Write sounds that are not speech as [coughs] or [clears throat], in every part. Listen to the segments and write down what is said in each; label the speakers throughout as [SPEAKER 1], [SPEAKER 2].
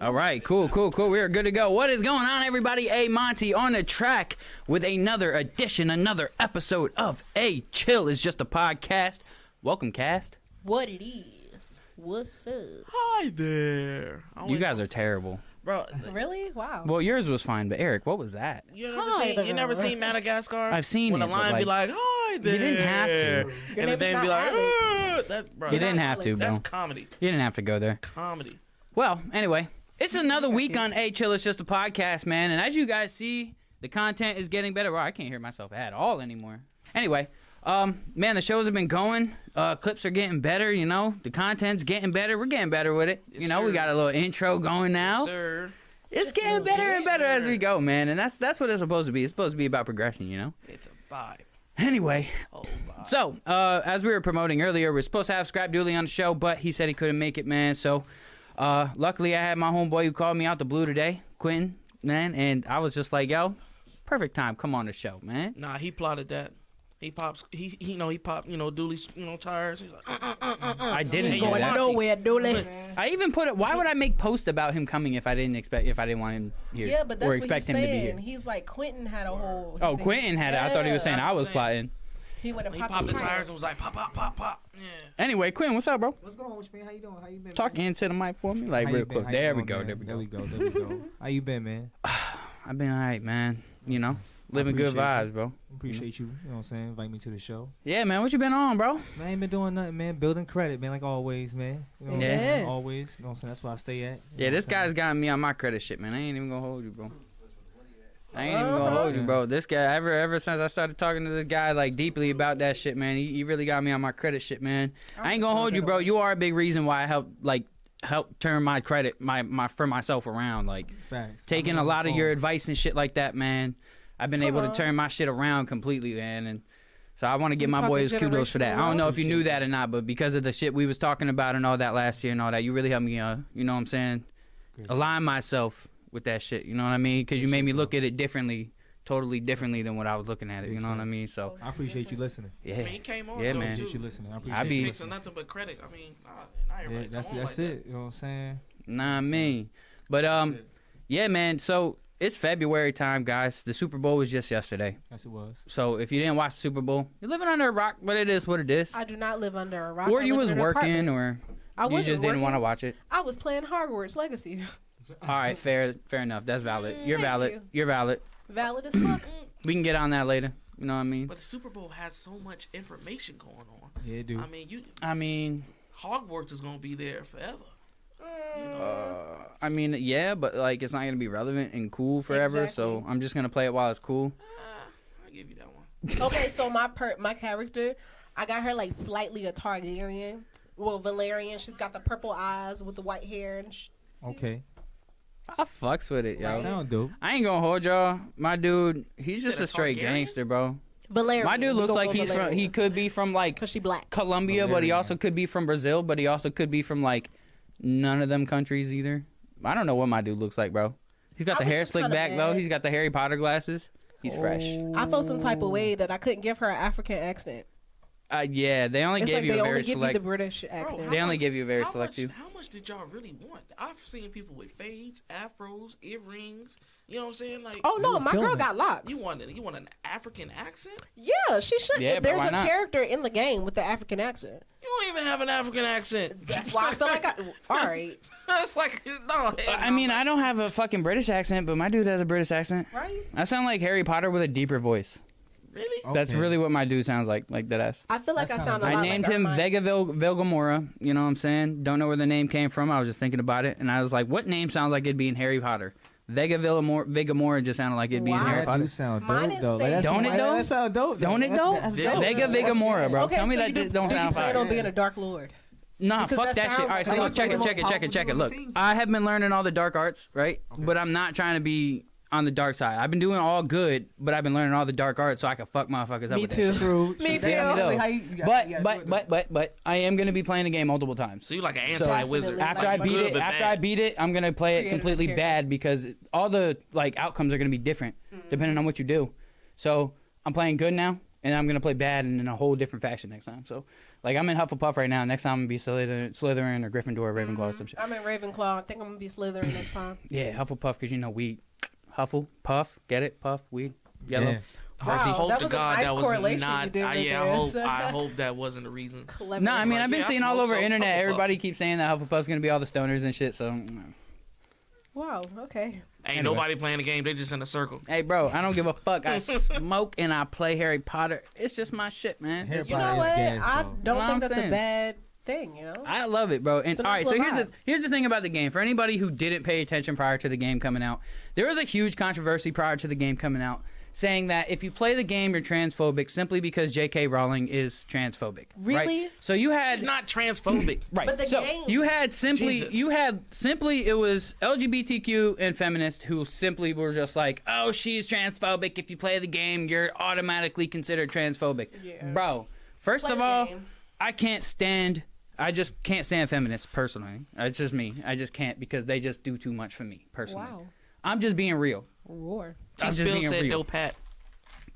[SPEAKER 1] right, cool, cool, cool. We're good to go. What is going on, everybody? A Monty on the track with another edition, another episode of A Chill is Just a Podcast. Welcome, cast.
[SPEAKER 2] What it is? What's up?
[SPEAKER 3] Hi there. I
[SPEAKER 1] You
[SPEAKER 3] went-
[SPEAKER 1] guys are terrible.
[SPEAKER 3] bro.
[SPEAKER 2] Really? Wow.
[SPEAKER 1] Well, yours was fine, but Eric, what was that?
[SPEAKER 3] You never
[SPEAKER 2] Hi
[SPEAKER 3] seen you never
[SPEAKER 2] there.
[SPEAKER 3] seen Madagascar?
[SPEAKER 1] I've seen
[SPEAKER 3] when
[SPEAKER 1] it,
[SPEAKER 3] a
[SPEAKER 1] but,
[SPEAKER 3] lion be like, "Hi there,"
[SPEAKER 1] didn't have to.
[SPEAKER 2] Your
[SPEAKER 3] and
[SPEAKER 2] name
[SPEAKER 3] then
[SPEAKER 2] is
[SPEAKER 3] be
[SPEAKER 2] not
[SPEAKER 3] like,
[SPEAKER 2] Alex.
[SPEAKER 3] "Ugh," that, bro,
[SPEAKER 1] You didn't have to, bro.
[SPEAKER 3] That's comedy.
[SPEAKER 1] You didn't have to go there.
[SPEAKER 3] Comedy.
[SPEAKER 1] Well, anyway, it's another week on A Chill. It's just a podcast, man. And as you guys see, the content is getting better. Well, I can't hear myself at all anymore. Anyway, um, man, the shows have been going. Uh, clips are getting better. You know, the content's getting better. We're getting better with it. you know, we
[SPEAKER 3] sir.
[SPEAKER 1] got a little intro going now.
[SPEAKER 3] Sir,
[SPEAKER 1] it's getting better and better as we go, man. And that's that's what it's supposed to be. It's supposed to be about progression. You know.
[SPEAKER 3] it's a vibe.
[SPEAKER 1] Anyway,
[SPEAKER 3] Oh, vibe.
[SPEAKER 1] so, uh, as we were promoting earlier, we are supposed to have Scrap Dooley on the show, but he said he couldn't make it, man. So, uh, luckily, I had my homeboy who called me out the blue today, Quentin, man, and I was just like, yo, perfect time. Come on the show, man.
[SPEAKER 3] Nah, he plotted that. He pops. He, he you know he popped. You know Dooley's. You know tires. He's like, "Uh, uh, uh, uh, uh."
[SPEAKER 1] I didn't
[SPEAKER 3] Hey,
[SPEAKER 1] do
[SPEAKER 3] yo,
[SPEAKER 1] that.
[SPEAKER 3] Monty.
[SPEAKER 2] nowhere, Dooley.
[SPEAKER 1] I even put it. Why would I make posts about him coming if I didn't expect if I didn't want him here?
[SPEAKER 2] Yeah, but that's
[SPEAKER 1] or
[SPEAKER 2] what
[SPEAKER 1] expect
[SPEAKER 2] he's
[SPEAKER 1] him
[SPEAKER 2] saying.
[SPEAKER 1] to be here.
[SPEAKER 2] He's like Quentin had a whole. he
[SPEAKER 1] Oh,
[SPEAKER 2] said-
[SPEAKER 1] Quentin had it. I thought he was saying
[SPEAKER 2] Yeah.
[SPEAKER 1] I was
[SPEAKER 3] Saying.
[SPEAKER 1] plotting.
[SPEAKER 2] He would have
[SPEAKER 3] He
[SPEAKER 2] popped,
[SPEAKER 3] popped the
[SPEAKER 2] his
[SPEAKER 3] tires and was like, "Pop, pop, pop, pop." Yeah.
[SPEAKER 1] Anyway, Quentin, what's up, bro?
[SPEAKER 4] What's going on with you, man? How you doing? How you been?
[SPEAKER 1] Talk into the mic for me, like
[SPEAKER 4] man? How you
[SPEAKER 1] real
[SPEAKER 4] been?
[SPEAKER 1] quick.
[SPEAKER 4] How you
[SPEAKER 1] There we
[SPEAKER 4] doing,
[SPEAKER 1] go.
[SPEAKER 4] man?
[SPEAKER 1] There we go.
[SPEAKER 4] There we go. There we
[SPEAKER 1] [laughs]
[SPEAKER 4] go. How you been, man?
[SPEAKER 1] I've been all right, man. You know, living good
[SPEAKER 4] appreciate
[SPEAKER 1] vibes,
[SPEAKER 4] you.
[SPEAKER 1] bro.
[SPEAKER 4] Appreciate you. You know what I'm saying? Invite me to the show.
[SPEAKER 1] Yeah, man. What you been on, bro?
[SPEAKER 4] Man, I ain't been doing nothing, man. Building credit, man, like always, man. You know what
[SPEAKER 1] Yeah.
[SPEAKER 4] I'm saying? Always. You know what I'm saying? That's where I stay at. You know
[SPEAKER 1] Yeah,
[SPEAKER 4] what
[SPEAKER 1] this
[SPEAKER 4] I'm
[SPEAKER 1] guy's
[SPEAKER 4] saying?
[SPEAKER 1] gotten me on my credit shit, man. I ain't even gonna hold you, bro. I ain't even gonna hold you, bro. This guy, ever ever since I started talking to this guy like deeply about that shit, man, he, he really got me on my credit shit, man. I ain't gonna hold you, bro. You are a big reason why I helped like help turn my credit my my for myself around, like
[SPEAKER 4] Facts.
[SPEAKER 1] taking a lot of your advice and shit like that, man. I've been
[SPEAKER 4] Uh-huh.
[SPEAKER 1] able to turn my shit around completely, man, and so I want to give my
[SPEAKER 5] talking
[SPEAKER 1] boys kudos for that. I don't
[SPEAKER 5] generational
[SPEAKER 1] know if you
[SPEAKER 4] wealth?
[SPEAKER 1] knew that or not, but because of the shit we was talking about and all that last year and all that, you really helped me, uh, you know what I'm saying, align myself with that shit. You know what I mean? Because you made me look at it differently, totally differently than what I was looking at it. You know what I mean? So
[SPEAKER 4] I appreciate you listening.
[SPEAKER 3] I
[SPEAKER 1] yeah,
[SPEAKER 3] mean, he came on.
[SPEAKER 1] Yeah,
[SPEAKER 3] though,
[SPEAKER 1] man.
[SPEAKER 3] Too.
[SPEAKER 4] Appreciate you listening. I
[SPEAKER 1] I
[SPEAKER 4] appreciate
[SPEAKER 1] be-
[SPEAKER 4] you.
[SPEAKER 3] Picks are
[SPEAKER 4] listening.
[SPEAKER 3] nothing but credit. I mean, nah, not
[SPEAKER 4] Yeah,
[SPEAKER 3] everybody
[SPEAKER 4] that's
[SPEAKER 3] come on
[SPEAKER 4] that's
[SPEAKER 3] like
[SPEAKER 4] it. You know what I'm saying?
[SPEAKER 1] nah, I mean, but um,
[SPEAKER 4] it.
[SPEAKER 1] yeah, man. So it's February time, guys. The Super Bowl was just yesterday.
[SPEAKER 4] Yes, it was.
[SPEAKER 1] So if you didn't watch the Super Bowl, you're living under a rock, but it is what it is.
[SPEAKER 2] I do not live under a rock.
[SPEAKER 1] or
[SPEAKER 2] I
[SPEAKER 1] you
[SPEAKER 2] live
[SPEAKER 1] was
[SPEAKER 2] in an
[SPEAKER 1] working,
[SPEAKER 2] apartment.
[SPEAKER 1] or
[SPEAKER 2] I
[SPEAKER 1] you
[SPEAKER 2] wasn't
[SPEAKER 1] just didn't
[SPEAKER 2] working.
[SPEAKER 1] want to watch it.
[SPEAKER 2] I was playing Hogwarts Legacy. [laughs]
[SPEAKER 1] All right, fair, fair enough. That's valid. You're
[SPEAKER 2] Thank
[SPEAKER 1] valid.
[SPEAKER 2] you.
[SPEAKER 1] You're valid.
[SPEAKER 2] Valid as fuck.
[SPEAKER 1] We can get on that later. You know what I mean?
[SPEAKER 3] But the Super Bowl has so much information going on.
[SPEAKER 4] Yeah, dude.
[SPEAKER 3] I mean, you
[SPEAKER 1] I mean,
[SPEAKER 3] Hogwarts is gonna be there forever.
[SPEAKER 1] I mean, yeah, but like it's not gonna be relevant and cool forever. So
[SPEAKER 2] Exactly.
[SPEAKER 1] I'm just gonna play it while it's cool.
[SPEAKER 3] I'll give you that one.
[SPEAKER 2] okay, so my per- my character, I got her like slightly a Targaryen. Well, Valerian. She's got the purple eyes with the white hair and sh-
[SPEAKER 4] Okay.
[SPEAKER 1] I fucks with it,
[SPEAKER 4] That
[SPEAKER 1] yo.
[SPEAKER 4] sound dope.
[SPEAKER 1] I ain't gonna hold y'all. My dude, he's just a
[SPEAKER 3] said a
[SPEAKER 1] straight
[SPEAKER 3] Targaryen?
[SPEAKER 1] gangster, bro.
[SPEAKER 2] Valerian.
[SPEAKER 1] My dude
[SPEAKER 2] We
[SPEAKER 1] looks like
[SPEAKER 2] gonna go
[SPEAKER 1] he's from.
[SPEAKER 2] Valerian.
[SPEAKER 1] He could be from like
[SPEAKER 2] Cause she black.
[SPEAKER 1] Colombia, but he
[SPEAKER 4] Valeria.
[SPEAKER 1] also could be from Brazil, but he also could be from like none of them countries either. I don't know what my dude looks like, bro. He's got the
[SPEAKER 2] I was
[SPEAKER 1] hair
[SPEAKER 2] just
[SPEAKER 1] slicked
[SPEAKER 2] kinda Oh.
[SPEAKER 1] back though.
[SPEAKER 2] mad.
[SPEAKER 1] He's got the Harry Potter glasses. He's fresh.
[SPEAKER 2] I felt some type
[SPEAKER 1] Mm.
[SPEAKER 2] of way that I couldn't give her an African accent.
[SPEAKER 1] Uh, yeah, they only
[SPEAKER 2] It's
[SPEAKER 1] gave
[SPEAKER 2] like
[SPEAKER 1] you
[SPEAKER 2] they
[SPEAKER 1] a
[SPEAKER 2] only
[SPEAKER 1] very
[SPEAKER 2] give
[SPEAKER 1] select. Oh,
[SPEAKER 2] you the British accent.
[SPEAKER 3] how-
[SPEAKER 1] they only give you a very
[SPEAKER 3] how
[SPEAKER 1] select
[SPEAKER 3] much,
[SPEAKER 1] few.
[SPEAKER 3] How much did y'all really want? I've seen people with fades, afros, earrings. You know what I'm saying? Like,
[SPEAKER 2] oh
[SPEAKER 4] He
[SPEAKER 2] no,
[SPEAKER 4] was
[SPEAKER 2] my
[SPEAKER 4] killing
[SPEAKER 2] girl
[SPEAKER 4] it.
[SPEAKER 2] got locks.
[SPEAKER 3] you want an, you want an African accent?
[SPEAKER 2] yeah, she should.
[SPEAKER 1] Yeah, but
[SPEAKER 2] There's
[SPEAKER 1] why
[SPEAKER 2] a
[SPEAKER 1] not?
[SPEAKER 2] character in the game with the African accent.
[SPEAKER 3] You don't even have an African accent.
[SPEAKER 2] That's why I feel like I. All right,
[SPEAKER 3] [laughs] That's like no.
[SPEAKER 1] Uh, I mean, I don't have a fucking British accent, but my dude has a British accent.
[SPEAKER 2] right.
[SPEAKER 1] I sound like Harry Potter with a deeper voice.
[SPEAKER 3] really.
[SPEAKER 1] That's
[SPEAKER 4] Okay.
[SPEAKER 1] really what my dude sounds like, like that ass.
[SPEAKER 2] I feel like
[SPEAKER 4] That's
[SPEAKER 2] I
[SPEAKER 4] kinda
[SPEAKER 2] sound a
[SPEAKER 4] nice.
[SPEAKER 2] lot
[SPEAKER 1] I
[SPEAKER 2] like
[SPEAKER 1] named him
[SPEAKER 2] Armani.
[SPEAKER 1] Vega Vil- Vilgamora. You know what I'm saying? Don't know where the name came from. I was just thinking about it, and I was like, what name sounds like it'd be in Harry Potter? Vega Villamor- Vilgamora just sounded like it'd be in
[SPEAKER 2] Wow.
[SPEAKER 1] Harry
[SPEAKER 4] That
[SPEAKER 1] Potter.
[SPEAKER 4] do sound
[SPEAKER 2] Mine
[SPEAKER 4] dope
[SPEAKER 2] is
[SPEAKER 4] though. Like,
[SPEAKER 2] safe.
[SPEAKER 4] that's-
[SPEAKER 1] Don't it
[SPEAKER 4] like,
[SPEAKER 1] though?
[SPEAKER 4] That sound dope. though.
[SPEAKER 1] Don't it
[SPEAKER 4] That's-
[SPEAKER 1] though?
[SPEAKER 4] that's
[SPEAKER 3] Vega
[SPEAKER 4] dope.
[SPEAKER 1] Vega
[SPEAKER 4] That's-
[SPEAKER 1] Vilgamora, bro.
[SPEAKER 2] Okay,
[SPEAKER 1] Tell me
[SPEAKER 2] so
[SPEAKER 1] that
[SPEAKER 2] you
[SPEAKER 1] d-
[SPEAKER 2] do,
[SPEAKER 1] don't
[SPEAKER 2] do you
[SPEAKER 1] sound
[SPEAKER 2] plan
[SPEAKER 1] fire.
[SPEAKER 2] on being a Dark Lord?
[SPEAKER 1] Nah,
[SPEAKER 2] Because
[SPEAKER 1] fuck that,
[SPEAKER 2] that
[SPEAKER 1] shit. All
[SPEAKER 2] sounds
[SPEAKER 1] right, so
[SPEAKER 2] like
[SPEAKER 1] look,
[SPEAKER 2] a
[SPEAKER 1] check it,
[SPEAKER 2] little
[SPEAKER 1] check it, check it, check it.
[SPEAKER 4] powerful
[SPEAKER 1] Look,
[SPEAKER 4] routine.
[SPEAKER 1] I have been learning all the dark arts, right? But I'm not trying to be on the dark side. I've been doing all good, but I've been learning all the dark arts so I can fuck motherfuckers up.
[SPEAKER 2] Me
[SPEAKER 1] with that
[SPEAKER 2] too.
[SPEAKER 1] shit.
[SPEAKER 4] True.
[SPEAKER 2] Me
[SPEAKER 4] true.
[SPEAKER 2] too.
[SPEAKER 4] That's really how you- you gotta-
[SPEAKER 1] But
[SPEAKER 4] you gotta do
[SPEAKER 1] but
[SPEAKER 4] it,
[SPEAKER 1] but but but I am gonna be playing the game multiple times.
[SPEAKER 3] So you like an
[SPEAKER 1] So-
[SPEAKER 3] anti-wizard.
[SPEAKER 1] after I
[SPEAKER 3] Like,
[SPEAKER 1] beat
[SPEAKER 3] good
[SPEAKER 1] it,
[SPEAKER 3] but
[SPEAKER 1] after I
[SPEAKER 3] bad.
[SPEAKER 1] beat it, I'm gonna play it
[SPEAKER 2] Creative
[SPEAKER 1] completely
[SPEAKER 2] character.
[SPEAKER 1] bad because
[SPEAKER 3] Mm-hmm.
[SPEAKER 1] all the like outcomes are gonna be different depending on what you do. So I'm playing good now. and I'm gonna play bad and in a whole different faction next time. So, like, I'm in Hufflepuff right now. Next time I'm gonna be Slytherin, Slytherin or Gryffindor or Ravenclaw
[SPEAKER 3] Mm-hmm.
[SPEAKER 1] or some shit.
[SPEAKER 2] I'm in Ravenclaw. I think I'm gonna be Slytherin next time.
[SPEAKER 1] Yeah, Hufflepuff because you know we Huffle puff. Get it? Puff weed. Yellow.
[SPEAKER 4] Yes.
[SPEAKER 2] Wow,
[SPEAKER 3] I hope
[SPEAKER 2] that
[SPEAKER 3] to
[SPEAKER 2] was a
[SPEAKER 3] God
[SPEAKER 2] nice
[SPEAKER 3] that
[SPEAKER 2] correlation you
[SPEAKER 3] was not.
[SPEAKER 2] did
[SPEAKER 3] I,
[SPEAKER 2] right
[SPEAKER 3] yeah, I
[SPEAKER 2] there.
[SPEAKER 3] hope, I hope that wasn't
[SPEAKER 2] [laughs]
[SPEAKER 3] the reason.
[SPEAKER 2] Clever.
[SPEAKER 1] No, I mean
[SPEAKER 3] Like,
[SPEAKER 1] I've been
[SPEAKER 3] yeah, I
[SPEAKER 1] seeing all
[SPEAKER 3] smoke
[SPEAKER 1] over
[SPEAKER 3] some
[SPEAKER 1] internet.
[SPEAKER 3] Hufflepuff.
[SPEAKER 1] Everybody keeps saying that Hufflepuff's gonna be all the stoners and shit. So, mm.
[SPEAKER 2] wow. Okay.
[SPEAKER 3] Ain't
[SPEAKER 1] Anyway.
[SPEAKER 3] nobody playing the game. They just in a circle.
[SPEAKER 1] hey, bro, I don't give a fuck.
[SPEAKER 3] [laughs]
[SPEAKER 1] I smoke and I play Harry Potter. It's just my shit, man.
[SPEAKER 4] Harry
[SPEAKER 1] It's-
[SPEAKER 2] You
[SPEAKER 4] Potter
[SPEAKER 2] know
[SPEAKER 4] is
[SPEAKER 2] what?
[SPEAKER 4] gas,
[SPEAKER 2] I
[SPEAKER 4] though.
[SPEAKER 2] don't
[SPEAKER 1] Nah,
[SPEAKER 2] think
[SPEAKER 1] I'm
[SPEAKER 2] that's a
[SPEAKER 1] saying.
[SPEAKER 2] bad thing. You know.
[SPEAKER 1] I love it, bro. And
[SPEAKER 2] So
[SPEAKER 1] all right,
[SPEAKER 2] that's
[SPEAKER 1] so
[SPEAKER 2] a
[SPEAKER 1] here's the
[SPEAKER 2] lot.
[SPEAKER 1] here's the thing about the game. For anybody who didn't pay attention prior to the game coming out, there was a huge controversy prior to the game coming out saying that if you play the game you're transphobic simply because J.K. Rowling is transphobic. right?
[SPEAKER 2] Really?
[SPEAKER 1] So you had
[SPEAKER 3] It's not transphobic.
[SPEAKER 1] Right.
[SPEAKER 2] But the
[SPEAKER 1] so
[SPEAKER 2] game-
[SPEAKER 1] you had simply
[SPEAKER 3] Jesus.
[SPEAKER 1] you had simply it was LGBTQ and feminists who simply were just like, "Oh, she's transphobic. If you play the game, you're automatically considered transphobic."
[SPEAKER 2] Yeah.
[SPEAKER 1] Bro, first
[SPEAKER 2] Play
[SPEAKER 1] of
[SPEAKER 2] the
[SPEAKER 1] all,
[SPEAKER 2] game.
[SPEAKER 1] I can't stand I just can't stand feminists personally. Uh, It's just me. I just can't because they just do too much for me personally.
[SPEAKER 2] Wow.
[SPEAKER 1] I'm just being real.
[SPEAKER 2] War.
[SPEAKER 1] I'm
[SPEAKER 3] T
[SPEAKER 1] just
[SPEAKER 3] Spill
[SPEAKER 1] being
[SPEAKER 3] said
[SPEAKER 1] real.
[SPEAKER 3] no pat.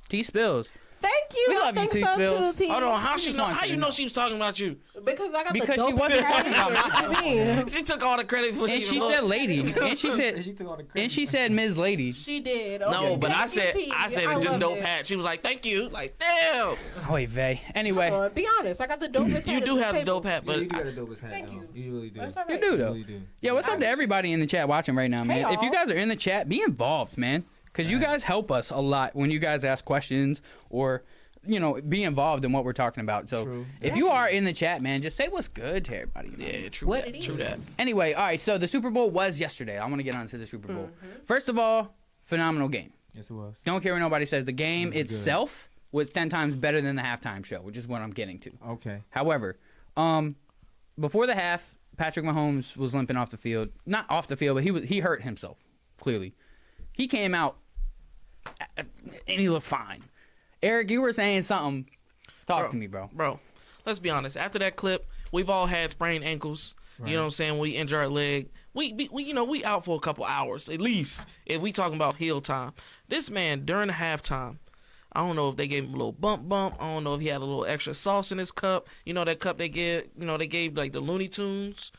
[SPEAKER 1] T spills
[SPEAKER 2] Thank you.
[SPEAKER 1] We
[SPEAKER 2] I
[SPEAKER 1] love you
[SPEAKER 2] think
[SPEAKER 1] too,
[SPEAKER 2] so
[SPEAKER 1] Spills.
[SPEAKER 2] too, T.
[SPEAKER 3] Hold on, how
[SPEAKER 1] I
[SPEAKER 3] she
[SPEAKER 1] just
[SPEAKER 3] know?
[SPEAKER 1] wanted
[SPEAKER 3] How
[SPEAKER 1] to
[SPEAKER 3] you
[SPEAKER 1] know.
[SPEAKER 3] know she was talking about you?
[SPEAKER 2] Because I got
[SPEAKER 1] Because
[SPEAKER 2] the
[SPEAKER 1] she
[SPEAKER 2] dopest
[SPEAKER 1] wasn't talking
[SPEAKER 2] character.
[SPEAKER 1] about
[SPEAKER 2] What you mean?
[SPEAKER 3] She took all the credit for.
[SPEAKER 1] and she said lady and she said
[SPEAKER 4] took all the credit.
[SPEAKER 1] and she
[SPEAKER 4] [laughs]
[SPEAKER 1] said Ms. Lady.
[SPEAKER 2] She did.
[SPEAKER 3] No,
[SPEAKER 2] Okay,
[SPEAKER 3] but I
[SPEAKER 2] thank you,
[SPEAKER 3] said
[SPEAKER 2] T.
[SPEAKER 3] I said it just
[SPEAKER 2] love
[SPEAKER 3] dope pat. She was like, "Thank you." Like, damn.
[SPEAKER 1] Oh, vey. Anyway,
[SPEAKER 2] Uh, be honest, I got the dopest.
[SPEAKER 3] You
[SPEAKER 2] hat
[SPEAKER 3] do
[SPEAKER 2] at
[SPEAKER 3] have
[SPEAKER 2] this table.
[SPEAKER 3] the dope hat,
[SPEAKER 4] But
[SPEAKER 3] but
[SPEAKER 4] you do got a dopest hat,
[SPEAKER 2] Thank
[SPEAKER 4] though.
[SPEAKER 2] you.
[SPEAKER 4] You really do.
[SPEAKER 2] That's all
[SPEAKER 1] you
[SPEAKER 2] right.
[SPEAKER 1] do
[SPEAKER 4] You
[SPEAKER 1] though.
[SPEAKER 4] really do.
[SPEAKER 1] Yeah, what's up to everybody in the chat watching right now, man?
[SPEAKER 2] Hey,
[SPEAKER 1] if you
[SPEAKER 2] y'all.
[SPEAKER 1] guys are in the chat, be involved, man, because you guys help us a lot when you guys ask questions or you know be involved in what we're talking about. So
[SPEAKER 4] True.
[SPEAKER 1] if you are in the chat, man, just say what's good to everybody. you know?
[SPEAKER 3] yeah, true
[SPEAKER 2] What
[SPEAKER 3] that.
[SPEAKER 2] it
[SPEAKER 3] True that.
[SPEAKER 2] is.
[SPEAKER 1] Anyway, all right. So the Super Bowl was yesterday. I want to get on to the Super Bowl. First of all, phenomenal game.
[SPEAKER 4] Yes, it was.
[SPEAKER 1] Don't care what nobody says. The game
[SPEAKER 4] It was good.
[SPEAKER 1] itself was ten times better than the halftime show, which is what I'm getting to.
[SPEAKER 4] Okay.
[SPEAKER 1] However, um, before the half, Patrick Mahomes was limping off the field. Not off the field, but he was he hurt himself. Clearly, he came out uh, uh, and he looked fine. Eric, you were saying something. Talk
[SPEAKER 3] Bro.
[SPEAKER 1] to me, bro.
[SPEAKER 3] bro. Let's be honest. After that clip, we've all had sprained ankles. You know what I'm saying? We injure our leg. We, we, we, you know, we out for a couple hours at least. If we talking about heel time, this man during the halftime, I don't know if they gave him a little bump bump. I don't know if he had a little extra sauce in his cup. You know that cup they give. You know they gave like the Looney Tunes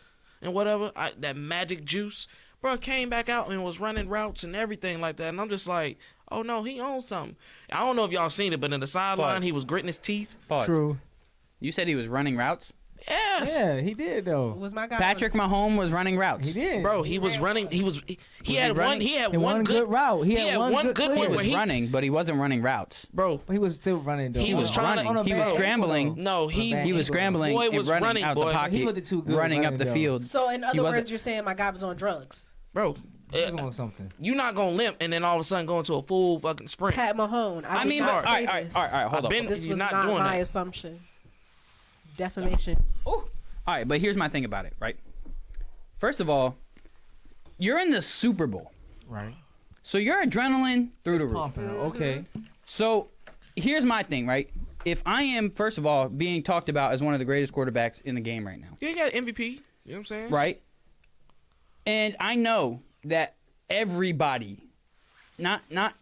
[SPEAKER 3] and whatever. I, that magic juice, bro, came back out and was running routes and everything like that. And I'm just like, oh no, he owns something. I don't know if y'all seen it, but in the sideline,
[SPEAKER 1] Pause.
[SPEAKER 3] he was gritting his teeth.
[SPEAKER 1] Pause.
[SPEAKER 4] True.
[SPEAKER 1] You said he was running routes.
[SPEAKER 3] Yes.
[SPEAKER 4] Yeah, he did though.
[SPEAKER 2] Was my guy
[SPEAKER 1] Patrick Mahomes was running routes.
[SPEAKER 4] He did,
[SPEAKER 3] Bro, he was running. He was. He, he had one.
[SPEAKER 1] running?
[SPEAKER 3] He had
[SPEAKER 4] He
[SPEAKER 3] one, good
[SPEAKER 4] route. He,
[SPEAKER 3] he had one good
[SPEAKER 1] He
[SPEAKER 4] clear.
[SPEAKER 3] one where
[SPEAKER 1] was
[SPEAKER 3] he-
[SPEAKER 1] running, but he wasn't running routes.
[SPEAKER 3] Bro,
[SPEAKER 4] He was still running though.
[SPEAKER 3] He was
[SPEAKER 4] On a-
[SPEAKER 3] trying to-
[SPEAKER 4] on a
[SPEAKER 1] he
[SPEAKER 4] bad
[SPEAKER 1] was
[SPEAKER 4] angle,
[SPEAKER 1] scrambling.
[SPEAKER 4] though.
[SPEAKER 3] no, he.
[SPEAKER 4] Bad
[SPEAKER 1] He was
[SPEAKER 4] angle.
[SPEAKER 1] scrambling
[SPEAKER 3] Boy
[SPEAKER 1] and
[SPEAKER 3] was
[SPEAKER 1] running,
[SPEAKER 3] running,
[SPEAKER 1] out
[SPEAKER 3] boy.
[SPEAKER 1] the
[SPEAKER 3] He
[SPEAKER 1] pocket,
[SPEAKER 4] looked too good
[SPEAKER 1] running up
[SPEAKER 4] running,
[SPEAKER 1] the
[SPEAKER 4] though.
[SPEAKER 1] field.
[SPEAKER 2] So in
[SPEAKER 1] He
[SPEAKER 2] other
[SPEAKER 1] wasn't-
[SPEAKER 2] words, you're saying my guy was on drugs.
[SPEAKER 3] Bro,
[SPEAKER 4] He was
[SPEAKER 3] uh,
[SPEAKER 4] on something.
[SPEAKER 3] you're not gonna limp and then all of a sudden go into a full fucking sprint.
[SPEAKER 2] Pat Mahone. I,
[SPEAKER 1] I
[SPEAKER 2] did
[SPEAKER 1] mean,
[SPEAKER 2] not
[SPEAKER 1] but, all
[SPEAKER 2] say
[SPEAKER 1] right, all right,
[SPEAKER 2] this.
[SPEAKER 1] all right, all right, hold
[SPEAKER 3] I've
[SPEAKER 1] up.
[SPEAKER 3] been-
[SPEAKER 2] This
[SPEAKER 3] You're
[SPEAKER 2] was
[SPEAKER 3] not
[SPEAKER 2] not,
[SPEAKER 3] doing
[SPEAKER 2] my
[SPEAKER 3] that.
[SPEAKER 2] assumption. Defamation.
[SPEAKER 1] All right, but here's my thing about it, right? First of all, you're in the Super Bowl,
[SPEAKER 4] Right.
[SPEAKER 1] so your adrenaline through the roof.
[SPEAKER 4] Pumping. Okay.
[SPEAKER 1] So here's my thing, right? If I am, first of all, being talked about as one of the greatest quarterbacks in the game right now,
[SPEAKER 3] Yeah, he got MVP. You know what I'm saying?
[SPEAKER 1] right? And I know that everybody, not not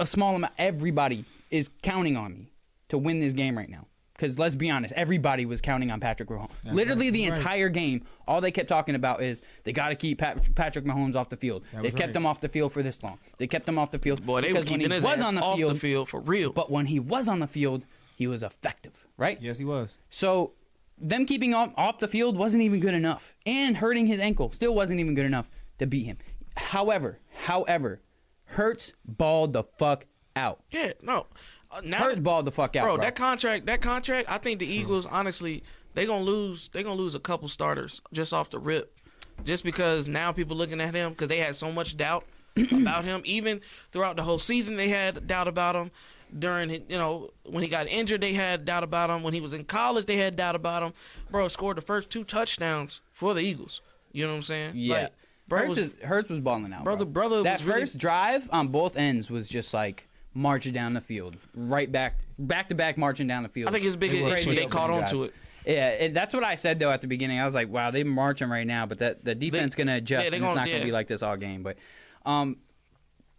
[SPEAKER 1] a small amount, everybody is counting on me to win this game right now. Because let's be honest, everybody was counting on Patrick Mahomes. Literally the entire game, all they kept talking about is they got to keep Pat- Patrick Mahomes off the field.
[SPEAKER 4] That
[SPEAKER 1] They've
[SPEAKER 4] was
[SPEAKER 1] kept
[SPEAKER 4] right.
[SPEAKER 1] him off the field for this long. They kept him off the field
[SPEAKER 3] Boy, they was
[SPEAKER 1] because when he
[SPEAKER 3] keeping his
[SPEAKER 1] was
[SPEAKER 3] ass
[SPEAKER 1] on the
[SPEAKER 3] off
[SPEAKER 1] field,
[SPEAKER 3] the field for real.
[SPEAKER 1] but when he was on the field, he was effective, right?
[SPEAKER 4] Yes, he was.
[SPEAKER 1] So them keeping him off the field wasn't even good enough, and hurting his ankle still wasn't even good enough to beat him. However, however, Hurts balled the fuck out.
[SPEAKER 3] yeah, no. Uh, now,
[SPEAKER 1] Hurts balled the fuck out,
[SPEAKER 3] bro,
[SPEAKER 1] bro.
[SPEAKER 3] that contract, that contract. I think the Eagles, honestly, they gonna lose. They gonna lose a couple starters just off the rip, just because now people looking at him because they had so
[SPEAKER 1] [clears throat]
[SPEAKER 3] much doubt about him. Even throughout the whole season, they had doubt about him. During his- you know when he got injured, they had doubt about him. When he was in college, they had doubt about him. Bro scored the first two touchdowns for the Eagles. You know what I'm saying?
[SPEAKER 1] yeah.
[SPEAKER 3] Like, bro
[SPEAKER 1] Hurts,
[SPEAKER 3] was-
[SPEAKER 1] is, Hurts was balling out.
[SPEAKER 3] Brother-
[SPEAKER 1] bro.
[SPEAKER 3] brother
[SPEAKER 1] That
[SPEAKER 3] was really-
[SPEAKER 1] first drive on both ends was just like march down the field, right back, back to back, marching down the field.
[SPEAKER 3] I think his biggest
[SPEAKER 1] Crazy
[SPEAKER 3] issue they
[SPEAKER 1] opening
[SPEAKER 3] caught on to
[SPEAKER 1] drives.
[SPEAKER 3] it.
[SPEAKER 1] Yeah, it, that's what I said though at the beginning. I was like, "Wow, they're marching right now, but that the defense gonna adjust.
[SPEAKER 3] yeah, they
[SPEAKER 1] and it's
[SPEAKER 3] gonna-
[SPEAKER 1] not gonna
[SPEAKER 3] yeah.
[SPEAKER 1] be like this all game." But, um,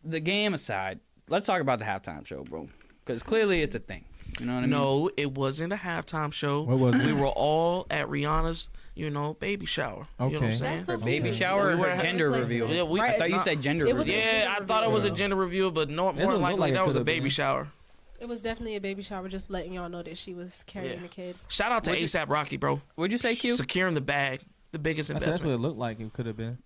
[SPEAKER 1] the game aside, let's talk about the halftime show, bro, because clearly it's a thing. You know what I mean?
[SPEAKER 3] No, it wasn't a halftime show.
[SPEAKER 5] What was
[SPEAKER 3] We
[SPEAKER 5] it?
[SPEAKER 3] were all at Rihanna's, you know, baby shower. You know what I'm
[SPEAKER 5] Okay.
[SPEAKER 3] saying?
[SPEAKER 1] Her baby
[SPEAKER 2] Okay.
[SPEAKER 1] shower or
[SPEAKER 3] We were-
[SPEAKER 1] her gender
[SPEAKER 2] Right.
[SPEAKER 1] reveal?
[SPEAKER 3] Yeah, we-
[SPEAKER 1] I thought you
[SPEAKER 3] Nah.
[SPEAKER 1] said gender
[SPEAKER 2] It was-
[SPEAKER 1] reveal.
[SPEAKER 3] Yeah, I thought it was a gender review, but no, more
[SPEAKER 4] what it
[SPEAKER 3] than
[SPEAKER 4] looked
[SPEAKER 3] likely
[SPEAKER 4] like
[SPEAKER 3] that
[SPEAKER 4] to
[SPEAKER 3] was a
[SPEAKER 4] the
[SPEAKER 3] baby
[SPEAKER 4] man.
[SPEAKER 3] shower.
[SPEAKER 2] It was definitely a baby shower, just letting y'all know that she was carrying
[SPEAKER 3] Yeah.
[SPEAKER 2] the kid.
[SPEAKER 3] Shout out to
[SPEAKER 1] What'd you-
[SPEAKER 3] ASAP Rocky, bro.
[SPEAKER 1] Would you say Q?
[SPEAKER 3] Securing the bag, the biggest
[SPEAKER 4] That's, that's what
[SPEAKER 3] investment.
[SPEAKER 4] it looked like. It could have been.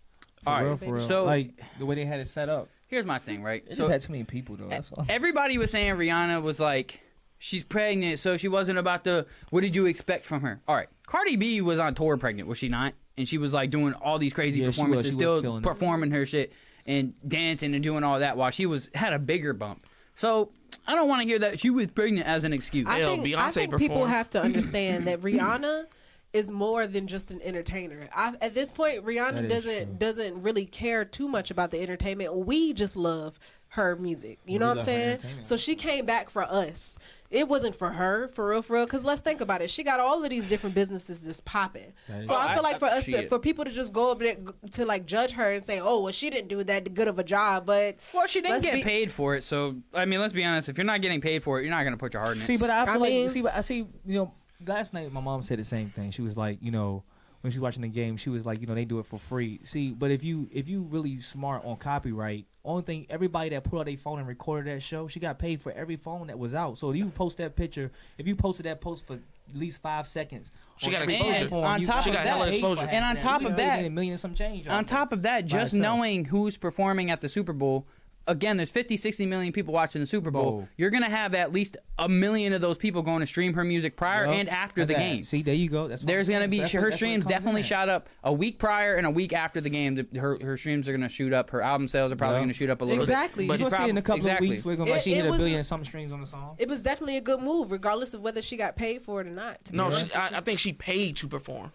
[SPEAKER 4] For
[SPEAKER 1] All
[SPEAKER 4] real,
[SPEAKER 1] right.
[SPEAKER 2] baby.
[SPEAKER 4] for real.
[SPEAKER 1] So-
[SPEAKER 4] like the way they had it set up.
[SPEAKER 1] Here's my thing, right?
[SPEAKER 5] It
[SPEAKER 1] So-
[SPEAKER 5] just had too many people though. That's all.
[SPEAKER 1] everybody was saying Rihanna was like, she's pregnant, so she wasn't about to. What did you expect from her? All right, Cardi B was on tour pregnant, was she not? And she was like doing all these crazy
[SPEAKER 4] Yeah, she was.
[SPEAKER 1] performances,
[SPEAKER 4] She was
[SPEAKER 1] still
[SPEAKER 4] killing it.
[SPEAKER 1] performing her shit and dancing and doing all that while she was had a bigger bump. So I don't want to hear that she was pregnant as an excuse.
[SPEAKER 2] I
[SPEAKER 3] Hell,
[SPEAKER 2] think, I
[SPEAKER 3] Beyonce
[SPEAKER 2] think people
[SPEAKER 3] performed.
[SPEAKER 2] have to understand
[SPEAKER 4] [clears throat]
[SPEAKER 2] that Rihanna is more than just an entertainer. I, at this point,
[SPEAKER 4] That
[SPEAKER 2] Rihanna
[SPEAKER 4] is
[SPEAKER 2] doesn't
[SPEAKER 4] true.
[SPEAKER 2] doesn't really care too much about the entertainment. We just love her music. You
[SPEAKER 4] We
[SPEAKER 2] know what I'm
[SPEAKER 4] love her
[SPEAKER 2] saying?
[SPEAKER 4] entertainment.
[SPEAKER 2] So she came back for us. It wasn't for her, for real, for real. Because let's think about it. She got all of these different businesses that's popping.
[SPEAKER 4] That is
[SPEAKER 2] So I
[SPEAKER 1] true.
[SPEAKER 2] feel like for us, to,
[SPEAKER 1] Shit.
[SPEAKER 2] for people to just go up there to like judge her and say, "Oh, well, she didn't do that good of a job," but
[SPEAKER 1] well, she didn't
[SPEAKER 2] let's
[SPEAKER 1] get
[SPEAKER 2] be-
[SPEAKER 1] paid for it, so I mean, let's be honest. If you're not getting paid for it, you're not gonna put your heart in it.
[SPEAKER 4] See, but I
[SPEAKER 2] I
[SPEAKER 4] feel
[SPEAKER 2] mean-
[SPEAKER 4] like see, but I see. You know, last night my mom said the same thing. She was like, you know, when she was watching the game, she was like, you know, they do it for free. See, but if you if you really smart on copyright, only thing everybody that put out their phone and recorded that show, she got paid for every phone that was out. So if you post that picture, if you posted that post for at least five seconds,
[SPEAKER 3] She
[SPEAKER 4] on
[SPEAKER 3] got
[SPEAKER 4] every
[SPEAKER 3] exposure.
[SPEAKER 4] platform,
[SPEAKER 1] On
[SPEAKER 4] you-
[SPEAKER 1] top
[SPEAKER 4] she
[SPEAKER 1] of
[SPEAKER 4] got
[SPEAKER 1] that-
[SPEAKER 4] paid for
[SPEAKER 3] exposure.
[SPEAKER 4] half
[SPEAKER 1] And on
[SPEAKER 4] that.
[SPEAKER 1] top
[SPEAKER 4] At least
[SPEAKER 1] of
[SPEAKER 4] they
[SPEAKER 1] that-
[SPEAKER 4] made a million and some change.
[SPEAKER 1] on top of that, just
[SPEAKER 4] itself.
[SPEAKER 1] knowing who's performing at the Super Bowl, again, there's 50, 60 million people watching the Super Bowl.
[SPEAKER 4] Bowl.
[SPEAKER 1] You're going to have at least a million of those people going to stream her music prior
[SPEAKER 4] Yup.
[SPEAKER 1] and after
[SPEAKER 4] Look
[SPEAKER 1] the
[SPEAKER 4] at that.
[SPEAKER 1] game.
[SPEAKER 4] See, there you go. That's what
[SPEAKER 1] There's
[SPEAKER 4] I'm
[SPEAKER 1] going to
[SPEAKER 4] saying.
[SPEAKER 1] be
[SPEAKER 4] So that's
[SPEAKER 1] her
[SPEAKER 4] what- that's what it
[SPEAKER 1] streams
[SPEAKER 4] comes in
[SPEAKER 1] definitely
[SPEAKER 4] at.
[SPEAKER 1] shot up a week prior and a week after the game. The- Her, her streams are going to shoot up. Her album sales are probably
[SPEAKER 4] Yup.
[SPEAKER 1] going to shoot up a little
[SPEAKER 2] exactly.
[SPEAKER 1] bit.
[SPEAKER 4] You're
[SPEAKER 1] But
[SPEAKER 4] gonna see in a couple
[SPEAKER 1] exactly.
[SPEAKER 4] of weeks. We're gonna like
[SPEAKER 2] It-
[SPEAKER 4] she
[SPEAKER 2] it
[SPEAKER 4] hit a
[SPEAKER 2] was-
[SPEAKER 4] billion and some strings on the song.
[SPEAKER 2] it was definitely a good move, regardless of whether she got paid for it or not. to be
[SPEAKER 3] No,
[SPEAKER 2] honest.
[SPEAKER 3] she, I, I think she paid to perform.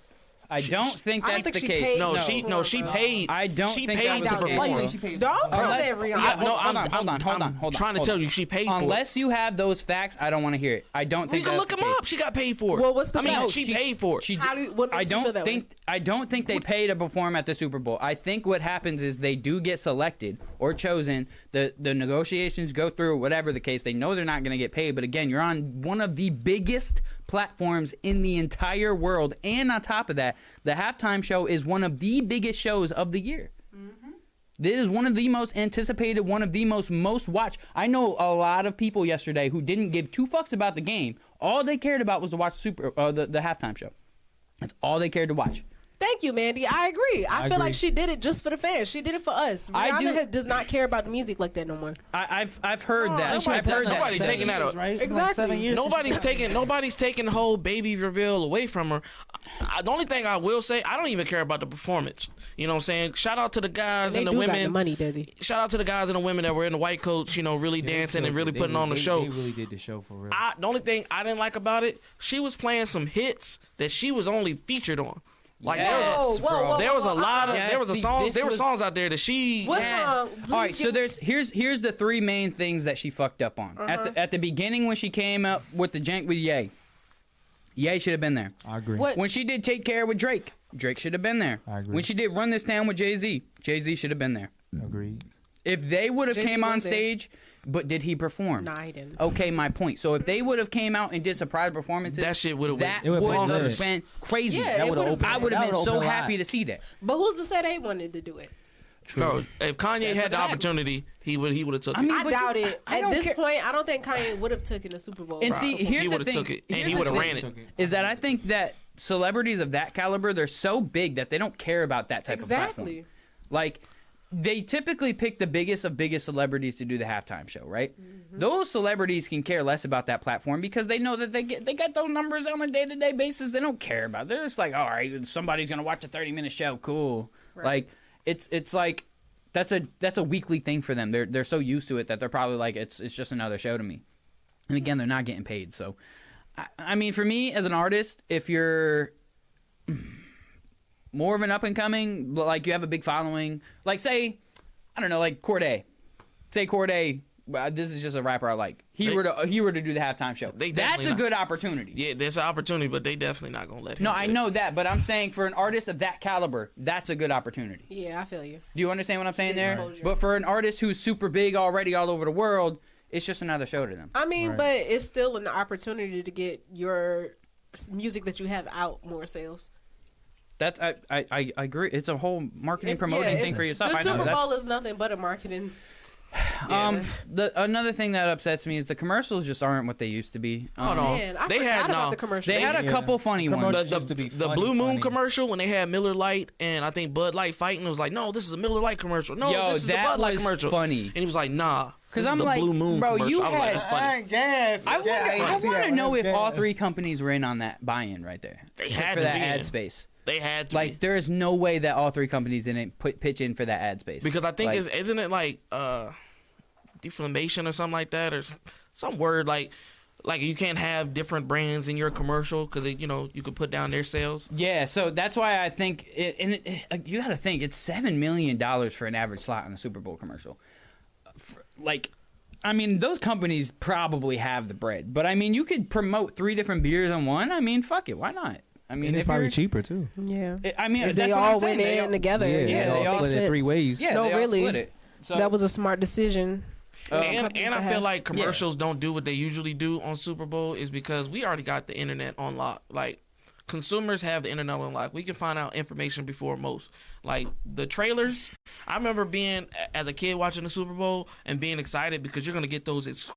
[SPEAKER 1] I don't think that's
[SPEAKER 2] I don't think
[SPEAKER 1] the
[SPEAKER 2] she
[SPEAKER 1] case.
[SPEAKER 2] paid
[SPEAKER 3] No,
[SPEAKER 2] No.
[SPEAKER 3] she no, she
[SPEAKER 2] No.
[SPEAKER 3] paid.
[SPEAKER 1] I don't
[SPEAKER 3] She
[SPEAKER 1] think that
[SPEAKER 3] paid
[SPEAKER 1] was
[SPEAKER 3] to
[SPEAKER 1] a good
[SPEAKER 3] perform.
[SPEAKER 2] Why
[SPEAKER 3] Oh,
[SPEAKER 2] Don't come
[SPEAKER 1] Unless-
[SPEAKER 2] at Rihanna.
[SPEAKER 1] Yeah,
[SPEAKER 3] I, no,
[SPEAKER 1] hold on,
[SPEAKER 3] I'm,
[SPEAKER 1] hold
[SPEAKER 3] I'm-
[SPEAKER 1] on, hold
[SPEAKER 3] I'm
[SPEAKER 1] on, hold on,
[SPEAKER 3] Trying to
[SPEAKER 1] hold
[SPEAKER 3] tell
[SPEAKER 1] on.
[SPEAKER 3] you, she paid for it.
[SPEAKER 1] Unless you have those facts, I don't want to hear it. I don't
[SPEAKER 3] We
[SPEAKER 1] think
[SPEAKER 3] can
[SPEAKER 1] that's
[SPEAKER 3] look
[SPEAKER 1] the
[SPEAKER 3] them
[SPEAKER 1] case. Oh,
[SPEAKER 3] up. She got paid for it.
[SPEAKER 2] Well, what's the
[SPEAKER 3] I mean,
[SPEAKER 2] fact?
[SPEAKER 3] she, paid for it.
[SPEAKER 1] She,
[SPEAKER 2] How do you- what
[SPEAKER 1] I
[SPEAKER 2] makes you
[SPEAKER 1] don't
[SPEAKER 2] feel that way?
[SPEAKER 1] think I don't think they pay to perform at the Super Bowl. I think what happens is they do get selected or chosen. The the negotiations go through, whatever the case. They know they're not going to get paid, but again, you're on one of the biggest platforms in the entire world, and on top of that, the halftime show is one of the biggest shows of the year.
[SPEAKER 2] Mm-hmm.
[SPEAKER 1] This is one of the most anticipated, one of the most most watched. I know a lot of people yesterday who didn't give two fucks about the game. All they cared about was to watch Super uh, the the halftime show. That's all they cared to watch.
[SPEAKER 2] Thank you, Mandy. I agree. I,
[SPEAKER 4] I
[SPEAKER 2] feel like
[SPEAKER 4] agree.
[SPEAKER 2] she did it just for the fans. She did it for us.
[SPEAKER 1] I
[SPEAKER 2] Rihanna
[SPEAKER 1] do-
[SPEAKER 2] has, does not care about the music like that no more.
[SPEAKER 1] I, I've I've heard that.
[SPEAKER 3] nobody-
[SPEAKER 1] I've heard
[SPEAKER 3] nobody's
[SPEAKER 1] that.
[SPEAKER 3] taking that out.
[SPEAKER 4] right? Like
[SPEAKER 2] Exactly.
[SPEAKER 4] seven years since she
[SPEAKER 3] Nobody's taking nobody's taking the whole baby reveal away from her. I, the only thing I will say, I don't even care about the performance. You know what I'm saying? Shout out to the guys
[SPEAKER 2] They
[SPEAKER 3] and the
[SPEAKER 2] do got the
[SPEAKER 3] women.
[SPEAKER 2] money, does he?
[SPEAKER 3] Shout out to the guys and the women that were in the white coats. You know, really
[SPEAKER 4] Yeah, they
[SPEAKER 3] dancing and
[SPEAKER 4] killed
[SPEAKER 3] really
[SPEAKER 4] it. They
[SPEAKER 3] putting
[SPEAKER 4] really-
[SPEAKER 3] on the
[SPEAKER 4] they-
[SPEAKER 3] show.
[SPEAKER 4] They really did the show for real.
[SPEAKER 3] I, the only thing I didn't like about it, she was playing some hits that she was only featured on. Like there was
[SPEAKER 1] Yes,
[SPEAKER 2] Whoa,
[SPEAKER 3] a,
[SPEAKER 2] whoa, whoa,
[SPEAKER 1] bro.
[SPEAKER 3] there was a
[SPEAKER 2] whoa,
[SPEAKER 3] lot
[SPEAKER 2] uh-uh.
[SPEAKER 3] of
[SPEAKER 1] Yes,
[SPEAKER 3] there was a
[SPEAKER 1] see,
[SPEAKER 3] songs
[SPEAKER 1] this
[SPEAKER 3] there were
[SPEAKER 1] was-
[SPEAKER 3] songs out there that she
[SPEAKER 2] What's um,
[SPEAKER 1] All right,
[SPEAKER 2] please
[SPEAKER 1] so
[SPEAKER 2] give-
[SPEAKER 1] there's here's here's the three main things that she fucked up on at
[SPEAKER 2] Uh-huh.
[SPEAKER 1] the at the beginning when she came up with the jank with Ye. Ye should have been there.
[SPEAKER 4] I agree.
[SPEAKER 2] What-
[SPEAKER 1] When she did Take Care with Drake, Drake should have been there.
[SPEAKER 4] I agree.
[SPEAKER 1] When she did Run This Down with Jay Z, Jay Z should have been there.
[SPEAKER 4] Agreed.
[SPEAKER 1] If they would have
[SPEAKER 2] Jay-Z
[SPEAKER 1] came on
[SPEAKER 2] was there.
[SPEAKER 1] stage, but did he perform?
[SPEAKER 2] Nah, he didn't.
[SPEAKER 1] Okay, my point. So if they would have came out and did surprise performances,
[SPEAKER 3] That shit would've
[SPEAKER 1] that
[SPEAKER 4] went- it
[SPEAKER 1] would
[SPEAKER 4] would've been
[SPEAKER 1] have
[SPEAKER 4] lit.
[SPEAKER 1] been crazy.
[SPEAKER 2] Yeah, That it would've would've been-
[SPEAKER 1] I would
[SPEAKER 4] that
[SPEAKER 1] have been
[SPEAKER 4] would've
[SPEAKER 1] so
[SPEAKER 4] opened a lot.
[SPEAKER 1] happy to see that.
[SPEAKER 2] But who's to say they wanted to do it?
[SPEAKER 3] Bro, if Kanye had the
[SPEAKER 1] fact.
[SPEAKER 3] opportunity, he would he would have took
[SPEAKER 1] I
[SPEAKER 3] it.
[SPEAKER 1] mean,
[SPEAKER 2] I
[SPEAKER 1] but
[SPEAKER 2] doubt
[SPEAKER 1] you-
[SPEAKER 2] it.
[SPEAKER 1] I
[SPEAKER 2] At
[SPEAKER 1] don't
[SPEAKER 2] this
[SPEAKER 1] care-
[SPEAKER 2] point, I don't think Kanye would have taken the Super Bowl.
[SPEAKER 1] And
[SPEAKER 2] route.
[SPEAKER 1] see, here's
[SPEAKER 3] He
[SPEAKER 1] the
[SPEAKER 3] would've
[SPEAKER 1] thing.
[SPEAKER 3] took it, and
[SPEAKER 1] here's
[SPEAKER 3] he
[SPEAKER 1] the
[SPEAKER 3] would've
[SPEAKER 1] thing,
[SPEAKER 3] ran it.
[SPEAKER 1] Is that I think that celebrities of that caliber, they're so big that they don't care about that type of platform.
[SPEAKER 2] exactly.
[SPEAKER 1] Like they typically pick the biggest of biggest celebrities to do the halftime show, right?
[SPEAKER 3] Mm-hmm.
[SPEAKER 1] Those celebrities can care less about that platform because they know that they get they got those numbers on a day to day basis. They don't care about. It. They're just like, all right, somebody's gonna watch a thirty minute show, cool. Like it's it's like that's a that's a weekly thing for them. They're they're so used to it that they're probably like it's it's just another show to me. And again, they're not getting paid, so. I, I mean, for me as an artist, if you're mm, more of an up and coming, but, like you have a big following. Like say, I don't know, like Corday. Say Corday. uh, This is just a rapper I like. He
[SPEAKER 3] They-
[SPEAKER 1] were to he were to do the halftime show.
[SPEAKER 3] They
[SPEAKER 1] That's
[SPEAKER 3] definitely
[SPEAKER 1] a
[SPEAKER 3] not.
[SPEAKER 1] good opportunity.
[SPEAKER 3] Yeah, there's an opportunity, but they definitely not gonna let him.
[SPEAKER 1] No,
[SPEAKER 3] do
[SPEAKER 1] I
[SPEAKER 3] it.
[SPEAKER 1] know that, but I'm saying for an artist of that caliber, that's a good opportunity.
[SPEAKER 2] Yeah, I feel you.
[SPEAKER 1] Do you understand what I'm saying
[SPEAKER 2] The
[SPEAKER 1] there?
[SPEAKER 2] exposure.
[SPEAKER 1] But for an artist who's super big already all over the world, it's just another show to them.
[SPEAKER 2] I mean,
[SPEAKER 4] Right.
[SPEAKER 2] but it's still an opportunity to get your s- music that you have out more sales.
[SPEAKER 1] That's I I, I I agree. It's a whole marketing
[SPEAKER 2] It's- yeah,
[SPEAKER 1] promoting
[SPEAKER 2] it's-
[SPEAKER 1] thing for yourself.
[SPEAKER 2] The
[SPEAKER 1] I know
[SPEAKER 2] Super
[SPEAKER 1] that's-
[SPEAKER 2] Bowl is nothing but a marketing.
[SPEAKER 1] Um, the another thing that upsets me is the commercials just aren't what they used to be. Um,
[SPEAKER 3] Hold on.
[SPEAKER 2] Man, I
[SPEAKER 3] they
[SPEAKER 2] forgot
[SPEAKER 3] had
[SPEAKER 2] about
[SPEAKER 3] no.
[SPEAKER 2] the commercial.
[SPEAKER 1] They had a
[SPEAKER 4] Yeah.
[SPEAKER 1] couple funny
[SPEAKER 4] Commercials.
[SPEAKER 1] ones.
[SPEAKER 3] the,
[SPEAKER 4] used to be
[SPEAKER 3] the, the
[SPEAKER 4] funny,
[SPEAKER 3] Blue Moon
[SPEAKER 4] funny.
[SPEAKER 3] commercial when they had Miller Light and I think Bud Light fighting. It was like, no, this is a Miller Light commercial. No,
[SPEAKER 1] Yo,
[SPEAKER 3] Oh, this is
[SPEAKER 1] that
[SPEAKER 3] the Bud Light
[SPEAKER 1] was
[SPEAKER 3] commercial.
[SPEAKER 1] funny.
[SPEAKER 3] And he was like, nah,
[SPEAKER 1] Because
[SPEAKER 3] this is
[SPEAKER 1] I'm
[SPEAKER 3] the
[SPEAKER 1] like,
[SPEAKER 3] Blue Moon
[SPEAKER 1] bro,
[SPEAKER 3] commercial.
[SPEAKER 1] you
[SPEAKER 3] I was
[SPEAKER 1] had-
[SPEAKER 3] like, that's funny.
[SPEAKER 4] gas.
[SPEAKER 1] I want
[SPEAKER 3] Yeah, I
[SPEAKER 1] I
[SPEAKER 3] didn't see
[SPEAKER 1] want to know if all three companies were in on that buy-in right there
[SPEAKER 3] They
[SPEAKER 1] for
[SPEAKER 3] had
[SPEAKER 1] that
[SPEAKER 3] to be
[SPEAKER 1] ad
[SPEAKER 3] in.
[SPEAKER 1] space.
[SPEAKER 3] They had to
[SPEAKER 1] Like,
[SPEAKER 3] be.
[SPEAKER 1] there is no way that all three companies didn't put pitch in for that ad space.
[SPEAKER 3] because I think
[SPEAKER 1] Like,
[SPEAKER 3] it's, isn't it like uh, defamation or something like that or s- some word like like you can't have different brands in your commercial because you know you could put down their sales.
[SPEAKER 1] yeah. So that's why I think, it, and it, it- you got to think it's seven million dollars for an average slot on a Super Bowl commercial. For- like, I mean, those companies probably have the bread, but I mean, you could promote three different beers on one. I mean, fuck it, why not? I mean,
[SPEAKER 4] And it's
[SPEAKER 1] if you're-
[SPEAKER 4] probably cheaper too.
[SPEAKER 2] Yeah.
[SPEAKER 1] it- I mean,
[SPEAKER 2] If
[SPEAKER 1] that's
[SPEAKER 2] they
[SPEAKER 1] what
[SPEAKER 2] all
[SPEAKER 1] I'm saying.
[SPEAKER 2] went
[SPEAKER 1] They
[SPEAKER 2] in
[SPEAKER 1] all-
[SPEAKER 2] together.
[SPEAKER 4] Yeah,
[SPEAKER 1] yeah,
[SPEAKER 4] they
[SPEAKER 1] it
[SPEAKER 4] all
[SPEAKER 1] makes
[SPEAKER 4] split it three ways.
[SPEAKER 1] Yeah,
[SPEAKER 2] No,
[SPEAKER 1] they all
[SPEAKER 2] really.
[SPEAKER 1] split it. So,
[SPEAKER 2] that was a smart decision.
[SPEAKER 1] um,
[SPEAKER 3] and
[SPEAKER 2] companies
[SPEAKER 3] Uh,
[SPEAKER 2] to
[SPEAKER 3] and I feel
[SPEAKER 2] have.
[SPEAKER 3] like commercials don't do what they usually do on Super Bowl is because we already got the internet on lock. Like consumers have the internet on lock. We can find out information before most. Like the trailers. I remember being a- as a kid watching the Super Bowl and being excited because you're gonna get those ex-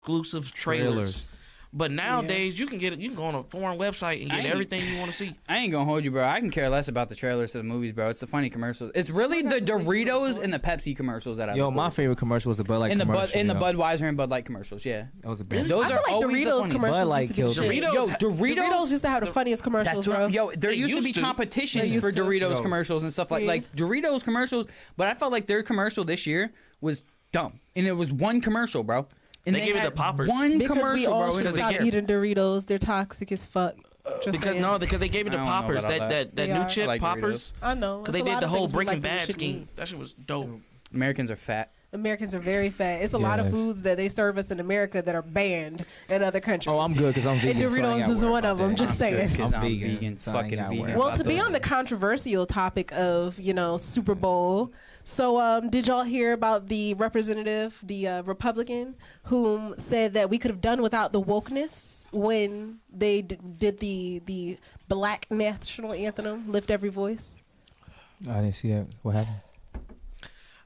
[SPEAKER 3] exclusive trailers.
[SPEAKER 4] Trailers.
[SPEAKER 3] But nowadays you can get it. You can go on a foreign website and
[SPEAKER 1] I
[SPEAKER 3] get
[SPEAKER 1] ain't-
[SPEAKER 3] everything you want to see.
[SPEAKER 1] I ain't gonna hold you, bro. I can care less about the trailers to the movies, bro. It's the funny commercials. It's really the Doritos and the Pepsi commercials that I
[SPEAKER 4] Yo,
[SPEAKER 1] look
[SPEAKER 4] my
[SPEAKER 1] for.
[SPEAKER 4] favorite commercial was the Bud Light
[SPEAKER 1] and the Bud
[SPEAKER 4] commercial,
[SPEAKER 1] and the
[SPEAKER 4] yo.
[SPEAKER 1] Budweiser and Bud Light commercials. Yeah,
[SPEAKER 4] That was the best.
[SPEAKER 1] Those
[SPEAKER 2] I feel
[SPEAKER 1] are
[SPEAKER 2] like
[SPEAKER 1] always the
[SPEAKER 2] Doritos
[SPEAKER 1] funniest.
[SPEAKER 4] Bud
[SPEAKER 2] commercials
[SPEAKER 4] Light
[SPEAKER 2] used to get
[SPEAKER 4] killed
[SPEAKER 2] shit.
[SPEAKER 4] it.
[SPEAKER 3] Doritos-
[SPEAKER 1] yo,
[SPEAKER 3] ha-
[SPEAKER 1] Doritos.
[SPEAKER 2] Doritos used to have the funniest commercials,
[SPEAKER 1] that's what,
[SPEAKER 2] bro.
[SPEAKER 1] I'm- yo, there
[SPEAKER 3] They
[SPEAKER 1] used, to
[SPEAKER 3] used
[SPEAKER 1] be
[SPEAKER 3] to.
[SPEAKER 2] They
[SPEAKER 1] competitions
[SPEAKER 2] used
[SPEAKER 1] for
[SPEAKER 2] to.
[SPEAKER 1] Doritos
[SPEAKER 4] Yo.
[SPEAKER 1] commercials and stuff like
[SPEAKER 2] Yeah.
[SPEAKER 1] like Doritos commercials. But I felt like their commercial this year was dumb, and it was one commercial, bro. And
[SPEAKER 3] They gave it
[SPEAKER 1] had
[SPEAKER 3] to Poppers.
[SPEAKER 1] One
[SPEAKER 2] because we
[SPEAKER 1] commercial,
[SPEAKER 2] all
[SPEAKER 1] bro. and
[SPEAKER 2] should
[SPEAKER 1] it was
[SPEAKER 3] they
[SPEAKER 2] stop
[SPEAKER 1] like-
[SPEAKER 3] care.
[SPEAKER 2] eating Doritos. They're toxic as fuck. Just
[SPEAKER 3] Because
[SPEAKER 2] saying.
[SPEAKER 3] no, because they gave it
[SPEAKER 1] I
[SPEAKER 3] to
[SPEAKER 1] don't know
[SPEAKER 3] poppers.
[SPEAKER 1] about
[SPEAKER 3] That,
[SPEAKER 1] all
[SPEAKER 3] that
[SPEAKER 1] that.
[SPEAKER 3] that
[SPEAKER 2] They are.
[SPEAKER 3] new chip
[SPEAKER 1] I like
[SPEAKER 3] poppers.
[SPEAKER 2] I know it's
[SPEAKER 3] Because they
[SPEAKER 2] a lot
[SPEAKER 3] did the
[SPEAKER 2] of
[SPEAKER 3] whole
[SPEAKER 2] things we
[SPEAKER 3] Breaking
[SPEAKER 2] like that we
[SPEAKER 3] Bad
[SPEAKER 2] shouldn't
[SPEAKER 3] scheme.
[SPEAKER 2] eat.
[SPEAKER 3] That shit was dope.
[SPEAKER 1] Americans are fat.
[SPEAKER 2] Americans are very fat. It's a lot of
[SPEAKER 4] Yes.
[SPEAKER 2] foods that they serve us in America that are banned in other countries.
[SPEAKER 4] Oh, I'm good because I'm vegan. so I ain't
[SPEAKER 2] Doritos
[SPEAKER 4] gotta
[SPEAKER 2] is
[SPEAKER 4] worry
[SPEAKER 2] one
[SPEAKER 4] about
[SPEAKER 2] of 'em,
[SPEAKER 4] that.
[SPEAKER 2] just
[SPEAKER 4] I'm
[SPEAKER 2] saying.
[SPEAKER 4] good 'cause
[SPEAKER 1] I'm vegan,
[SPEAKER 4] so I ain't
[SPEAKER 1] fucking
[SPEAKER 4] gotta worry
[SPEAKER 1] vegan.
[SPEAKER 2] well,
[SPEAKER 4] about
[SPEAKER 2] to be
[SPEAKER 4] those.
[SPEAKER 2] on the controversial topic of you know Super Bowl, so um, did y'all hear about the representative, the uh, Republican, whom said that we could have done without the wokeness when they d- did the the Black National Anthem, "Lift Every Voice."
[SPEAKER 4] I didn't see that. What happened?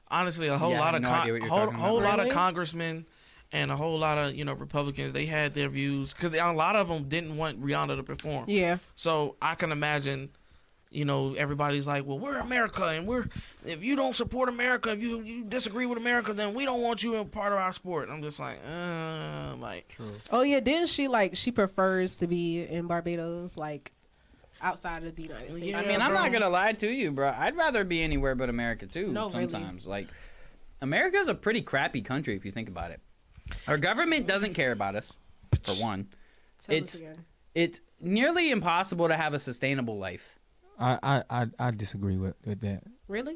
[SPEAKER 3] honestly a whole
[SPEAKER 1] Yeah, I
[SPEAKER 3] lot
[SPEAKER 1] have
[SPEAKER 3] of
[SPEAKER 1] no
[SPEAKER 3] con-
[SPEAKER 1] idea what you're
[SPEAKER 3] whole,
[SPEAKER 1] talking about.
[SPEAKER 3] whole lot of
[SPEAKER 2] Really?
[SPEAKER 3] congressmen and a whole lot of you know republicans they had their views because a lot of them didn't want rihanna to perform
[SPEAKER 2] Yeah,
[SPEAKER 3] so i can imagine you know everybody's like well we're america and we're if you don't support america if you, you disagree with america then we don't want you in part of our sport i'm just like uh like
[SPEAKER 2] Oh yeah, didn't she like she prefers to be in Barbados, like outside of the United States?
[SPEAKER 3] Yeah,
[SPEAKER 1] I mean, I'm
[SPEAKER 3] bro.
[SPEAKER 1] not gonna lie to you, bro. I'd rather be anywhere but America too.
[SPEAKER 2] No, really.
[SPEAKER 1] sometimes, like, America's a pretty crappy country if you think about it. Our government doesn't care about us, for one.
[SPEAKER 2] Tell us
[SPEAKER 1] it's-
[SPEAKER 2] again.
[SPEAKER 1] It's nearly impossible to have a sustainable life.
[SPEAKER 4] I I I, I disagree with, with that
[SPEAKER 2] really.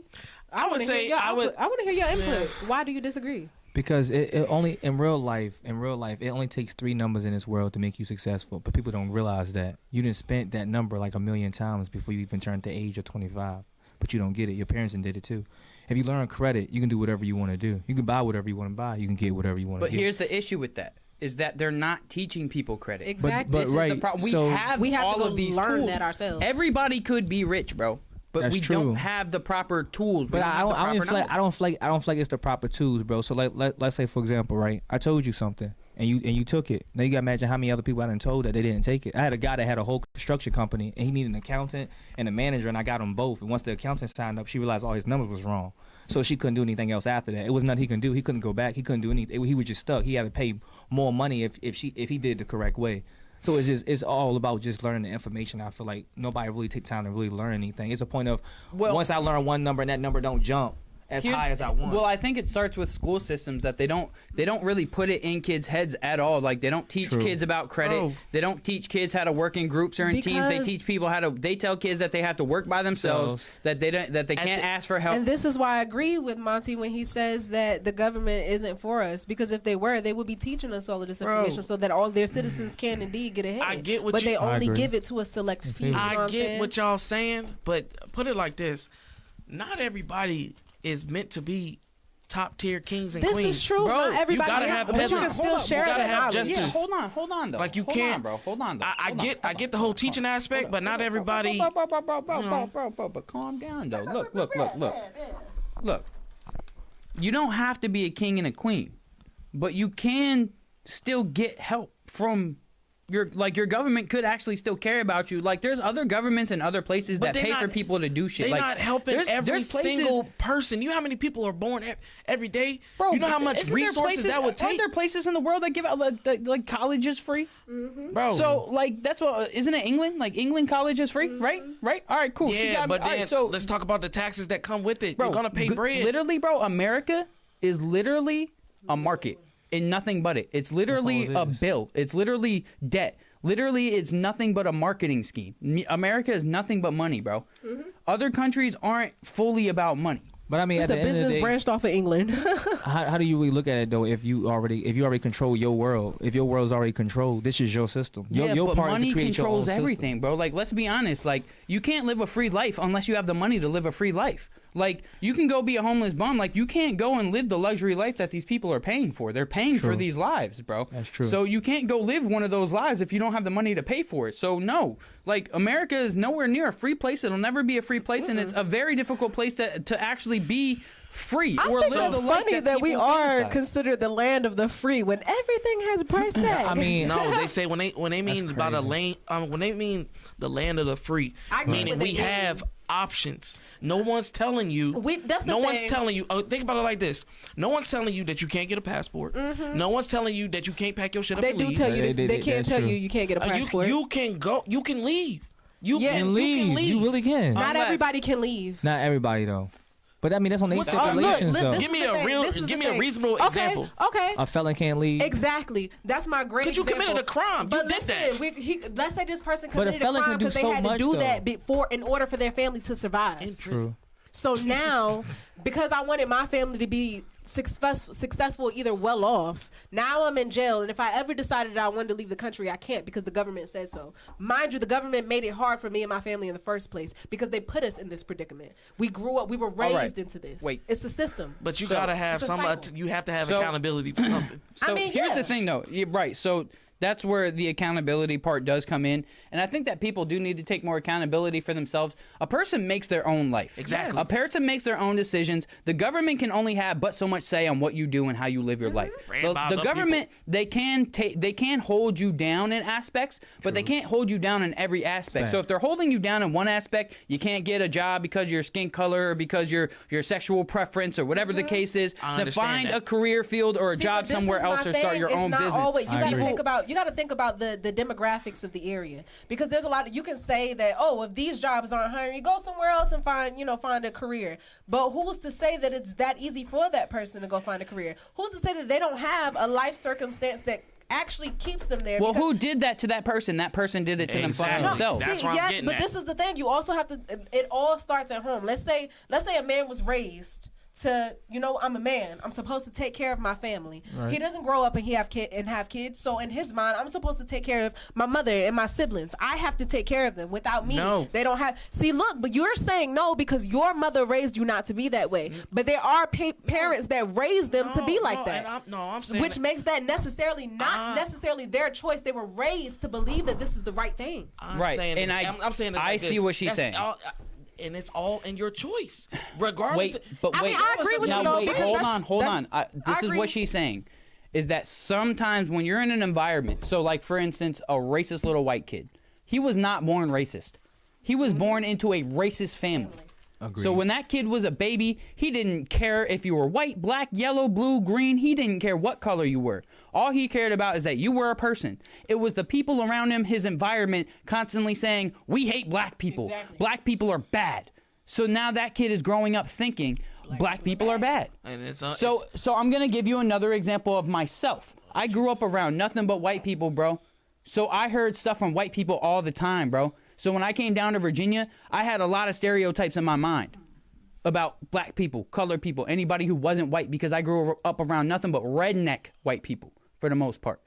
[SPEAKER 3] i would
[SPEAKER 2] wanna hear
[SPEAKER 3] say
[SPEAKER 2] your
[SPEAKER 3] i would
[SPEAKER 2] output. I want to hear your input. Why do you disagree?
[SPEAKER 4] because it, it only in real life in real life it only takes three numbers in this world to make you successful, but people don't realize that you didn't spend that number like a million times before you even turned the age of 25, but you don't get it. Your parents done did it too. If you learn credit, you can do whatever you want to do. You can buy whatever you want to buy. You can get whatever you want to
[SPEAKER 1] But
[SPEAKER 4] get.
[SPEAKER 1] here's the issue with that: is that they're not teaching people credit.
[SPEAKER 2] Exactly.
[SPEAKER 4] but, but
[SPEAKER 1] This
[SPEAKER 4] right,
[SPEAKER 1] is the problem. We
[SPEAKER 4] so
[SPEAKER 1] have
[SPEAKER 2] We have to
[SPEAKER 1] all
[SPEAKER 2] go
[SPEAKER 1] of these
[SPEAKER 2] learn
[SPEAKER 1] tools.
[SPEAKER 2] that ourselves.
[SPEAKER 1] Everybody could be rich, bro, but
[SPEAKER 4] That's
[SPEAKER 1] we
[SPEAKER 4] true.
[SPEAKER 1] don't have the proper tools.
[SPEAKER 4] But I don't, I don't
[SPEAKER 1] have
[SPEAKER 4] even
[SPEAKER 1] the
[SPEAKER 4] feel like, I
[SPEAKER 1] proper
[SPEAKER 4] don't feel like, I don't feel like it's the proper tools, bro. So like, let, let's say for example, right? I told you something, and you and you took it. Now you gotta imagine how many other people I done told that they didn't take it. I had a guy that had a whole construction company, and he needed an accountant and a manager, and I got them both. And once the accountant signed up, she realized all his numbers was wrong, so she couldn't do anything else after that. It was nothing he could do. He couldn't go back. He couldn't do anything. He was just stuck. He had to pay more money if if she if he did the correct way. So it's just it's all about just learning the information. I feel like nobody really take time to really learn anything. It's a point of
[SPEAKER 1] Well-
[SPEAKER 4] once I learn one number and that number don't jump as
[SPEAKER 1] Here's-
[SPEAKER 4] high as I want.
[SPEAKER 1] Well, I think it starts with school systems that they don't they don't really put it in kids' heads at all. Like they don't teach
[SPEAKER 4] True.
[SPEAKER 1] kids about credit.
[SPEAKER 3] Bro.
[SPEAKER 1] They don't teach kids how to work in groups or in teams. They
[SPEAKER 2] Because-
[SPEAKER 1] teach people how to they tell kids that they have to work by themselves,
[SPEAKER 4] Themselves.
[SPEAKER 1] that they don't that they can't
[SPEAKER 3] the-
[SPEAKER 1] ask for help.
[SPEAKER 2] And this is why I agree with Monty when he says that the government isn't for us because if they were, they would be teaching us all of this
[SPEAKER 3] Bro.
[SPEAKER 2] information so that all their citizens can indeed get ahead.
[SPEAKER 3] I get what
[SPEAKER 2] but
[SPEAKER 3] you-
[SPEAKER 2] they
[SPEAKER 4] I
[SPEAKER 2] only
[SPEAKER 4] agree.
[SPEAKER 2] give it to a select few. You know
[SPEAKER 3] I
[SPEAKER 2] what I'm
[SPEAKER 3] get
[SPEAKER 2] saying?
[SPEAKER 3] what y'all saying, but put it like this: not everybody is meant to be top tier kings and
[SPEAKER 2] This
[SPEAKER 3] queens.
[SPEAKER 2] is true.
[SPEAKER 1] Bro,
[SPEAKER 2] Not
[SPEAKER 1] you
[SPEAKER 2] everybody,
[SPEAKER 3] gotta have
[SPEAKER 2] but you can
[SPEAKER 3] peasants.
[SPEAKER 2] still
[SPEAKER 1] Hold up,
[SPEAKER 2] share
[SPEAKER 3] you gotta
[SPEAKER 2] that
[SPEAKER 3] have
[SPEAKER 2] knowledge.
[SPEAKER 3] justice.
[SPEAKER 1] Yeah,
[SPEAKER 3] Just-
[SPEAKER 1] hold on, hold on though.
[SPEAKER 3] Like, you
[SPEAKER 1] hold
[SPEAKER 3] can't-
[SPEAKER 1] on, bro. Hold on though.
[SPEAKER 3] I, I
[SPEAKER 1] Hold on,
[SPEAKER 3] get I
[SPEAKER 1] hold on.
[SPEAKER 3] get the whole teaching aspect, but not everybody.
[SPEAKER 1] Bro, bro, bro, bro, bro,
[SPEAKER 3] you
[SPEAKER 1] bro,
[SPEAKER 3] know.
[SPEAKER 1] bro, bro, but calm down though. Look, look, look, look, look. You don't have to be a king and a queen, but you can still get help from your like your government could actually still care about you. Like there's other governments and other places that
[SPEAKER 3] But they
[SPEAKER 1] pay for
[SPEAKER 3] not-
[SPEAKER 1] people to do shit.
[SPEAKER 3] They're
[SPEAKER 1] like
[SPEAKER 3] not helping
[SPEAKER 1] there's,
[SPEAKER 3] every
[SPEAKER 1] there's places,
[SPEAKER 3] single person. You know how many people are born ev- every day?
[SPEAKER 1] Bro,
[SPEAKER 3] you know how much
[SPEAKER 1] isn't there
[SPEAKER 3] resources
[SPEAKER 1] places,
[SPEAKER 3] that would
[SPEAKER 1] Aren't
[SPEAKER 3] take?
[SPEAKER 1] there places in the world that give out like, that- like college is free?
[SPEAKER 3] Bro.
[SPEAKER 1] So like that's what isn't it England? Like England college is free, right? Right? All right, cool. She
[SPEAKER 3] yeah,
[SPEAKER 1] got me-
[SPEAKER 3] but
[SPEAKER 1] all
[SPEAKER 3] then
[SPEAKER 1] right, so
[SPEAKER 3] let's talk about the taxes that come with it.
[SPEAKER 1] bro,
[SPEAKER 3] You're gonna pay
[SPEAKER 1] g-
[SPEAKER 3] bread.
[SPEAKER 1] Literally, bro, America is literally a market and nothing but it. It's literally
[SPEAKER 4] it
[SPEAKER 1] a
[SPEAKER 4] is.
[SPEAKER 1] bill. It's literally debt. Literally, it's nothing but a marketing scheme. Me- America is nothing but money, bro.
[SPEAKER 3] Mm-hmm.
[SPEAKER 1] Other countries aren't fully about money.
[SPEAKER 4] But I mean,
[SPEAKER 2] It's
[SPEAKER 4] at
[SPEAKER 2] a
[SPEAKER 4] the end of the
[SPEAKER 2] business
[SPEAKER 4] day,
[SPEAKER 2] branched off of England.
[SPEAKER 4] how, how do you really look at it though? If you already if you already control your world, if your world's already controlled, this is your system. Your,
[SPEAKER 1] yeah,
[SPEAKER 4] your
[SPEAKER 1] but
[SPEAKER 4] part is
[SPEAKER 1] money
[SPEAKER 4] to create your own
[SPEAKER 1] controls
[SPEAKER 4] system.
[SPEAKER 1] everything, bro. Like, let's be honest. Like, you can't live a free life unless you have the money to live a free life. Like, you can go be a homeless bum. Like, you can't go and live the luxury life that these people are paying for. They're paying for
[SPEAKER 4] True.
[SPEAKER 1] these lives, bro.
[SPEAKER 4] That's true.
[SPEAKER 1] So you can't go live one of those lives if you don't have the money to pay for it. So no, like America is nowhere near a free place. It'll never be a free place, and it's a very difficult place to to actually be free
[SPEAKER 2] [laughs] I
[SPEAKER 1] or
[SPEAKER 2] think
[SPEAKER 1] live
[SPEAKER 2] that's
[SPEAKER 1] the life
[SPEAKER 2] funny that, we
[SPEAKER 1] people
[SPEAKER 2] are
[SPEAKER 1] fantasize.
[SPEAKER 2] considered the land of the free when everything has a price tag.
[SPEAKER 4] [laughs] I mean,
[SPEAKER 3] no, they say when they when they mean about a
[SPEAKER 4] crazy.
[SPEAKER 3] lane um, when they mean the land of the free,
[SPEAKER 2] I get
[SPEAKER 3] meaning
[SPEAKER 2] what they
[SPEAKER 3] we
[SPEAKER 2] mean.
[SPEAKER 3] have options. No one's telling you.
[SPEAKER 2] We- that's the
[SPEAKER 3] no one's
[SPEAKER 2] thing.
[SPEAKER 3] telling you. Oh, think about it like this: No one's telling you that you can't get a passport. No one's telling you that you can't pack your shit up.
[SPEAKER 2] Mm-hmm. they
[SPEAKER 3] and
[SPEAKER 2] do
[SPEAKER 3] leave.
[SPEAKER 2] tell
[SPEAKER 4] Yeah,
[SPEAKER 2] you
[SPEAKER 4] they
[SPEAKER 2] that
[SPEAKER 4] did
[SPEAKER 2] they
[SPEAKER 4] it.
[SPEAKER 2] can't
[SPEAKER 4] That's
[SPEAKER 2] tell
[SPEAKER 4] true.
[SPEAKER 2] you you can't get a
[SPEAKER 3] Uh, you
[SPEAKER 2] passport.
[SPEAKER 3] you can go. You can leave. You
[SPEAKER 2] Yeah.
[SPEAKER 3] can
[SPEAKER 4] and leave.
[SPEAKER 3] You, can leave.
[SPEAKER 4] really can.
[SPEAKER 2] Not
[SPEAKER 1] Unless-
[SPEAKER 2] everybody can leave.
[SPEAKER 4] Not everybody though. But I mean, that's on their
[SPEAKER 2] What's up? Look,
[SPEAKER 4] stipulations
[SPEAKER 2] li-
[SPEAKER 4] though.
[SPEAKER 2] this
[SPEAKER 3] Give
[SPEAKER 2] is
[SPEAKER 3] me
[SPEAKER 2] the
[SPEAKER 3] a
[SPEAKER 2] thing.
[SPEAKER 3] real-
[SPEAKER 2] This is
[SPEAKER 3] give
[SPEAKER 2] the
[SPEAKER 3] me a
[SPEAKER 2] thing.
[SPEAKER 3] reasonable
[SPEAKER 2] okay,
[SPEAKER 3] example.
[SPEAKER 2] Okay.
[SPEAKER 4] a felon can't leave.
[SPEAKER 2] Exactly. That's my great.
[SPEAKER 3] 'Cause you
[SPEAKER 2] example.
[SPEAKER 3] committed a crime. You
[SPEAKER 2] but
[SPEAKER 3] did
[SPEAKER 2] listen,
[SPEAKER 3] that.
[SPEAKER 2] We, he, let's say this person
[SPEAKER 4] But a
[SPEAKER 2] committed a,
[SPEAKER 4] felon can
[SPEAKER 2] crime
[SPEAKER 4] do
[SPEAKER 2] because they
[SPEAKER 4] so
[SPEAKER 2] had to
[SPEAKER 4] much,
[SPEAKER 2] do
[SPEAKER 4] though.
[SPEAKER 2] that before in order for their family to survive.
[SPEAKER 4] True.
[SPEAKER 2] So now, [laughs] because I wanted my family to be success, successful, either well off, now I'm in jail. And if I ever decided that I wanted to leave the country, I can't because the government says so. Mind you, the government made it hard for me and my family in the first place because they put us in this predicament. We grew up, we were raised
[SPEAKER 1] right.
[SPEAKER 2] into this.
[SPEAKER 1] Wait.
[SPEAKER 2] It's the system.
[SPEAKER 3] But you
[SPEAKER 1] So-
[SPEAKER 3] gotta have
[SPEAKER 2] It's a
[SPEAKER 3] some.
[SPEAKER 2] cycle.
[SPEAKER 3] att- you have to have
[SPEAKER 1] So-
[SPEAKER 3] accountability for something.
[SPEAKER 1] So
[SPEAKER 2] I mean,
[SPEAKER 1] here's
[SPEAKER 2] yeah.
[SPEAKER 1] the thing, though. Yeah, right. So that's where the accountability part does come in, and I think that people do need to take more accountability for themselves. A person makes their own life.
[SPEAKER 3] Exactly.
[SPEAKER 1] A person makes their own decisions. The government can only have but so much say on what you do and how you live your life.
[SPEAKER 3] Mm-hmm. Ran
[SPEAKER 1] The,
[SPEAKER 3] by
[SPEAKER 1] the
[SPEAKER 3] the
[SPEAKER 1] government they can take they can hold you down in aspects, but they can't hold you down in every aspect. So
[SPEAKER 4] Fact.
[SPEAKER 1] if they're holding you down in one aspect, you can't get a job because of your skin color or because your your sexual preference or whatever the case is.
[SPEAKER 3] Mm-hmm. I
[SPEAKER 1] Then
[SPEAKER 3] understand
[SPEAKER 1] find
[SPEAKER 3] that.
[SPEAKER 1] a career field or a
[SPEAKER 2] See,
[SPEAKER 1] job
[SPEAKER 2] but this
[SPEAKER 1] somewhere
[SPEAKER 2] is my
[SPEAKER 1] else or start
[SPEAKER 2] thing.
[SPEAKER 1] your
[SPEAKER 2] it's
[SPEAKER 1] own
[SPEAKER 2] not
[SPEAKER 1] business.
[SPEAKER 2] Always, you
[SPEAKER 4] I
[SPEAKER 2] got to
[SPEAKER 4] agree.
[SPEAKER 2] think about you got to think about the the demographics of the area because there's a lot of you can say that oh if these jobs aren't hiring go somewhere else and find you know find a career but who's to say that it's that easy for that person to go find a career who's to say that they don't have a life circumstance that actually keeps them there
[SPEAKER 1] Well,
[SPEAKER 2] because-
[SPEAKER 1] who did that to that person? That person did it to
[SPEAKER 3] Exactly.
[SPEAKER 1] them fucking self.
[SPEAKER 3] That's
[SPEAKER 2] See,
[SPEAKER 3] where I'm
[SPEAKER 2] yeah,
[SPEAKER 3] getting
[SPEAKER 2] but
[SPEAKER 3] at.
[SPEAKER 2] this is the thing. You also have to. It, it all starts at home. Let's say, let's say a man was raised to, you know, I'm a man. I'm supposed to take care of my family. He doesn't grow up and he have kid and have kids. So in his mind, I'm supposed to take care of my mother and my siblings. I have to take care of them. Without me,
[SPEAKER 3] No.
[SPEAKER 2] they don't have. See, look, but you're saying no because your mother raised you not to be that way. But there are pa- parents that raised them to be
[SPEAKER 3] Mm-hmm. No,
[SPEAKER 2] like
[SPEAKER 3] no,
[SPEAKER 2] that.
[SPEAKER 3] and I'm- no, I'm saying
[SPEAKER 2] which
[SPEAKER 3] that-
[SPEAKER 2] makes that necessarily not
[SPEAKER 3] Uh,
[SPEAKER 2] necessarily their choice. They were raised to believe that this is the right thing.
[SPEAKER 3] I'm
[SPEAKER 1] Right,
[SPEAKER 3] saying
[SPEAKER 1] and
[SPEAKER 3] it-
[SPEAKER 1] I-
[SPEAKER 3] I'm, I'm saying it
[SPEAKER 1] I
[SPEAKER 3] like
[SPEAKER 1] see
[SPEAKER 3] this.
[SPEAKER 1] what she's
[SPEAKER 3] That's
[SPEAKER 1] saying.
[SPEAKER 3] all- and it's all in
[SPEAKER 1] [sighs]
[SPEAKER 3] your choice, regardless.
[SPEAKER 1] Wait, but
[SPEAKER 2] I
[SPEAKER 1] wait.
[SPEAKER 2] mean, I agree with
[SPEAKER 1] now,
[SPEAKER 2] you, though,
[SPEAKER 1] wait,
[SPEAKER 2] because
[SPEAKER 1] hold
[SPEAKER 2] that's-
[SPEAKER 1] on, hold
[SPEAKER 2] that's-
[SPEAKER 1] on. I,
[SPEAKER 2] I
[SPEAKER 1] this is
[SPEAKER 2] agree.
[SPEAKER 1] what she's saying. Is that sometimes when you're in an environment, so like for instance, a racist little white kid, he was not born racist. He was born into a racist family. So when that kid was a baby, he didn't care if you were white, black, yellow, blue, green. He didn't care what color you were. All he cared about is that you were a person. It was the people around him, his environment, constantly saying, "We hate black people.
[SPEAKER 2] Exactly.
[SPEAKER 1] Black people are bad." So now that kid is growing up thinking black, people are bad.
[SPEAKER 3] And it's, uh,
[SPEAKER 1] so so I'm gonna give you another example of myself. I grew up around nothing but white people, bro. So I heard stuff from white people all the time, bro. So when I came down to Virginia, I had a lot of stereotypes in my mind about black people, colored people, anybody who wasn't white because I grew up around nothing but redneck white people for the most part.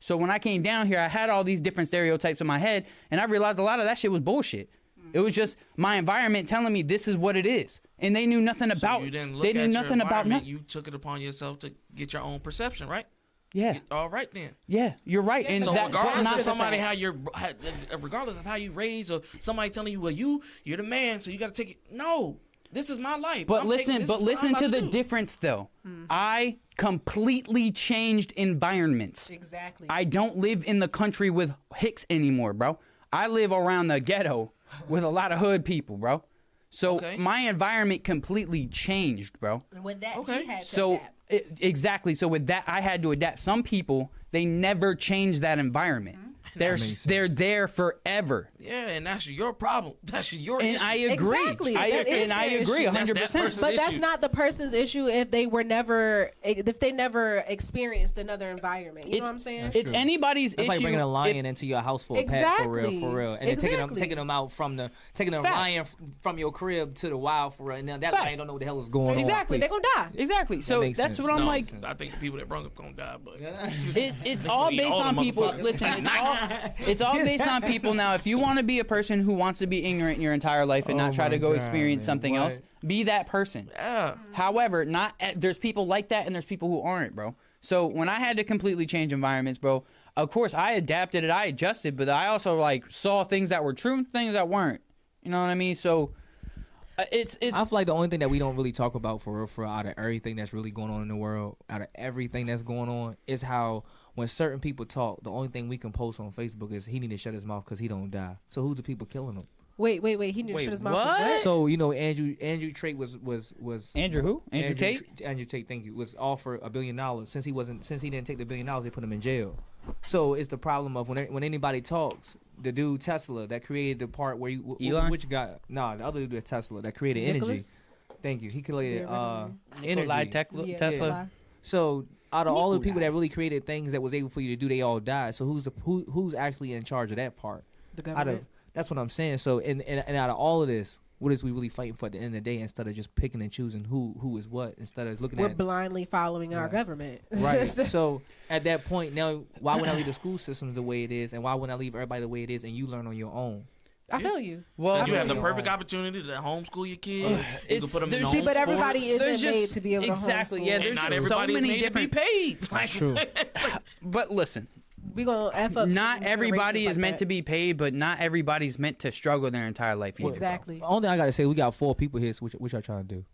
[SPEAKER 1] So when I came down here, I had all these different stereotypes in my head, and I realized a lot of that shit was bullshit. It was just my environment telling me this is what it is, and they knew nothing
[SPEAKER 3] So
[SPEAKER 1] about.
[SPEAKER 3] you didn't look
[SPEAKER 1] they
[SPEAKER 3] at
[SPEAKER 1] knew
[SPEAKER 3] your
[SPEAKER 1] nothing about
[SPEAKER 3] environment,
[SPEAKER 1] nothing.
[SPEAKER 3] You took it upon yourself to get your own perception, right?
[SPEAKER 1] Yeah,
[SPEAKER 3] All right then.
[SPEAKER 1] yeah, you're right. And
[SPEAKER 3] So
[SPEAKER 1] that, that
[SPEAKER 3] regardless
[SPEAKER 1] not
[SPEAKER 3] of somebody how you're, how- uh, regardless of how you raised or somebody telling you, well, you you're the man, so you got to take it. No, this is my life.
[SPEAKER 1] But
[SPEAKER 3] I'm
[SPEAKER 1] listen,
[SPEAKER 3] taking- this Hmm.
[SPEAKER 1] but
[SPEAKER 3] is what I'm
[SPEAKER 1] listen
[SPEAKER 3] about
[SPEAKER 1] to the
[SPEAKER 3] do.
[SPEAKER 1] difference though. I completely changed environments.
[SPEAKER 2] Exactly.
[SPEAKER 1] I don't live in the country with hicks anymore, bro. I live around the ghetto with a lot of hood people, bro. So
[SPEAKER 3] Okay.
[SPEAKER 1] my environment completely changed, bro.
[SPEAKER 2] With that,
[SPEAKER 3] Okay.
[SPEAKER 2] he had to
[SPEAKER 1] So
[SPEAKER 2] adapt.
[SPEAKER 1] i exactly. So with that, I had to adapt. Some people they never change that environment.
[SPEAKER 3] Hmm.
[SPEAKER 1] They're
[SPEAKER 4] makes
[SPEAKER 1] they're there forever,
[SPEAKER 3] Yeah, and that's your problem. [laughs] That's your
[SPEAKER 1] and
[SPEAKER 3] issue.
[SPEAKER 1] I agree.
[SPEAKER 2] Exactly.
[SPEAKER 1] I,
[SPEAKER 2] That is
[SPEAKER 1] and I
[SPEAKER 2] their
[SPEAKER 1] agree,
[SPEAKER 2] issue.
[SPEAKER 3] That's that
[SPEAKER 1] hundred percent.
[SPEAKER 3] person's
[SPEAKER 2] But that's
[SPEAKER 3] issue.
[SPEAKER 2] not the person's issue if they were never if they never experienced another environment. You know what I'm saying?
[SPEAKER 1] It's
[SPEAKER 4] true.
[SPEAKER 1] anybody's
[SPEAKER 4] It's
[SPEAKER 1] issue.
[SPEAKER 4] like bringing a
[SPEAKER 1] if-
[SPEAKER 4] lion into your house for a pet, for real, for real, and then taking them,
[SPEAKER 2] Exactly.
[SPEAKER 4] taking them out from the taking a
[SPEAKER 1] Facts.
[SPEAKER 4] lion f- from your crib to the wild for real, and now that
[SPEAKER 1] Facts.
[SPEAKER 4] lion don't know what the hell is going
[SPEAKER 1] Exactly.
[SPEAKER 2] They're gonna die.
[SPEAKER 1] Exactly. So
[SPEAKER 4] makes
[SPEAKER 1] that's
[SPEAKER 4] sense.
[SPEAKER 1] what I'm
[SPEAKER 3] No,
[SPEAKER 1] like.
[SPEAKER 3] I think the people that brung up gonna die, but
[SPEAKER 1] [laughs] It, it's all
[SPEAKER 3] eat
[SPEAKER 1] based
[SPEAKER 3] all the
[SPEAKER 1] on people.
[SPEAKER 3] motherfuckers.
[SPEAKER 1] Listen, it's
[SPEAKER 3] [laughs]
[SPEAKER 1] all, it's all based on people. Now, if you want to be a person who wants to be ignorant your entire life and
[SPEAKER 4] Oh
[SPEAKER 1] not try
[SPEAKER 4] my
[SPEAKER 1] to go
[SPEAKER 4] God,
[SPEAKER 1] experience
[SPEAKER 4] man.
[SPEAKER 1] something
[SPEAKER 4] What?
[SPEAKER 1] else, be that person.
[SPEAKER 3] yeah.
[SPEAKER 1] However, not eh, there's people like that and there's people who aren't, bro. So when I had to completely change environments, bro, of course I adapted and I adjusted, but I also like saw things that were true and things that weren't. You know what I mean? So uh, it's it's
[SPEAKER 4] I feel like the only thing that we don't really talk about for real, for real, out of everything that's really going on in the world, out of everything that's going on, is how when certain people talk, the only thing we can post on Facebook is he need to shut his mouth because he don't die. So who the people killing him?
[SPEAKER 2] Wait, wait, wait. He knew
[SPEAKER 1] Wait,
[SPEAKER 2] to shut his mouth.
[SPEAKER 1] what?
[SPEAKER 2] was
[SPEAKER 4] So you know, Andrew Andrew Tate was was was
[SPEAKER 1] Andrew who? Andrew Tate?
[SPEAKER 4] Tr- Andrew Tate, thank you, was offered a billion dollars since he wasn't since he didn't take the billion dollars, they put him in jail. So it's the problem of when when anybody talks, the dude Tesla that created the part where you wh- wh-
[SPEAKER 1] Elon?
[SPEAKER 4] which guy? Nah, the other dude at Tesla that created energy.
[SPEAKER 2] Nicholas?
[SPEAKER 4] Thank you. He
[SPEAKER 2] The
[SPEAKER 4] created
[SPEAKER 2] original
[SPEAKER 4] uh,
[SPEAKER 1] Nikolai
[SPEAKER 4] energy.
[SPEAKER 1] Tekla-
[SPEAKER 2] Yeah,
[SPEAKER 1] Tesla.
[SPEAKER 2] Nikolai.
[SPEAKER 4] So out of all the people
[SPEAKER 2] Nikolai.
[SPEAKER 4] that really created things that was able for you to do, they all died. So who's the who, who's actually in charge of that part?
[SPEAKER 2] The
[SPEAKER 4] Out of
[SPEAKER 2] government.
[SPEAKER 4] that's what I'm saying. So and, and and out of all of this, what is we really fighting for at the end of the day? Instead of just picking and choosing who who is what, instead of looking
[SPEAKER 2] We're
[SPEAKER 4] at
[SPEAKER 2] blindly following our
[SPEAKER 4] Yeah.
[SPEAKER 2] government. [laughs]
[SPEAKER 4] [laughs] right. so at that point now, why would I leave the school system the way it is, and why would not I leave everybody the way it is, and you learn on your own?
[SPEAKER 2] I feel you.
[SPEAKER 1] Well,
[SPEAKER 3] you have the
[SPEAKER 4] Absolutely.
[SPEAKER 3] perfect opportunity to homeschool your kids. you can
[SPEAKER 1] it's-
[SPEAKER 3] put them in
[SPEAKER 1] there's-
[SPEAKER 3] home
[SPEAKER 1] See,
[SPEAKER 2] but everybody
[SPEAKER 3] sports,
[SPEAKER 2] is- isn't
[SPEAKER 1] there's
[SPEAKER 2] made to be able to
[SPEAKER 1] exactly
[SPEAKER 2] homeschool.
[SPEAKER 1] yeah.
[SPEAKER 2] And
[SPEAKER 1] There's
[SPEAKER 3] and not
[SPEAKER 1] just so
[SPEAKER 3] everybody is
[SPEAKER 1] many
[SPEAKER 3] made to be
[SPEAKER 1] different.
[SPEAKER 3] paid. Like,
[SPEAKER 4] true.
[SPEAKER 1] But listen,
[SPEAKER 2] We gonna f up.
[SPEAKER 1] not
[SPEAKER 2] some
[SPEAKER 1] everybody
[SPEAKER 2] generations
[SPEAKER 1] is
[SPEAKER 2] like
[SPEAKER 1] meant
[SPEAKER 2] that.
[SPEAKER 1] to be paid, but not everybody's meant to struggle their entire life. Either, bro.
[SPEAKER 2] Exactly.
[SPEAKER 4] Only thing I gotta say, we got four people here. So what, y- what y'all trying to do?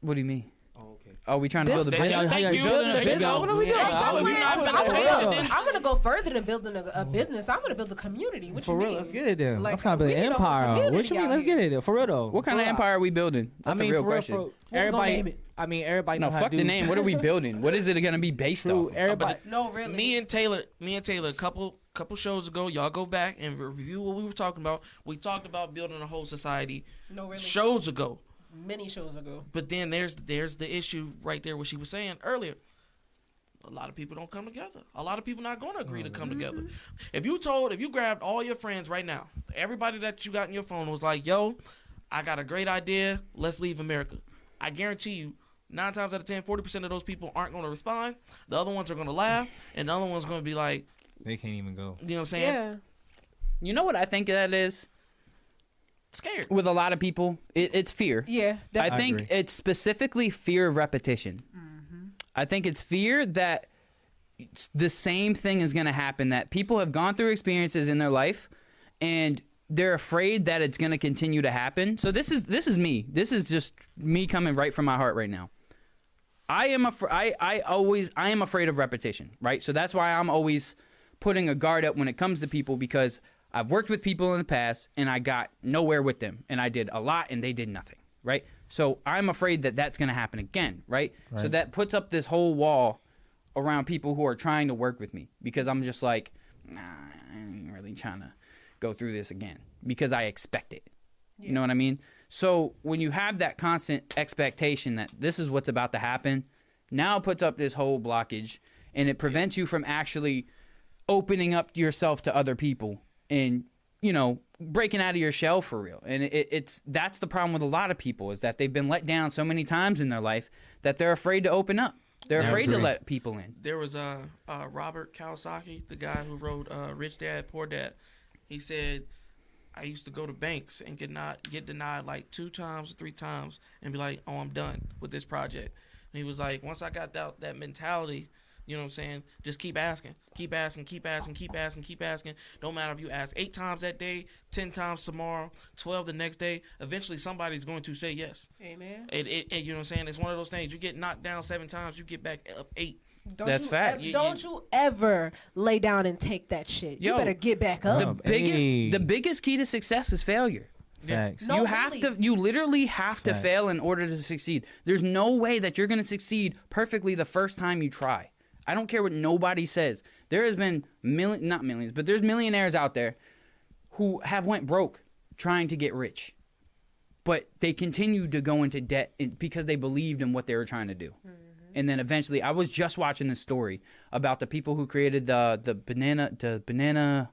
[SPEAKER 1] What do you mean?
[SPEAKER 4] Oh, okay.
[SPEAKER 1] Are we trying to
[SPEAKER 2] This-
[SPEAKER 1] build a
[SPEAKER 3] Thank
[SPEAKER 1] business?
[SPEAKER 4] you.
[SPEAKER 3] you.
[SPEAKER 4] Thank
[SPEAKER 3] Thank
[SPEAKER 4] you.
[SPEAKER 3] you.
[SPEAKER 4] Building a
[SPEAKER 3] Thank you.
[SPEAKER 4] business.
[SPEAKER 2] What are we doing?
[SPEAKER 4] Yeah.
[SPEAKER 2] I'm
[SPEAKER 3] We're
[SPEAKER 2] saying,
[SPEAKER 3] not
[SPEAKER 2] I'm-
[SPEAKER 3] finna
[SPEAKER 2] I'm
[SPEAKER 3] change
[SPEAKER 2] gonna-
[SPEAKER 3] it, then.
[SPEAKER 2] I'm gonna go further than building a, a business. I'm gonna build a community. What
[SPEAKER 4] For
[SPEAKER 2] you
[SPEAKER 4] real,
[SPEAKER 2] mean?
[SPEAKER 4] let's get it there.
[SPEAKER 2] Like,
[SPEAKER 4] I'm trying to build
[SPEAKER 2] we
[SPEAKER 4] an
[SPEAKER 2] need a whole
[SPEAKER 4] empire. What
[SPEAKER 2] community
[SPEAKER 4] you mean?
[SPEAKER 2] out
[SPEAKER 4] Let's
[SPEAKER 2] here.
[SPEAKER 4] get it there. For real though.
[SPEAKER 1] What kind
[SPEAKER 4] For
[SPEAKER 1] of
[SPEAKER 4] real.
[SPEAKER 1] empire are we building?
[SPEAKER 4] I
[SPEAKER 1] That's
[SPEAKER 4] mean,
[SPEAKER 1] a real
[SPEAKER 4] for real,
[SPEAKER 1] question.
[SPEAKER 4] for real.
[SPEAKER 2] gonna name
[SPEAKER 4] Everybody.
[SPEAKER 2] it.
[SPEAKER 4] I mean, everybody.
[SPEAKER 1] no,
[SPEAKER 4] know how
[SPEAKER 1] fuck
[SPEAKER 4] to
[SPEAKER 1] the
[SPEAKER 4] do-
[SPEAKER 1] name. What are [laughs] we building? What is it going to be based
[SPEAKER 4] True.
[SPEAKER 1] off? Of?
[SPEAKER 4] Everybody.
[SPEAKER 2] No, really.
[SPEAKER 3] me and Taylor, me and Taylor, a couple couple shows ago, y'all go back and review what we were talking about. We talked about building a whole society
[SPEAKER 2] no, really.
[SPEAKER 3] shows ago,
[SPEAKER 2] many shows ago.
[SPEAKER 3] but then there's there's the issue right there what she was saying earlier. A lot of people don't come together. A lot of people not going to agree to come together. If you told, if you grabbed all your friends right now, everybody that you got in your phone was like, "Yo, I got a great idea. Let's leave America." I guarantee you, nine times out of ten, forty percent of those people aren't going to respond. The other ones are going to laugh, and the other ones going to be like.
[SPEAKER 4] They can't even go.
[SPEAKER 3] You know what I'm saying?
[SPEAKER 2] Yeah.
[SPEAKER 1] You know what I think that is
[SPEAKER 3] Scared.
[SPEAKER 1] with a lot of people? It, it's fear.
[SPEAKER 2] Yeah.
[SPEAKER 1] I
[SPEAKER 4] I
[SPEAKER 1] think
[SPEAKER 4] agree.
[SPEAKER 1] it's specifically fear of repetition. I think it's fear that s- the same thing is going to happen, that people have gone through experiences in their life and they're afraid that it's going to continue to happen. So this is this is me. This is just me coming right from my heart right now. I am afraid. I, I always I am afraid of repetition, right? So that's why I'm always putting a guard up when it comes to people because I've worked with people in the past and I got nowhere with them and I did a lot and they did nothing, right? So I'm afraid that that's going to happen again, right? So
[SPEAKER 4] Right.
[SPEAKER 1] that puts up this whole wall around people who are trying to work with me because I'm just like, nah, I ain't really trying to go through this again because I expect it. You know what I mean? So when you have that constant expectation that this is what's about to happen, now it puts up this whole blockage and it prevents you from actually opening up yourself to other people and you know breaking out of your shell for real and it, it's that's the problem with a lot of people is that they've been let down so many times in their life that they're afraid to open up they're
[SPEAKER 4] Yeah, I
[SPEAKER 1] afraid to
[SPEAKER 4] agree.
[SPEAKER 1] let people in
[SPEAKER 3] There was uh, uh Robert Kawasaki, the guy who wrote uh Rich Dad Poor Dad. He said, I used to go to banks and get not get denied like two times or three times and be like, "Oh, I'm done with this project." And he was like, "Once I got that that mentality, you know what I'm saying? Just keep asking, keep asking, keep asking, keep asking, keep asking. Don't matter if you ask eight times that day, ten times tomorrow, twelve the next day. Eventually, somebody's going to say yes.
[SPEAKER 2] Amen.
[SPEAKER 3] It, it, it you know what I'm saying? It's one of those things. You get knocked down seven times, you get back up eight.
[SPEAKER 2] Don't
[SPEAKER 1] That's
[SPEAKER 2] you
[SPEAKER 1] fact.
[SPEAKER 2] ev-
[SPEAKER 3] You-
[SPEAKER 2] don't you ever lay down and take that shit.
[SPEAKER 1] Yo,
[SPEAKER 2] you better get back
[SPEAKER 1] The
[SPEAKER 2] up.
[SPEAKER 1] biggest,
[SPEAKER 4] hey.
[SPEAKER 1] the biggest key to success is failure.
[SPEAKER 4] Facts.
[SPEAKER 2] No,
[SPEAKER 1] you have
[SPEAKER 2] really.
[SPEAKER 1] to. You literally have to
[SPEAKER 4] Facts.
[SPEAKER 1] fail in order to succeed. There's no way that you're going to succeed perfectly the first time you try. I don't care what nobody says. There has been million, not millions, but there's millionaires out there who have went broke trying to get rich, but they continued to go into debt in- because they believed in what they were trying to do.
[SPEAKER 2] Mm-hmm.
[SPEAKER 1] And then eventually, I was just watching this story about the people who created the the banana the banana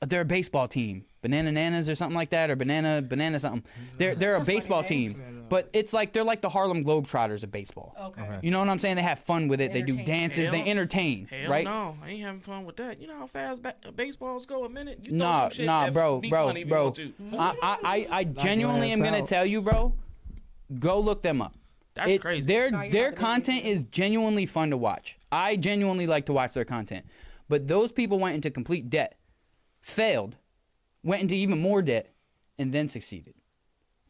[SPEAKER 1] uh, they're a baseball team. Banana Nanas or something like that, or banana banana something. They're they're a baseball team, but it's like they're like the Harlem Globetrotters of baseball.
[SPEAKER 2] Okay.
[SPEAKER 1] You know what I'm saying? They have fun with it. They do
[SPEAKER 2] Entertain.
[SPEAKER 1] dances. they
[SPEAKER 3] Hell-
[SPEAKER 1] entertain,
[SPEAKER 3] Hell
[SPEAKER 1] right?
[SPEAKER 3] no, I ain't having fun with that. You know how fast ba- baseballs go a minute? You throw
[SPEAKER 1] Nah,
[SPEAKER 3] some shit
[SPEAKER 1] nah,
[SPEAKER 3] that
[SPEAKER 1] bro,
[SPEAKER 3] be
[SPEAKER 1] bro,
[SPEAKER 3] funny if you
[SPEAKER 1] bro.
[SPEAKER 3] want to.
[SPEAKER 1] I, I, I- I genuinely am
[SPEAKER 4] ass
[SPEAKER 1] gonna
[SPEAKER 4] out.
[SPEAKER 1] tell you, bro. Go look them up.
[SPEAKER 3] That's crazy.
[SPEAKER 1] Their
[SPEAKER 2] you're
[SPEAKER 1] their
[SPEAKER 2] not gonna
[SPEAKER 1] content is genuinely fun to watch. I genuinely like to watch their content. But those people went into complete debt, failed, went into even more debt, and then succeeded.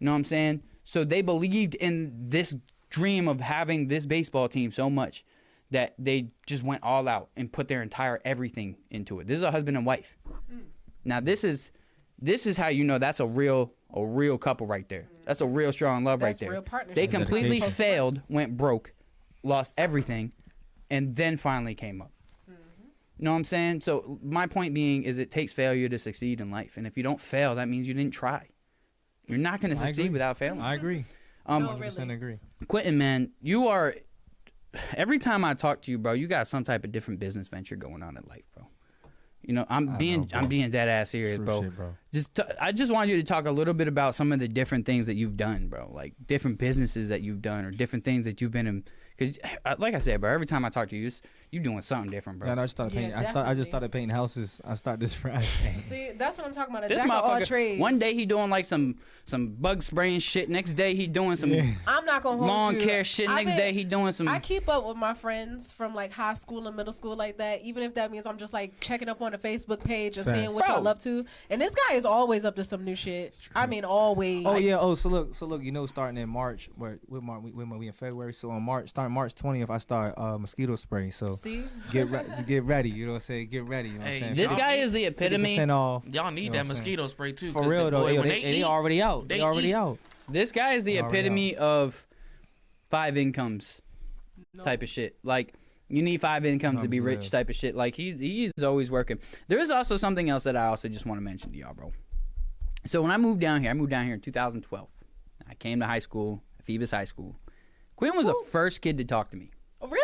[SPEAKER 1] You know what I'm saying? So they believed in this dream of having this baseball team so much that they just went all out and put their entire everything into it. This is a husband and wife.
[SPEAKER 2] Mm.
[SPEAKER 1] Now this is this is how you know that's a real a real couple right there. That's a real strong love
[SPEAKER 2] Mm.
[SPEAKER 1] right
[SPEAKER 2] That's
[SPEAKER 1] there.
[SPEAKER 2] real partnership.
[SPEAKER 1] They
[SPEAKER 2] That's
[SPEAKER 1] completely
[SPEAKER 4] dedication.
[SPEAKER 1] failed, went broke, lost everything, and then finally came up. You know what I'm saying? So my point being is it takes failure to succeed in life, and if you don't fail, that means you didn't try. You're not going to
[SPEAKER 4] I agree.
[SPEAKER 1] succeed without failing.
[SPEAKER 4] I agree.
[SPEAKER 1] Um,
[SPEAKER 2] No,
[SPEAKER 4] 100%
[SPEAKER 2] really.
[SPEAKER 4] agree.
[SPEAKER 1] Quentin, man, you are. Every time I talk to you, bro, you got some type of different business venture going on in life, bro. You know, I'm
[SPEAKER 4] I
[SPEAKER 1] being
[SPEAKER 4] know, bro.
[SPEAKER 1] I'm being dead ass serious,
[SPEAKER 4] True
[SPEAKER 1] bro.
[SPEAKER 4] shit, bro.
[SPEAKER 1] Just t- I just wanted you to talk a little bit about some of the different things that you've done, bro. Like different businesses that you've done, or different things that you've been in. Cause, uh, like I said, bro, every time I talk to you, it's- you doing something different, bro.
[SPEAKER 4] Yeah, no, I just started
[SPEAKER 2] Yeah,
[SPEAKER 4] painting. I start. I
[SPEAKER 2] definitely.
[SPEAKER 4] just started painting houses. I start this [laughs] Friday.
[SPEAKER 2] See, that's what I'm talking about. A
[SPEAKER 1] this
[SPEAKER 2] jack of all
[SPEAKER 1] motherfucker.
[SPEAKER 2] trades.
[SPEAKER 1] One day he doing like some some bug spraying shit. Next day he doing some
[SPEAKER 2] I'm not gonna hold
[SPEAKER 1] lawn
[SPEAKER 2] you.
[SPEAKER 1] care shit.
[SPEAKER 2] I
[SPEAKER 1] Next
[SPEAKER 2] bet-
[SPEAKER 1] day he doing some.
[SPEAKER 2] I keep up with my friends from like high school and middle school like that, even if that means I'm just like checking up on the Facebook page and
[SPEAKER 4] Facts.
[SPEAKER 2] seeing what
[SPEAKER 1] Bro.
[SPEAKER 2] y'all up to. And this guy is always up to some new shit. I mean, always.
[SPEAKER 4] Oh yeah. Oh, so look. So look. You know, starting in March, where with March, we, we, we in February. So on March, starting March twentieth, I start uh, mosquito spray. So
[SPEAKER 2] See,
[SPEAKER 4] get re- get ready. You know what I'm saying? Get ready. You know what
[SPEAKER 3] Hey,
[SPEAKER 4] I'm saying?
[SPEAKER 1] this
[SPEAKER 3] y'all-
[SPEAKER 1] guy is the epitome.
[SPEAKER 4] percent off.
[SPEAKER 3] Y'all need
[SPEAKER 4] You know what
[SPEAKER 3] that
[SPEAKER 4] I'm saying?
[SPEAKER 3] mosquito spray too.
[SPEAKER 4] For
[SPEAKER 3] 'cause
[SPEAKER 4] real
[SPEAKER 3] they-
[SPEAKER 4] though,
[SPEAKER 3] boy,
[SPEAKER 4] yo,
[SPEAKER 3] when
[SPEAKER 4] they,
[SPEAKER 3] they
[SPEAKER 4] they
[SPEAKER 3] eat-
[SPEAKER 4] already out. They,
[SPEAKER 3] they
[SPEAKER 4] already
[SPEAKER 3] eat.
[SPEAKER 4] out.
[SPEAKER 1] This guy is the
[SPEAKER 4] Already
[SPEAKER 1] epitome of five incomes
[SPEAKER 2] No.
[SPEAKER 1] type of shit. Like you need five incomes to be
[SPEAKER 4] Incomes,
[SPEAKER 1] rich
[SPEAKER 4] yeah.
[SPEAKER 1] type of shit. Like he's he's always working. There is also something else that I also just want to mention to y'all, bro. So when I moved down here, I moved down here in 2012. I came to high school, Phoebus High School. Quinn was the first kid to talk to me.
[SPEAKER 2] really?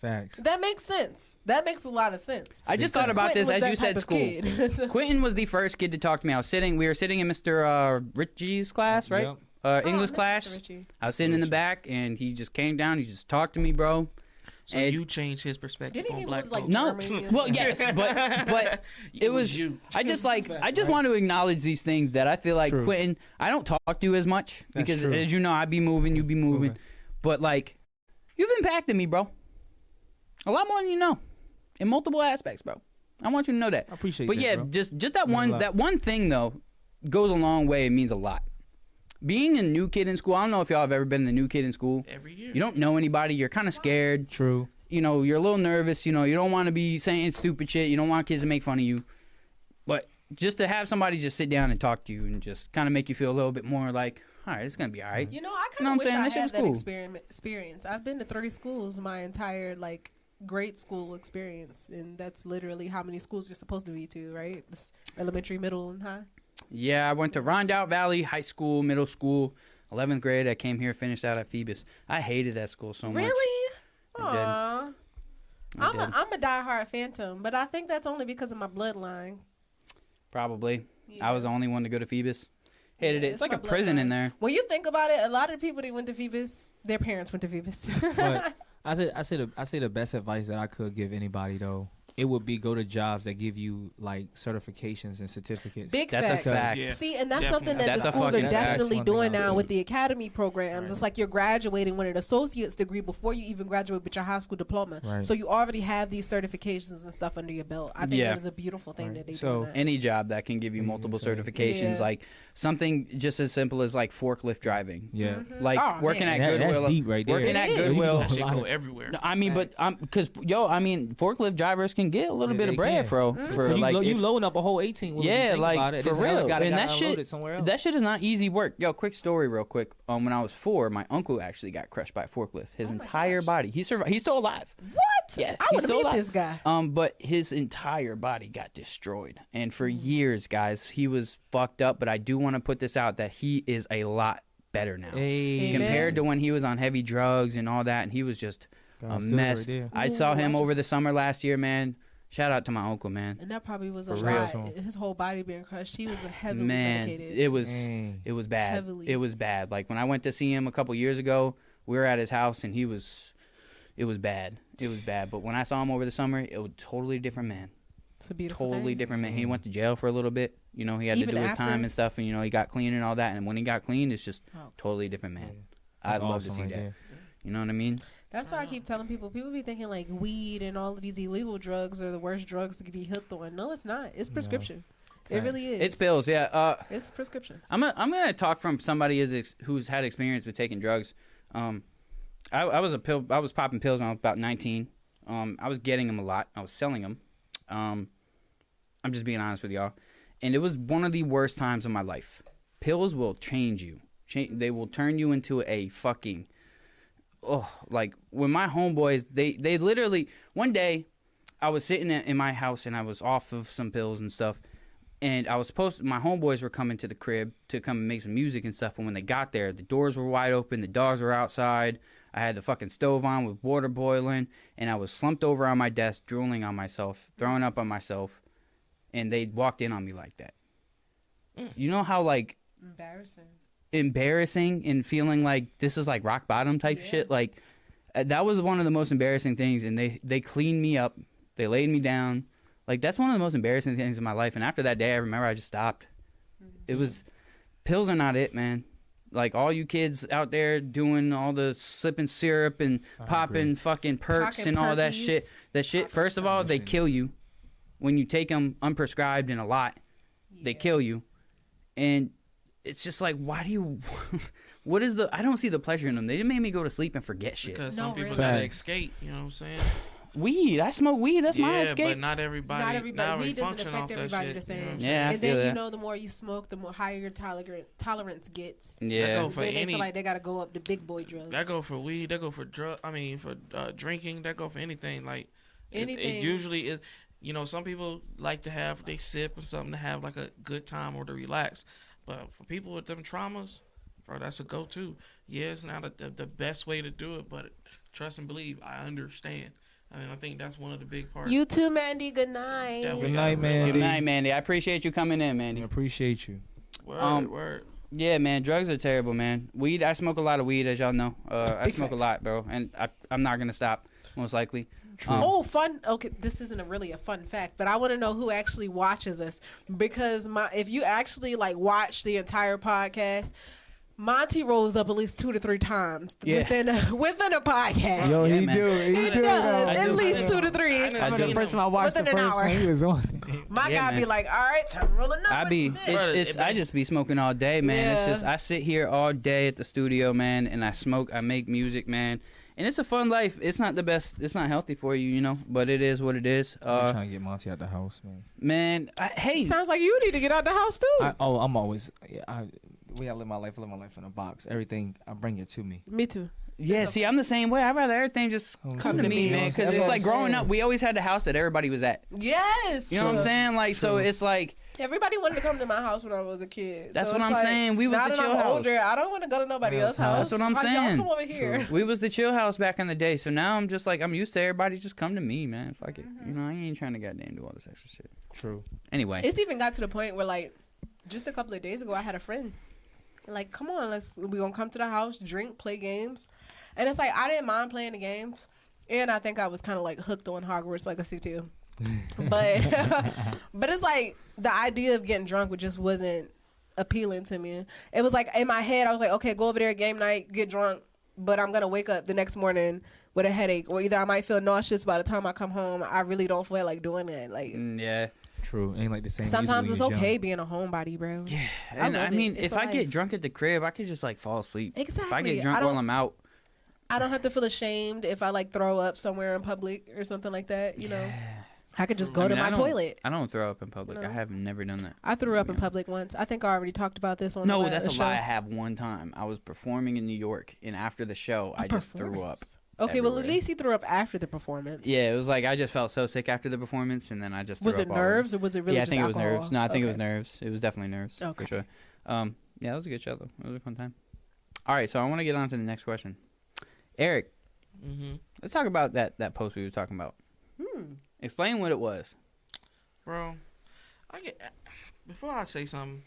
[SPEAKER 4] Facts.
[SPEAKER 2] That makes sense. That makes a lot of sense.
[SPEAKER 1] I just thought about this
[SPEAKER 2] Quentin was
[SPEAKER 1] as
[SPEAKER 2] that
[SPEAKER 1] you
[SPEAKER 2] type
[SPEAKER 1] said
[SPEAKER 2] of
[SPEAKER 1] school.
[SPEAKER 2] kid. [laughs]
[SPEAKER 1] Quentin was the first kid to talk to me. I was sitting, we were sitting in Mr. Uh, Ritchie's class, right? Uh,
[SPEAKER 4] Yep.
[SPEAKER 2] Oh,
[SPEAKER 1] English
[SPEAKER 2] Mr.
[SPEAKER 1] class.
[SPEAKER 2] Ritchie.
[SPEAKER 1] I was sitting in the back, and he just came down. He just talked to me, bro.
[SPEAKER 3] So
[SPEAKER 1] And-
[SPEAKER 3] you changed his perspective
[SPEAKER 2] Didn't
[SPEAKER 3] on
[SPEAKER 2] he
[SPEAKER 3] black
[SPEAKER 2] move, like,
[SPEAKER 3] folks.
[SPEAKER 1] No,
[SPEAKER 2] Germany or
[SPEAKER 1] well,
[SPEAKER 2] something.
[SPEAKER 3] [laughs]
[SPEAKER 1] yes, but but
[SPEAKER 3] It
[SPEAKER 1] it
[SPEAKER 3] was
[SPEAKER 1] was.
[SPEAKER 3] you.
[SPEAKER 1] I just like I just want to acknowledge these things that I feel like
[SPEAKER 4] True.
[SPEAKER 1] Quentin. I don't talk to you as much
[SPEAKER 4] That's
[SPEAKER 1] because,
[SPEAKER 4] true.
[SPEAKER 1] as you know, I be moving, you be moving,
[SPEAKER 4] Okay.
[SPEAKER 1] but like you've impacted me, bro. A lot more than you know, in multiple aspects, bro. I want you to know that.
[SPEAKER 4] I appreciate
[SPEAKER 1] But
[SPEAKER 4] that,
[SPEAKER 1] yeah,
[SPEAKER 4] bro.
[SPEAKER 1] just just that
[SPEAKER 4] Means a
[SPEAKER 1] one
[SPEAKER 4] lot.
[SPEAKER 1] that one thing though goes a long way. It means a lot. Being a new kid in school, I don't know if y'all have ever been a new kid in school.
[SPEAKER 3] Every year.
[SPEAKER 1] You don't know anybody. You're kind of scared
[SPEAKER 4] True.
[SPEAKER 1] you know, you're a little nervous. You know, you don't want to be saying stupid shit. You don't want kids to make fun of you. But just to have somebody just sit down and talk to you and just kind of make you feel a little bit more like, all right, it's gonna be all right.
[SPEAKER 2] You know, I
[SPEAKER 1] know
[SPEAKER 2] kind
[SPEAKER 1] what I'm
[SPEAKER 2] of wish
[SPEAKER 1] saying?
[SPEAKER 2] I
[SPEAKER 1] That shit
[SPEAKER 2] had
[SPEAKER 1] was
[SPEAKER 2] that
[SPEAKER 1] cool.
[SPEAKER 2] experiment, experience. I've been to three schools my entire like grade school experience, and that's literally how many schools you're supposed to be to, right? It's elementary, middle, and high.
[SPEAKER 1] Yeah, I went to Rondout Valley High School, middle school, 11th grade. I came here, finished out at Phoebus. I hated that school so much.
[SPEAKER 2] Really?
[SPEAKER 1] I did.
[SPEAKER 2] Aw.
[SPEAKER 1] I
[SPEAKER 2] I'm a,
[SPEAKER 1] did.
[SPEAKER 2] I'm a diehard Phantom, but I think that's only because of my bloodline.
[SPEAKER 1] Probably.
[SPEAKER 2] Yeah.
[SPEAKER 1] I was the only one to go to Phoebus. Hated
[SPEAKER 2] Yeah,
[SPEAKER 1] it. It's,
[SPEAKER 2] it's
[SPEAKER 1] like
[SPEAKER 2] my
[SPEAKER 1] a prison in
[SPEAKER 2] bloodline.
[SPEAKER 1] there.
[SPEAKER 2] When you think about it, a lot of the people that went to Phoebus, their parents went to Phoebus.
[SPEAKER 4] But I say I say the I say the best advice that I could give anybody though it would be go to jobs that give you like certificates and
[SPEAKER 2] [laughs]
[SPEAKER 4] certificates.
[SPEAKER 2] Big
[SPEAKER 1] That's a
[SPEAKER 2] facts.
[SPEAKER 1] fact.
[SPEAKER 3] Yeah.
[SPEAKER 2] See, and that's
[SPEAKER 3] Definitely.
[SPEAKER 2] something that
[SPEAKER 1] That's
[SPEAKER 2] the
[SPEAKER 1] a
[SPEAKER 2] schools are
[SPEAKER 1] fucking- that's
[SPEAKER 2] definitely
[SPEAKER 4] one thing
[SPEAKER 2] doing
[SPEAKER 4] I'll
[SPEAKER 2] now
[SPEAKER 4] say.
[SPEAKER 2] with the academy programs.
[SPEAKER 4] Right.
[SPEAKER 2] It's like you're graduating with an associate's degree before you even graduate with your high school diploma.
[SPEAKER 4] Right.
[SPEAKER 2] So you already have these certifications and stuff under your belt. I think
[SPEAKER 1] Yeah.
[SPEAKER 2] that is a beautiful thing
[SPEAKER 4] Right.
[SPEAKER 2] that they
[SPEAKER 4] So-
[SPEAKER 2] do. now.
[SPEAKER 1] any job that can give you
[SPEAKER 4] Mhm,
[SPEAKER 1] multiple
[SPEAKER 4] so-
[SPEAKER 1] certifications,
[SPEAKER 2] Yeah.
[SPEAKER 1] like something just as simple as like forklift driving.
[SPEAKER 4] Yeah,
[SPEAKER 1] Like
[SPEAKER 2] Oh,
[SPEAKER 1] working
[SPEAKER 2] man.
[SPEAKER 1] at
[SPEAKER 4] That- that's
[SPEAKER 1] Goodwill.
[SPEAKER 4] deep right there.
[SPEAKER 1] Working
[SPEAKER 2] It
[SPEAKER 1] at
[SPEAKER 2] is.
[SPEAKER 1] Goodwill.
[SPEAKER 4] [laughs]
[SPEAKER 3] that shit
[SPEAKER 4] a lot
[SPEAKER 3] go
[SPEAKER 4] of-
[SPEAKER 3] everywhere.
[SPEAKER 1] No, I mean, but I'm because yo, I mean, forklift drivers can get a little
[SPEAKER 4] Yeah,
[SPEAKER 1] bit of
[SPEAKER 4] they
[SPEAKER 1] bread
[SPEAKER 4] can.
[SPEAKER 1] for
[SPEAKER 2] Mm-hmm.
[SPEAKER 1] for
[SPEAKER 4] you,
[SPEAKER 1] like
[SPEAKER 4] lo- you
[SPEAKER 1] if-
[SPEAKER 4] load up a whole eighteen. wheeler, you
[SPEAKER 1] yeah,
[SPEAKER 4] think
[SPEAKER 1] like
[SPEAKER 4] about it,
[SPEAKER 1] for
[SPEAKER 4] this
[SPEAKER 1] real.
[SPEAKER 4] Got, got
[SPEAKER 1] and that
[SPEAKER 4] unload
[SPEAKER 1] shit,
[SPEAKER 4] it somewhere else.
[SPEAKER 1] that shit is not easy work. Yo, quick story, real quick. Um, when I was four, my uncle actually got crushed by a forklift.
[SPEAKER 2] Oh
[SPEAKER 1] His entire body. He survived. He's still alive.
[SPEAKER 2] What?
[SPEAKER 1] Yeah,
[SPEAKER 2] I
[SPEAKER 1] he's
[SPEAKER 2] would
[SPEAKER 1] still
[SPEAKER 2] meet
[SPEAKER 1] alive.
[SPEAKER 2] this guy.
[SPEAKER 1] Um, but his entire body got destroyed, and for
[SPEAKER 2] Mm.
[SPEAKER 1] years, guys, he was fucked up. But I do want to put this out that he is a lot better now
[SPEAKER 4] Hey.
[SPEAKER 2] Amen.
[SPEAKER 1] compared to when he was on heavy drugs and all that, and he was just
[SPEAKER 4] God's
[SPEAKER 1] a
[SPEAKER 4] still
[SPEAKER 1] mess.
[SPEAKER 4] right there.
[SPEAKER 1] I saw
[SPEAKER 2] Ooh, I
[SPEAKER 1] him
[SPEAKER 2] just-
[SPEAKER 1] over the summer last year, man. Shout out to my uncle, man.
[SPEAKER 2] And that probably was a
[SPEAKER 1] For real.
[SPEAKER 2] lot. His whole body being crushed. He was heavily
[SPEAKER 1] Man,
[SPEAKER 2] medicated.
[SPEAKER 1] it was
[SPEAKER 4] Dang.
[SPEAKER 1] it was bad.
[SPEAKER 2] Heavily.
[SPEAKER 1] It was bad. Like when I went to see him a couple years ago, we were at his house, and he was, it was bad. It was bad. But when I saw him over the summer, it was totally different man.
[SPEAKER 2] it's a beautiful
[SPEAKER 1] totally
[SPEAKER 2] thing.
[SPEAKER 1] different man.
[SPEAKER 4] Mm-hmm.
[SPEAKER 1] He went to jail for a little bit. You know, he had
[SPEAKER 2] Even
[SPEAKER 1] to do his
[SPEAKER 2] after?
[SPEAKER 1] time and stuff, and you know, he got clean and all that. And when he got clean, it's just
[SPEAKER 2] Oh.
[SPEAKER 1] totally different man.
[SPEAKER 4] Yeah.
[SPEAKER 1] I'd
[SPEAKER 4] Mm. That's
[SPEAKER 1] love
[SPEAKER 4] awesome
[SPEAKER 1] to see
[SPEAKER 4] right
[SPEAKER 1] that.
[SPEAKER 4] there.
[SPEAKER 1] You know what I mean?
[SPEAKER 2] That's why I keep telling people. People be thinking like weed and all of these illegal drugs are the worst drugs to be hooked on. No, it's not. It's prescription. It
[SPEAKER 4] Facts.
[SPEAKER 2] really is.
[SPEAKER 1] It's pills, yeah. Uh,
[SPEAKER 2] It's prescriptions.
[SPEAKER 1] I'm gonna, I'm gonna talk from somebody who's ex- who's had experience with taking drugs. Um, I, I was a pill. I was popping pills when I was about 19. Um, I was getting them a lot. I was selling them. Um, I'm just being honest with y'all. And it was one of the worst times of my life. Pills will change you. Cha- they will turn you into a fucking. Oh, like when my homeboys, they they literally one day, I was sitting in in my house and I was off of some pills and stuff, and I was supposed my homeboys were coming to the crib to come and make some music and stuff. And when they got there, the doors were wide open, the dogs were outside. I had the fucking stove on with water boiling, and I was slumped over on my desk, drooling on myself, throwing up on myself, and they walked in on me like that. You know how like
[SPEAKER 2] Embarrassing.
[SPEAKER 1] embarrassing and feeling like this is like rock bottom type
[SPEAKER 2] Yeah.
[SPEAKER 1] shit. Like uh, that was one of the most embarrassing things, and they they cleaned me up, they laid me down. Like that's one of the most embarrassing things in my life. And after that day, I remember I just stopped.
[SPEAKER 2] Mm-hmm.
[SPEAKER 1] It was pills are not it, man. Like all you kids out there doing all the slipping syrup and popping fucking perks
[SPEAKER 2] Pocket
[SPEAKER 1] and all that
[SPEAKER 2] perkies.
[SPEAKER 1] shit. That shit. First of all, they kill you when you take them unprescribed and a lot they kill you and it's just like why do you [laughs] what is the i don't see the pleasure in them they made me go to sleep and forget shit
[SPEAKER 3] Because
[SPEAKER 2] No,
[SPEAKER 3] some people
[SPEAKER 2] really.
[SPEAKER 3] gotta
[SPEAKER 4] Facts.
[SPEAKER 3] escape, you know what I'm saying?
[SPEAKER 1] weed i smoke weed that's my
[SPEAKER 3] yeah,
[SPEAKER 1] escape
[SPEAKER 3] but not everybody.
[SPEAKER 2] Not everybody.
[SPEAKER 3] Not
[SPEAKER 2] weed doesn't
[SPEAKER 3] function
[SPEAKER 2] affect
[SPEAKER 3] off that
[SPEAKER 2] everybody
[SPEAKER 3] shit,
[SPEAKER 2] the
[SPEAKER 3] you know
[SPEAKER 2] same.
[SPEAKER 3] what I'm
[SPEAKER 1] Yeah,
[SPEAKER 3] saying?
[SPEAKER 1] I
[SPEAKER 2] and
[SPEAKER 1] feel
[SPEAKER 2] then you
[SPEAKER 1] that.
[SPEAKER 2] know, the more you smoke, the more higher your tolerance tolerance gets.
[SPEAKER 3] That
[SPEAKER 1] yeah
[SPEAKER 3] go for
[SPEAKER 2] Then they
[SPEAKER 3] any.
[SPEAKER 2] feel like they gotta go up the big boy drugs.
[SPEAKER 3] That go for weed. That go for drug. I mean, for uh, drinking. That go for anything. Like it- It,
[SPEAKER 2] Anything.
[SPEAKER 3] usually is. You know, some people like to have they sip or something to have like a good time or to relax. But for people with them traumas, bro, that's a go-to. Yeah, it's not a, the, the best way to do it, but trust and believe. I understand. I mean, I think that's one of the big parts.
[SPEAKER 2] You too, Mandy. Good
[SPEAKER 3] that we
[SPEAKER 2] night.
[SPEAKER 4] Good
[SPEAKER 3] gotta
[SPEAKER 4] night, man.
[SPEAKER 3] realize.
[SPEAKER 1] Good night, Mandy. I appreciate you coming in,
[SPEAKER 4] I
[SPEAKER 1] Mandy.
[SPEAKER 4] appreciate [laughs] you.
[SPEAKER 3] Word,
[SPEAKER 1] Um,
[SPEAKER 3] word.
[SPEAKER 1] Yeah, man. Drugs are terrible, man. Weed. I smoke a lot of weed, as y'all know. Uh, I
[SPEAKER 4] Big
[SPEAKER 1] smoke a
[SPEAKER 4] facts.
[SPEAKER 1] lot, bro, and I, I'm not gonna stop, most likely. Um,
[SPEAKER 2] Oh, fun. Okay, this isn't a really a fun fact, but I want to know who actually watches us because my if you actually like watch the entire podcast, Monty rolls up at least two to three times
[SPEAKER 1] Yeah.
[SPEAKER 2] within a, [laughs] within a podcast.
[SPEAKER 4] Yo,
[SPEAKER 1] Yeah,
[SPEAKER 4] he
[SPEAKER 1] man.
[SPEAKER 4] do. He
[SPEAKER 2] He
[SPEAKER 4] do.
[SPEAKER 2] does
[SPEAKER 1] I
[SPEAKER 4] though.
[SPEAKER 2] at
[SPEAKER 1] do.
[SPEAKER 2] least two to
[SPEAKER 3] I
[SPEAKER 2] three.
[SPEAKER 3] know.
[SPEAKER 4] I
[SPEAKER 3] I've
[SPEAKER 4] remember
[SPEAKER 3] seen
[SPEAKER 4] the first
[SPEAKER 3] him
[SPEAKER 4] time I watched the
[SPEAKER 2] within an
[SPEAKER 4] first
[SPEAKER 2] hour.
[SPEAKER 4] one, he was on [laughs] it.
[SPEAKER 2] My
[SPEAKER 1] Yeah,
[SPEAKER 2] guy
[SPEAKER 1] man.
[SPEAKER 2] be like, all right, time to roll another.
[SPEAKER 1] I be
[SPEAKER 2] one."
[SPEAKER 1] it's, it's I just be smoking all day, man. It's
[SPEAKER 2] Yeah.
[SPEAKER 1] just I sit here all day at the studio, man, and I smoke, I make music, man. And it's a fun life. It's not the best. It's not healthy for you, you know, but it is what it is.
[SPEAKER 4] I'm
[SPEAKER 1] Uh,
[SPEAKER 4] trying to get Monty out the house, man.
[SPEAKER 1] man, I, hey,
[SPEAKER 2] Sounds like you need to get out the house too.
[SPEAKER 4] I, oh, I'm always. Yeah, I, the way I live my life, I live my life in a box. Everything, I bring it to me.
[SPEAKER 2] Me too.
[SPEAKER 1] yeah. See, I'm the same way. I'd rather everything just
[SPEAKER 4] Oh,
[SPEAKER 1] come to
[SPEAKER 4] so-
[SPEAKER 1] me,
[SPEAKER 4] Yeah,
[SPEAKER 1] man, because
[SPEAKER 4] that's
[SPEAKER 1] it's
[SPEAKER 4] what
[SPEAKER 1] like
[SPEAKER 4] I'm
[SPEAKER 1] growing
[SPEAKER 4] saying.
[SPEAKER 1] up. We always had the house that everybody was at.
[SPEAKER 2] Yes.
[SPEAKER 1] You know what I'm
[SPEAKER 4] True.
[SPEAKER 1] saying? Like, so
[SPEAKER 4] True.
[SPEAKER 1] it's like
[SPEAKER 2] Everybody wanted to come to my house when I was a kid.
[SPEAKER 1] That's
[SPEAKER 2] So
[SPEAKER 1] what
[SPEAKER 2] it's
[SPEAKER 1] I'm
[SPEAKER 2] like,
[SPEAKER 1] saying. We was
[SPEAKER 2] now
[SPEAKER 1] the
[SPEAKER 2] that
[SPEAKER 1] chill
[SPEAKER 2] I'm
[SPEAKER 1] house.
[SPEAKER 2] older, I don't want to go to nobody
[SPEAKER 4] Yes,
[SPEAKER 2] else's house.
[SPEAKER 1] that's what I'm
[SPEAKER 2] Why
[SPEAKER 1] saying.
[SPEAKER 2] Y'all come over here.
[SPEAKER 1] we was the chill house back in the day. So now I'm just like I'm used to everybody just come to me, man. Fuck it, you know. I ain't trying to goddamn do all this extra shit.
[SPEAKER 4] True.
[SPEAKER 1] Anyway,
[SPEAKER 2] It's even got to the point where, like, just a couple of days ago, I had a friend. Like, come on, let's we gonna come to the house, drink, play games, and it's like I didn't mind playing the games, and I think I was kind of like hooked on Hogwarts Legacy too. but [laughs] but it's like the idea of getting drunk just wasn't appealing to me. It was like in my head, I was like, okay, go over there game night, get drunk, but I'm gonna wake up the next morning with a headache, or either I might feel nauseous by the time I come home. I really don't feel like doing that. Like
[SPEAKER 1] Mm, yeah.
[SPEAKER 4] True. Ain't like the same.
[SPEAKER 2] sometimes it's okay being a homebody, bro.
[SPEAKER 1] Yeah,
[SPEAKER 2] I
[SPEAKER 1] and I,
[SPEAKER 2] love it.
[SPEAKER 1] mean,
[SPEAKER 2] It's
[SPEAKER 1] if
[SPEAKER 2] the
[SPEAKER 1] I get
[SPEAKER 2] life.
[SPEAKER 1] drunk at the crib, I could just like fall asleep. If I
[SPEAKER 2] Exactly.
[SPEAKER 1] get drunk
[SPEAKER 2] I
[SPEAKER 1] while
[SPEAKER 2] don't-
[SPEAKER 1] I'm out,
[SPEAKER 2] I don't have to feel ashamed if I like throw up somewhere in public or something like that. You know, I could just go
[SPEAKER 1] I
[SPEAKER 2] to
[SPEAKER 1] mean, I
[SPEAKER 2] my
[SPEAKER 1] don't-
[SPEAKER 2] toilet.
[SPEAKER 1] I don't throw up in public.
[SPEAKER 2] No.
[SPEAKER 1] I have never done that.
[SPEAKER 2] I threw up in public once. I think I already talked about this on
[SPEAKER 1] No,
[SPEAKER 2] the,
[SPEAKER 1] that's a
[SPEAKER 2] show.
[SPEAKER 1] lie. I have one time. I was performing in New York, and after the show, I just threw up.
[SPEAKER 2] Performance. Okay, well at
[SPEAKER 1] everywhere.
[SPEAKER 2] least you threw up after the performance.
[SPEAKER 1] Yeah, it was like I just felt so sick after the performance, and then I just
[SPEAKER 2] Was
[SPEAKER 1] threw
[SPEAKER 2] it
[SPEAKER 1] up all over.
[SPEAKER 2] nerves or was it really?
[SPEAKER 1] yeah, I
[SPEAKER 2] just
[SPEAKER 1] think it
[SPEAKER 2] alcohol?
[SPEAKER 1] was nerves. No, I think it was
[SPEAKER 2] Okay.
[SPEAKER 1] nerves. It was definitely nerves
[SPEAKER 2] Okay.
[SPEAKER 1] for sure. Um, yeah, that was a good show though. It was a fun time. All right, so I want to get on to the next question. Eric,
[SPEAKER 3] hmm
[SPEAKER 1] let's talk about that that post we were talking about. Hmm. Explain what it was.
[SPEAKER 3] bro. I get before I say something.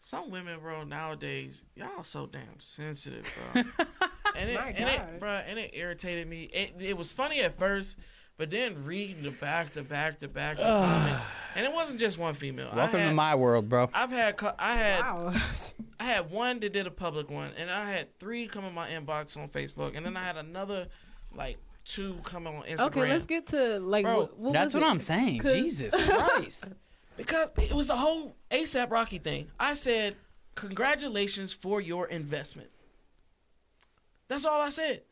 [SPEAKER 3] Some women, bro, nowadays, y'all so damn sensitive,
[SPEAKER 1] [laughs]
[SPEAKER 3] bro. and it,
[SPEAKER 2] My
[SPEAKER 3] and
[SPEAKER 2] God.
[SPEAKER 3] it, bro, and it irritated me. It, it was funny at first, but then reading the back to back to back the comments, and it wasn't just one female. I
[SPEAKER 1] Welcome
[SPEAKER 3] had,
[SPEAKER 1] to my world, bro.
[SPEAKER 3] I've had, co- I had,
[SPEAKER 2] Wow.
[SPEAKER 1] [laughs]
[SPEAKER 2] [laughs]
[SPEAKER 3] I had one that did a public one, and I had three come in my inbox on Facebook, and then I had another, like two come on Instagram.
[SPEAKER 2] okay, let's get to like.
[SPEAKER 3] Bro,
[SPEAKER 2] wh- what
[SPEAKER 1] That's
[SPEAKER 2] was
[SPEAKER 1] what
[SPEAKER 2] it?
[SPEAKER 1] I'm saying.
[SPEAKER 2] 'Cause- [laughs]
[SPEAKER 1] Jesus Christ.
[SPEAKER 3] Because it was the whole ASAP Rocky thing. I said, "Congratulations for your investment." That's all I said.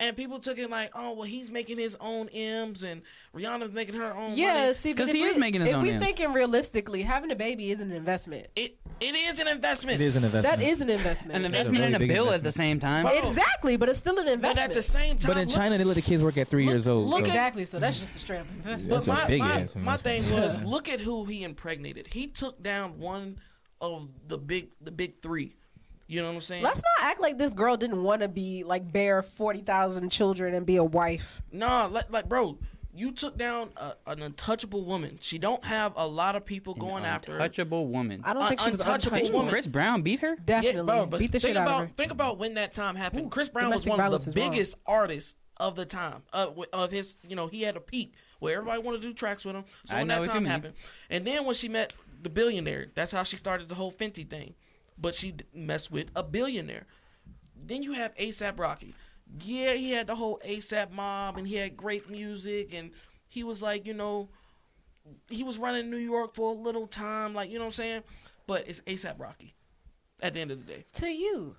[SPEAKER 3] And people took it like, "Oh, well, he's making his own M's, and Rihanna's making her own."
[SPEAKER 2] Yeah,
[SPEAKER 3] money."
[SPEAKER 2] see,
[SPEAKER 1] 'Cause
[SPEAKER 2] because
[SPEAKER 1] he is making his
[SPEAKER 2] If
[SPEAKER 1] own
[SPEAKER 2] we
[SPEAKER 1] ends.
[SPEAKER 2] thinking realistically, having a baby is an investment.
[SPEAKER 3] it it is an investment.
[SPEAKER 4] It is an investment.
[SPEAKER 2] That is an investment.
[SPEAKER 1] An
[SPEAKER 4] a
[SPEAKER 1] investment
[SPEAKER 4] really
[SPEAKER 1] [laughs] and oh. a
[SPEAKER 4] big
[SPEAKER 1] bill at
[SPEAKER 4] investment.
[SPEAKER 1] the same time.
[SPEAKER 3] But-
[SPEAKER 2] Exactly, but it's still an
[SPEAKER 3] But
[SPEAKER 2] investment.
[SPEAKER 3] at the same time,
[SPEAKER 4] But in
[SPEAKER 3] look-
[SPEAKER 4] China, they let the kids work at three years old.
[SPEAKER 3] look
[SPEAKER 4] so.
[SPEAKER 3] at-
[SPEAKER 2] exactly, so that's just a straight up investment.
[SPEAKER 4] That's
[SPEAKER 3] But
[SPEAKER 4] a
[SPEAKER 3] my,
[SPEAKER 4] big
[SPEAKER 3] my,
[SPEAKER 4] ass
[SPEAKER 3] my
[SPEAKER 4] investment.
[SPEAKER 3] thing was, look at who he impregnated. He took down one of the big the big three. You know what I'm saying?
[SPEAKER 2] Let's not act like this girl didn't want to be like bear forty thousand children and be a wife.
[SPEAKER 3] Nah, like, like bro, you took down a, an untouchable woman. She don't have a lot of people going after her.
[SPEAKER 1] Untouchable woman.
[SPEAKER 2] I don't
[SPEAKER 3] Un-
[SPEAKER 2] think she was
[SPEAKER 3] untouchable
[SPEAKER 2] untouchable.
[SPEAKER 3] woman.
[SPEAKER 1] Chris Brown beat her?
[SPEAKER 2] Definitely
[SPEAKER 3] Yeah, bro, but
[SPEAKER 2] beat the
[SPEAKER 3] think
[SPEAKER 2] shit
[SPEAKER 3] about,
[SPEAKER 2] out of her.
[SPEAKER 3] Think about when that time happened.
[SPEAKER 2] Ooh,
[SPEAKER 3] Chris Brown was
[SPEAKER 2] domestic
[SPEAKER 3] one of
[SPEAKER 2] violence
[SPEAKER 3] the
[SPEAKER 2] is wrong.
[SPEAKER 3] biggest artists of the time uh, wi- of his. You know, he had a peak where everybody wanted to do tracks with him. So
[SPEAKER 1] I
[SPEAKER 3] when
[SPEAKER 1] know
[SPEAKER 3] that
[SPEAKER 1] what you
[SPEAKER 3] time
[SPEAKER 1] mean.
[SPEAKER 3] happened, and then when she met the billionaire, that's how she started the whole Fenty thing. But she d- messed with a billionaire. Then you have ASAP Rocky. Yeah, he had the whole ASAP mob, and he had great music, and he was like, you know, he was running New York for a little time, like you know what I'm saying. But it's ASAP Rocky. At the end of the day.
[SPEAKER 2] To you,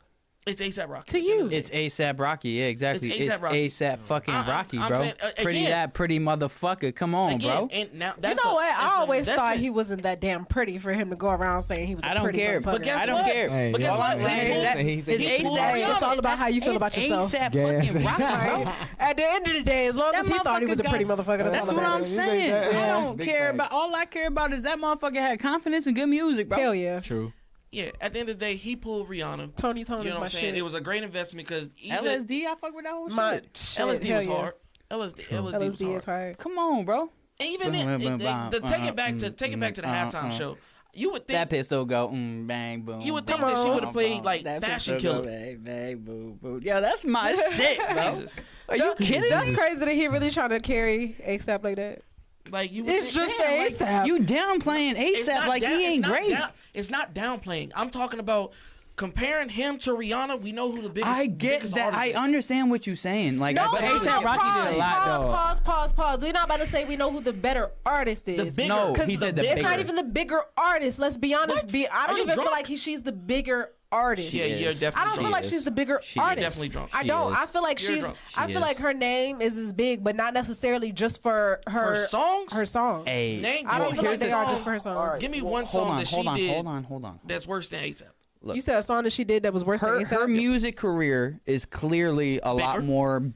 [SPEAKER 3] It's ASAP Rocky.
[SPEAKER 2] To you.
[SPEAKER 1] It's ASAP Rocky. Yeah, exactly.
[SPEAKER 3] It's
[SPEAKER 1] It's
[SPEAKER 3] A$AP
[SPEAKER 1] ASAP
[SPEAKER 3] Rocky.
[SPEAKER 1] fucking
[SPEAKER 3] I- I'm-
[SPEAKER 1] Rocky,
[SPEAKER 3] I'm
[SPEAKER 1] bro.
[SPEAKER 3] saying, uh,
[SPEAKER 1] pretty
[SPEAKER 3] again-
[SPEAKER 1] that pretty motherfucker. Come on,
[SPEAKER 3] Again,
[SPEAKER 1] bro.
[SPEAKER 3] and now that's
[SPEAKER 2] you know
[SPEAKER 3] a-
[SPEAKER 2] what?
[SPEAKER 3] that's
[SPEAKER 2] I
[SPEAKER 3] a-
[SPEAKER 2] always
[SPEAKER 3] that's
[SPEAKER 2] thought
[SPEAKER 3] a-
[SPEAKER 2] he wasn't that damn pretty for him to go around saying he was.
[SPEAKER 1] I
[SPEAKER 2] a
[SPEAKER 1] don't
[SPEAKER 2] pretty
[SPEAKER 1] care.
[SPEAKER 2] motherfucker.
[SPEAKER 1] But
[SPEAKER 3] guess
[SPEAKER 1] I don't
[SPEAKER 3] what?
[SPEAKER 1] care.
[SPEAKER 4] Hey,
[SPEAKER 1] But
[SPEAKER 4] y'all
[SPEAKER 1] all I'm
[SPEAKER 4] saying
[SPEAKER 1] saying is
[SPEAKER 4] he's-
[SPEAKER 1] that
[SPEAKER 4] he's-
[SPEAKER 1] is
[SPEAKER 4] he's
[SPEAKER 2] cool.
[SPEAKER 1] ASAP.
[SPEAKER 2] It's all about how you feel about yourself.
[SPEAKER 1] ASAP
[SPEAKER 4] Gas.
[SPEAKER 1] fucking Rocky,
[SPEAKER 3] [laughs]
[SPEAKER 1] bro.
[SPEAKER 2] Right? At the end of the day, as long
[SPEAKER 1] That
[SPEAKER 2] as he thought he was a
[SPEAKER 1] motherfucker
[SPEAKER 2] pretty
[SPEAKER 1] got-
[SPEAKER 2] motherfucker, that's,
[SPEAKER 1] That's
[SPEAKER 2] all
[SPEAKER 1] what
[SPEAKER 2] that
[SPEAKER 1] I'm
[SPEAKER 2] matters.
[SPEAKER 1] saying. I
[SPEAKER 4] Yeah,
[SPEAKER 1] don't
[SPEAKER 4] big
[SPEAKER 1] care
[SPEAKER 4] facts.
[SPEAKER 1] about. All I care about is that motherfucker had confidence and good music, bro.
[SPEAKER 2] Hell yeah,
[SPEAKER 4] True.
[SPEAKER 3] Yeah, at the end of the day, he pulled Rihanna.
[SPEAKER 2] Tony Tone
[SPEAKER 3] You
[SPEAKER 2] is
[SPEAKER 3] know what
[SPEAKER 2] my
[SPEAKER 3] I'm saying?
[SPEAKER 2] shit.
[SPEAKER 3] It was a great investment because LSD,
[SPEAKER 1] LSD, I fuck with that whole
[SPEAKER 2] my
[SPEAKER 1] shit.
[SPEAKER 2] shit.
[SPEAKER 3] LSD
[SPEAKER 2] hell
[SPEAKER 3] was
[SPEAKER 2] yeah.
[SPEAKER 3] hard. LSD, LSD, was
[SPEAKER 2] LSD
[SPEAKER 3] hard.
[SPEAKER 2] is hard.
[SPEAKER 1] Come on, bro.
[SPEAKER 3] And even then, it,
[SPEAKER 1] Uh,
[SPEAKER 2] [laughs]
[SPEAKER 3] the, the, take it back
[SPEAKER 1] uh,
[SPEAKER 3] to take it back to the
[SPEAKER 1] uh,
[SPEAKER 3] halftime
[SPEAKER 1] uh.
[SPEAKER 3] show. You would think
[SPEAKER 1] That pistol go mm, bang boom.
[SPEAKER 3] You would
[SPEAKER 1] bang,
[SPEAKER 3] think that she
[SPEAKER 1] boom,
[SPEAKER 3] would've played,
[SPEAKER 1] boom.
[SPEAKER 3] like,
[SPEAKER 1] That
[SPEAKER 3] Fashion
[SPEAKER 1] pistol go
[SPEAKER 3] Killer.
[SPEAKER 1] Bang bang boom boom. Yo, that's my
[SPEAKER 2] [laughs]
[SPEAKER 1] shit, bro.
[SPEAKER 3] Jesus,
[SPEAKER 1] Are you kidding?
[SPEAKER 2] That's
[SPEAKER 1] me?
[SPEAKER 2] crazy that he really trying to carry ASAP like that.
[SPEAKER 3] like you. Would
[SPEAKER 2] It's
[SPEAKER 3] think,
[SPEAKER 2] just
[SPEAKER 3] damn, like,
[SPEAKER 2] ASAP.
[SPEAKER 1] You downplaying
[SPEAKER 3] it's
[SPEAKER 1] ASAP
[SPEAKER 3] not
[SPEAKER 1] like
[SPEAKER 3] down-
[SPEAKER 1] he
[SPEAKER 3] it's
[SPEAKER 1] ain't
[SPEAKER 3] not
[SPEAKER 1] great.
[SPEAKER 3] down- it's not downplaying. I'm talking about comparing him to Rihanna. We know who the biggest.
[SPEAKER 1] I get
[SPEAKER 3] biggest
[SPEAKER 1] that.
[SPEAKER 3] artist
[SPEAKER 1] I
[SPEAKER 3] is.
[SPEAKER 1] understand what you're saying. Like,
[SPEAKER 2] No,
[SPEAKER 1] but
[SPEAKER 2] no,
[SPEAKER 1] ASAP
[SPEAKER 2] no,
[SPEAKER 1] Rocky did
[SPEAKER 2] pause,
[SPEAKER 1] a lot,
[SPEAKER 2] pause,
[SPEAKER 1] though.
[SPEAKER 2] pause, pause, pause. We're not about to say we know who the better artist is.
[SPEAKER 3] bigger-
[SPEAKER 1] No,
[SPEAKER 2] 'Cause
[SPEAKER 1] he said the
[SPEAKER 2] it's
[SPEAKER 1] bigger.
[SPEAKER 2] not even the bigger artist. Let's be honest.
[SPEAKER 3] What?
[SPEAKER 2] Be, I
[SPEAKER 3] Are
[SPEAKER 2] don't
[SPEAKER 3] you
[SPEAKER 2] even
[SPEAKER 3] drunk?
[SPEAKER 2] feel like he, she's the bigger artist.
[SPEAKER 3] Yeah,
[SPEAKER 1] She
[SPEAKER 3] you're
[SPEAKER 1] is.
[SPEAKER 3] definitely.
[SPEAKER 2] I don't
[SPEAKER 3] drunk.
[SPEAKER 2] feel like
[SPEAKER 1] is.
[SPEAKER 2] she's the bigger
[SPEAKER 1] She is.
[SPEAKER 2] artist.
[SPEAKER 3] Definitely drunk.
[SPEAKER 2] I
[SPEAKER 1] She
[SPEAKER 2] don't.
[SPEAKER 1] is.
[SPEAKER 2] I feel like
[SPEAKER 3] You're
[SPEAKER 2] she's.
[SPEAKER 3] drunk.
[SPEAKER 2] I
[SPEAKER 1] She
[SPEAKER 2] feel like
[SPEAKER 1] is.
[SPEAKER 2] her name is as big, but not necessarily just for her,
[SPEAKER 3] Her songs?
[SPEAKER 2] Her songs.
[SPEAKER 1] Hey,
[SPEAKER 3] Name
[SPEAKER 2] I don't
[SPEAKER 3] one
[SPEAKER 2] feel like they
[SPEAKER 3] song.
[SPEAKER 2] are just for her songs.
[SPEAKER 3] Give me
[SPEAKER 1] well,
[SPEAKER 3] one
[SPEAKER 1] hold
[SPEAKER 3] song
[SPEAKER 1] on,
[SPEAKER 3] that she
[SPEAKER 1] hold on,
[SPEAKER 3] did
[SPEAKER 1] hold on, hold on.
[SPEAKER 3] that's worse than ASAP.
[SPEAKER 2] You said a song that she did that was worse
[SPEAKER 1] Her
[SPEAKER 2] than
[SPEAKER 1] her
[SPEAKER 2] ASAP.
[SPEAKER 1] music career is clearly a lot
[SPEAKER 3] Bigger?
[SPEAKER 1] more,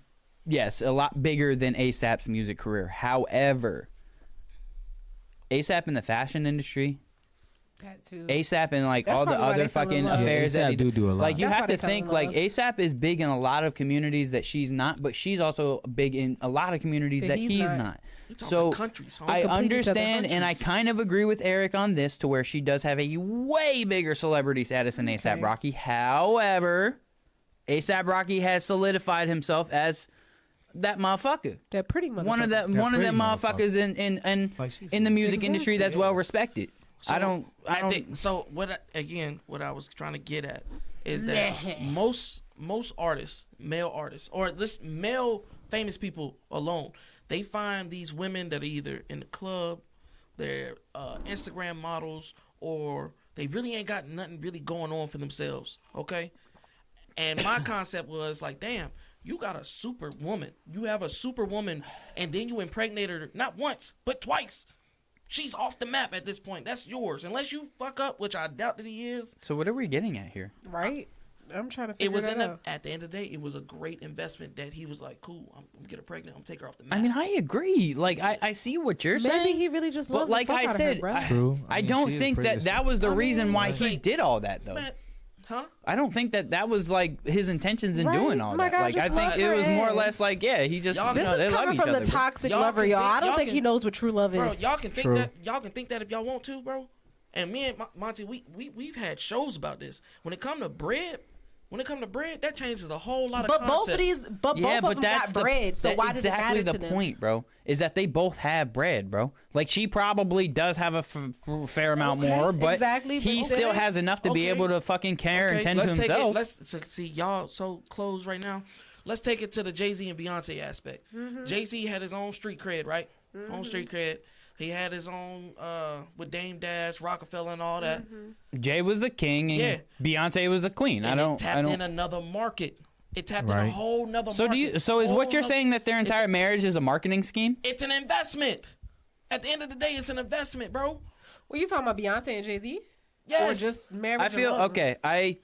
[SPEAKER 1] yes, a lot bigger than ASAP's music career. However, ASAP in the fashion industry,
[SPEAKER 2] That too.
[SPEAKER 1] ASAP and like
[SPEAKER 2] That's
[SPEAKER 1] all the
[SPEAKER 2] probably why
[SPEAKER 1] other
[SPEAKER 2] they fell in
[SPEAKER 1] fucking
[SPEAKER 2] love. Yeah,
[SPEAKER 1] affairs that
[SPEAKER 4] A$AP
[SPEAKER 1] he
[SPEAKER 4] do do a lot.
[SPEAKER 1] Like you
[SPEAKER 2] That's why
[SPEAKER 1] have to
[SPEAKER 2] they fell in
[SPEAKER 1] think like
[SPEAKER 2] love.
[SPEAKER 1] ASAP is big in a lot of communities that she's not, but she's also big in a lot of communities
[SPEAKER 2] That
[SPEAKER 1] that,
[SPEAKER 2] he's
[SPEAKER 1] he's,
[SPEAKER 2] not.
[SPEAKER 1] not.
[SPEAKER 3] talking
[SPEAKER 1] So
[SPEAKER 3] countries, homie.
[SPEAKER 1] I
[SPEAKER 2] Complete each other
[SPEAKER 1] understand and I
[SPEAKER 3] countries.
[SPEAKER 1] kind of agree with Eric on this to where she does have a way bigger celebrity status than
[SPEAKER 2] Okay.
[SPEAKER 1] ASAP Rocky. However, ASAP Rocky has solidified himself as that motherfucker.
[SPEAKER 2] That pretty motherfucker.
[SPEAKER 1] One of that,
[SPEAKER 4] That
[SPEAKER 1] one of
[SPEAKER 4] pretty
[SPEAKER 1] them motherfuckers in in in,
[SPEAKER 4] Like she
[SPEAKER 1] in the
[SPEAKER 4] said.
[SPEAKER 1] music industry that's
[SPEAKER 2] Exactly.
[SPEAKER 1] well respected. I don't. I don't.
[SPEAKER 3] think so. What I, again? What I was trying to get at is that most most artists, male artists, or this male famous people alone, they find these women that are either in the club, they're uh, Instagram models, or they really ain't got nothing really going on for themselves. Okay, and
[SPEAKER 1] [coughs]
[SPEAKER 3] my concept was like, damn, you got a superwoman. You have a superwoman, and then you impregnate her not once, but twice. She's off the map at this point. That's yours. Unless you fuck up, which I doubt that he is.
[SPEAKER 1] so what are we getting at here?
[SPEAKER 2] right? I'm trying to figure
[SPEAKER 3] It was
[SPEAKER 2] that
[SPEAKER 3] in a,
[SPEAKER 2] out.
[SPEAKER 3] at the end of the day, it was a great investment that he was like, cool, I'm, I'm get her pregnant, I'm take her off the map.
[SPEAKER 1] I mean, I agree. Like, I, I see what you're
[SPEAKER 2] Maybe
[SPEAKER 1] saying.
[SPEAKER 2] he really just
[SPEAKER 1] but
[SPEAKER 2] loved
[SPEAKER 1] like
[SPEAKER 2] the fuck
[SPEAKER 1] I
[SPEAKER 2] out
[SPEAKER 1] said,
[SPEAKER 2] of her,
[SPEAKER 1] [laughs]
[SPEAKER 2] bruh.
[SPEAKER 1] I,
[SPEAKER 4] True.
[SPEAKER 1] I
[SPEAKER 4] I mean,
[SPEAKER 1] don't
[SPEAKER 4] she is
[SPEAKER 1] think
[SPEAKER 4] pretty
[SPEAKER 1] that that was the
[SPEAKER 2] I
[SPEAKER 1] reason
[SPEAKER 2] mean,
[SPEAKER 1] why he
[SPEAKER 3] like-
[SPEAKER 1] did all that, though.
[SPEAKER 3] Man, huh?
[SPEAKER 1] I don't think that that was like his intentions in
[SPEAKER 2] Right?
[SPEAKER 1] doing all
[SPEAKER 2] Like,
[SPEAKER 1] that.
[SPEAKER 2] I
[SPEAKER 1] like, I
[SPEAKER 2] just
[SPEAKER 1] think
[SPEAKER 2] love
[SPEAKER 1] it
[SPEAKER 2] her
[SPEAKER 1] was more or less
[SPEAKER 2] ass.
[SPEAKER 1] like, yeah, he just.
[SPEAKER 3] Y'all
[SPEAKER 1] you
[SPEAKER 2] this
[SPEAKER 1] know, they
[SPEAKER 2] is
[SPEAKER 1] love
[SPEAKER 2] coming
[SPEAKER 1] each
[SPEAKER 2] from the
[SPEAKER 1] other, bro.
[SPEAKER 2] toxic
[SPEAKER 3] Y'all
[SPEAKER 2] lover,
[SPEAKER 3] can
[SPEAKER 2] y'all.
[SPEAKER 3] think-
[SPEAKER 2] I don't
[SPEAKER 3] y'all
[SPEAKER 2] think he
[SPEAKER 3] can-
[SPEAKER 2] knows what true love
[SPEAKER 3] Bro,
[SPEAKER 2] is.
[SPEAKER 3] y'all can think
[SPEAKER 4] True.
[SPEAKER 3] that y'all can think that if y'all want to, bro. And me and Mon- Monty, we we we've had shows about this. When it come to bread, when it come to bread, that changes a whole lot of.
[SPEAKER 2] But both of
[SPEAKER 3] concepts.
[SPEAKER 2] these, but
[SPEAKER 1] Yeah,
[SPEAKER 2] both
[SPEAKER 1] but
[SPEAKER 2] of them
[SPEAKER 1] that's
[SPEAKER 2] got
[SPEAKER 1] the,
[SPEAKER 2] bread. So
[SPEAKER 1] that-
[SPEAKER 2] why does it
[SPEAKER 1] exactly
[SPEAKER 2] matter
[SPEAKER 1] the
[SPEAKER 2] to them?
[SPEAKER 1] point, bro? Is that they both have bread, bro? Like she probably does have a f- f- fair amount
[SPEAKER 3] Okay,
[SPEAKER 1] more, but
[SPEAKER 2] exactly, but
[SPEAKER 1] he still
[SPEAKER 3] okay,
[SPEAKER 1] has enough to be
[SPEAKER 3] okay,
[SPEAKER 1] able to fucking care and tend to
[SPEAKER 3] let's take
[SPEAKER 1] himself.
[SPEAKER 3] It, let's so, see y'all so close right now. Let's take it to the Jay Z and Beyonce aspect. Jay Z had his own street cred, right? Own street cred. He had his own uh, with Dame Dash, Rockefeller, and all that.
[SPEAKER 1] Jay was the king and Beyonce was the queen. Mm-hmm. I
[SPEAKER 3] And
[SPEAKER 1] don't.
[SPEAKER 3] It tapped
[SPEAKER 1] I don't.
[SPEAKER 3] in another market. It tapped in
[SPEAKER 4] Right.
[SPEAKER 3] a whole nother.
[SPEAKER 1] so do you?
[SPEAKER 3] market.
[SPEAKER 1] So is
[SPEAKER 3] Whole
[SPEAKER 1] what you're
[SPEAKER 3] noth-
[SPEAKER 1] saying that their
[SPEAKER 3] it's-
[SPEAKER 1] entire marriage is a marketing scheme?
[SPEAKER 3] It's an investment. At the end of the day, it's an investment, bro.
[SPEAKER 2] Well, you talking about Beyonce and Jay Z,
[SPEAKER 3] Yes.
[SPEAKER 2] or just marriage?
[SPEAKER 1] I feel
[SPEAKER 2] alone?
[SPEAKER 1] okay. I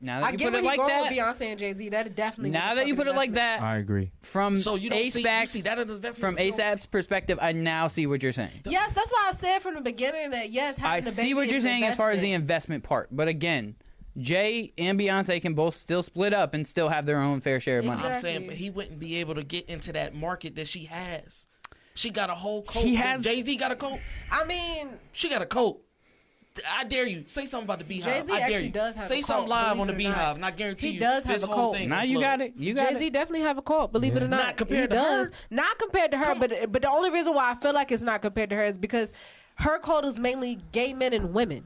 [SPEAKER 1] now that
[SPEAKER 2] I
[SPEAKER 1] you
[SPEAKER 2] get
[SPEAKER 1] put
[SPEAKER 2] where
[SPEAKER 1] it
[SPEAKER 2] you
[SPEAKER 1] like
[SPEAKER 2] going
[SPEAKER 1] that.
[SPEAKER 2] with Beyonce and Jay Z. That definitely. was
[SPEAKER 1] Now
[SPEAKER 2] a
[SPEAKER 1] that you
[SPEAKER 2] fucking
[SPEAKER 1] put it like
[SPEAKER 2] investment.
[SPEAKER 1] that,
[SPEAKER 4] I agree.
[SPEAKER 1] from
[SPEAKER 3] so you don't see, you
[SPEAKER 1] ASAP's-
[SPEAKER 3] see that as an investment
[SPEAKER 1] from
[SPEAKER 3] You don't-
[SPEAKER 1] ASAP's perspective, I now see what you're saying.
[SPEAKER 2] Yes, that's why I said from the beginning that yes, having
[SPEAKER 1] I
[SPEAKER 2] a
[SPEAKER 1] see
[SPEAKER 2] baby
[SPEAKER 1] what
[SPEAKER 2] is
[SPEAKER 1] you're
[SPEAKER 2] an
[SPEAKER 1] saying as far as the
[SPEAKER 2] investment.
[SPEAKER 1] investment part, but again, Jay and Beyonce can both still split up and still have their own fair share of money.
[SPEAKER 3] I'm
[SPEAKER 2] Exactly.
[SPEAKER 3] saying, but he wouldn't be able to get into that market that she has. She got a whole coat.
[SPEAKER 1] He has-
[SPEAKER 3] Jay Z got a coat.
[SPEAKER 2] I mean,
[SPEAKER 3] She got a coat. I dare you. Say something about the Beehive.
[SPEAKER 2] Jay-Z
[SPEAKER 3] I dare
[SPEAKER 2] actually
[SPEAKER 3] you.
[SPEAKER 2] does have
[SPEAKER 3] Say
[SPEAKER 2] a
[SPEAKER 3] something
[SPEAKER 2] cult,
[SPEAKER 3] live on the
[SPEAKER 2] believe it or not.
[SPEAKER 3] Beehive, and I guarantee
[SPEAKER 2] He
[SPEAKER 3] you,
[SPEAKER 2] does have
[SPEAKER 3] this
[SPEAKER 2] a
[SPEAKER 3] whole
[SPEAKER 2] cult.
[SPEAKER 3] thing
[SPEAKER 1] Now
[SPEAKER 3] will
[SPEAKER 1] you
[SPEAKER 3] flood.
[SPEAKER 1] got it. You got
[SPEAKER 2] Jay Z
[SPEAKER 1] it.
[SPEAKER 2] definitely have a cult. Believe it or not,
[SPEAKER 3] Not compared
[SPEAKER 2] he
[SPEAKER 3] to her.
[SPEAKER 2] does. Not compared to her, but but the only reason why I feel like it's not compared to her is because her cult is mainly gay men and women.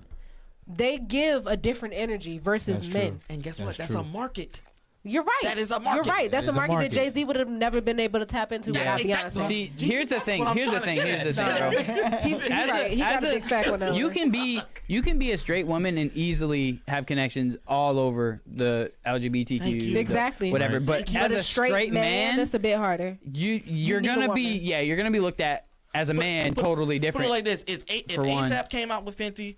[SPEAKER 2] They give a different energy versus
[SPEAKER 4] That's true.
[SPEAKER 2] men.
[SPEAKER 3] And guess what?
[SPEAKER 4] That's
[SPEAKER 3] That's
[SPEAKER 4] true.
[SPEAKER 3] a market.
[SPEAKER 2] You're right.
[SPEAKER 3] That is a market.
[SPEAKER 2] You're right. That's a
[SPEAKER 4] That is a
[SPEAKER 2] market, that
[SPEAKER 4] market.
[SPEAKER 2] Jay Z would have never been able to tap into
[SPEAKER 3] Yeah.
[SPEAKER 2] without
[SPEAKER 3] Exactly.
[SPEAKER 2] Beyonce.
[SPEAKER 1] See,
[SPEAKER 3] Jesus,
[SPEAKER 1] here's the
[SPEAKER 3] that's
[SPEAKER 1] thing.
[SPEAKER 3] what I'm
[SPEAKER 1] Here's the
[SPEAKER 3] trying
[SPEAKER 1] thing.
[SPEAKER 3] to get
[SPEAKER 1] Here's the
[SPEAKER 3] at.
[SPEAKER 1] thing,
[SPEAKER 2] No.
[SPEAKER 3] [laughs]
[SPEAKER 1] bro.
[SPEAKER 2] he, he
[SPEAKER 1] As
[SPEAKER 2] right.
[SPEAKER 1] a-
[SPEAKER 2] he got
[SPEAKER 1] as
[SPEAKER 2] a,
[SPEAKER 1] a-
[SPEAKER 2] big fact on that
[SPEAKER 1] you
[SPEAKER 2] one.
[SPEAKER 1] can be you can be a straight woman and easily have connections all over the LGBTQ
[SPEAKER 3] Thank you.
[SPEAKER 1] the
[SPEAKER 2] Exactly.
[SPEAKER 1] whatever
[SPEAKER 4] Right.
[SPEAKER 1] but
[SPEAKER 2] But
[SPEAKER 1] as a straight, man,
[SPEAKER 2] it's a bit harder.
[SPEAKER 1] you you're
[SPEAKER 2] need a
[SPEAKER 1] gonna be
[SPEAKER 2] woman.
[SPEAKER 1] yeah you're gonna be looked at as a man
[SPEAKER 3] Put-
[SPEAKER 1] totally different
[SPEAKER 3] Put it like this: If, A- if
[SPEAKER 1] for one.
[SPEAKER 3] ASAP came out with Fenty,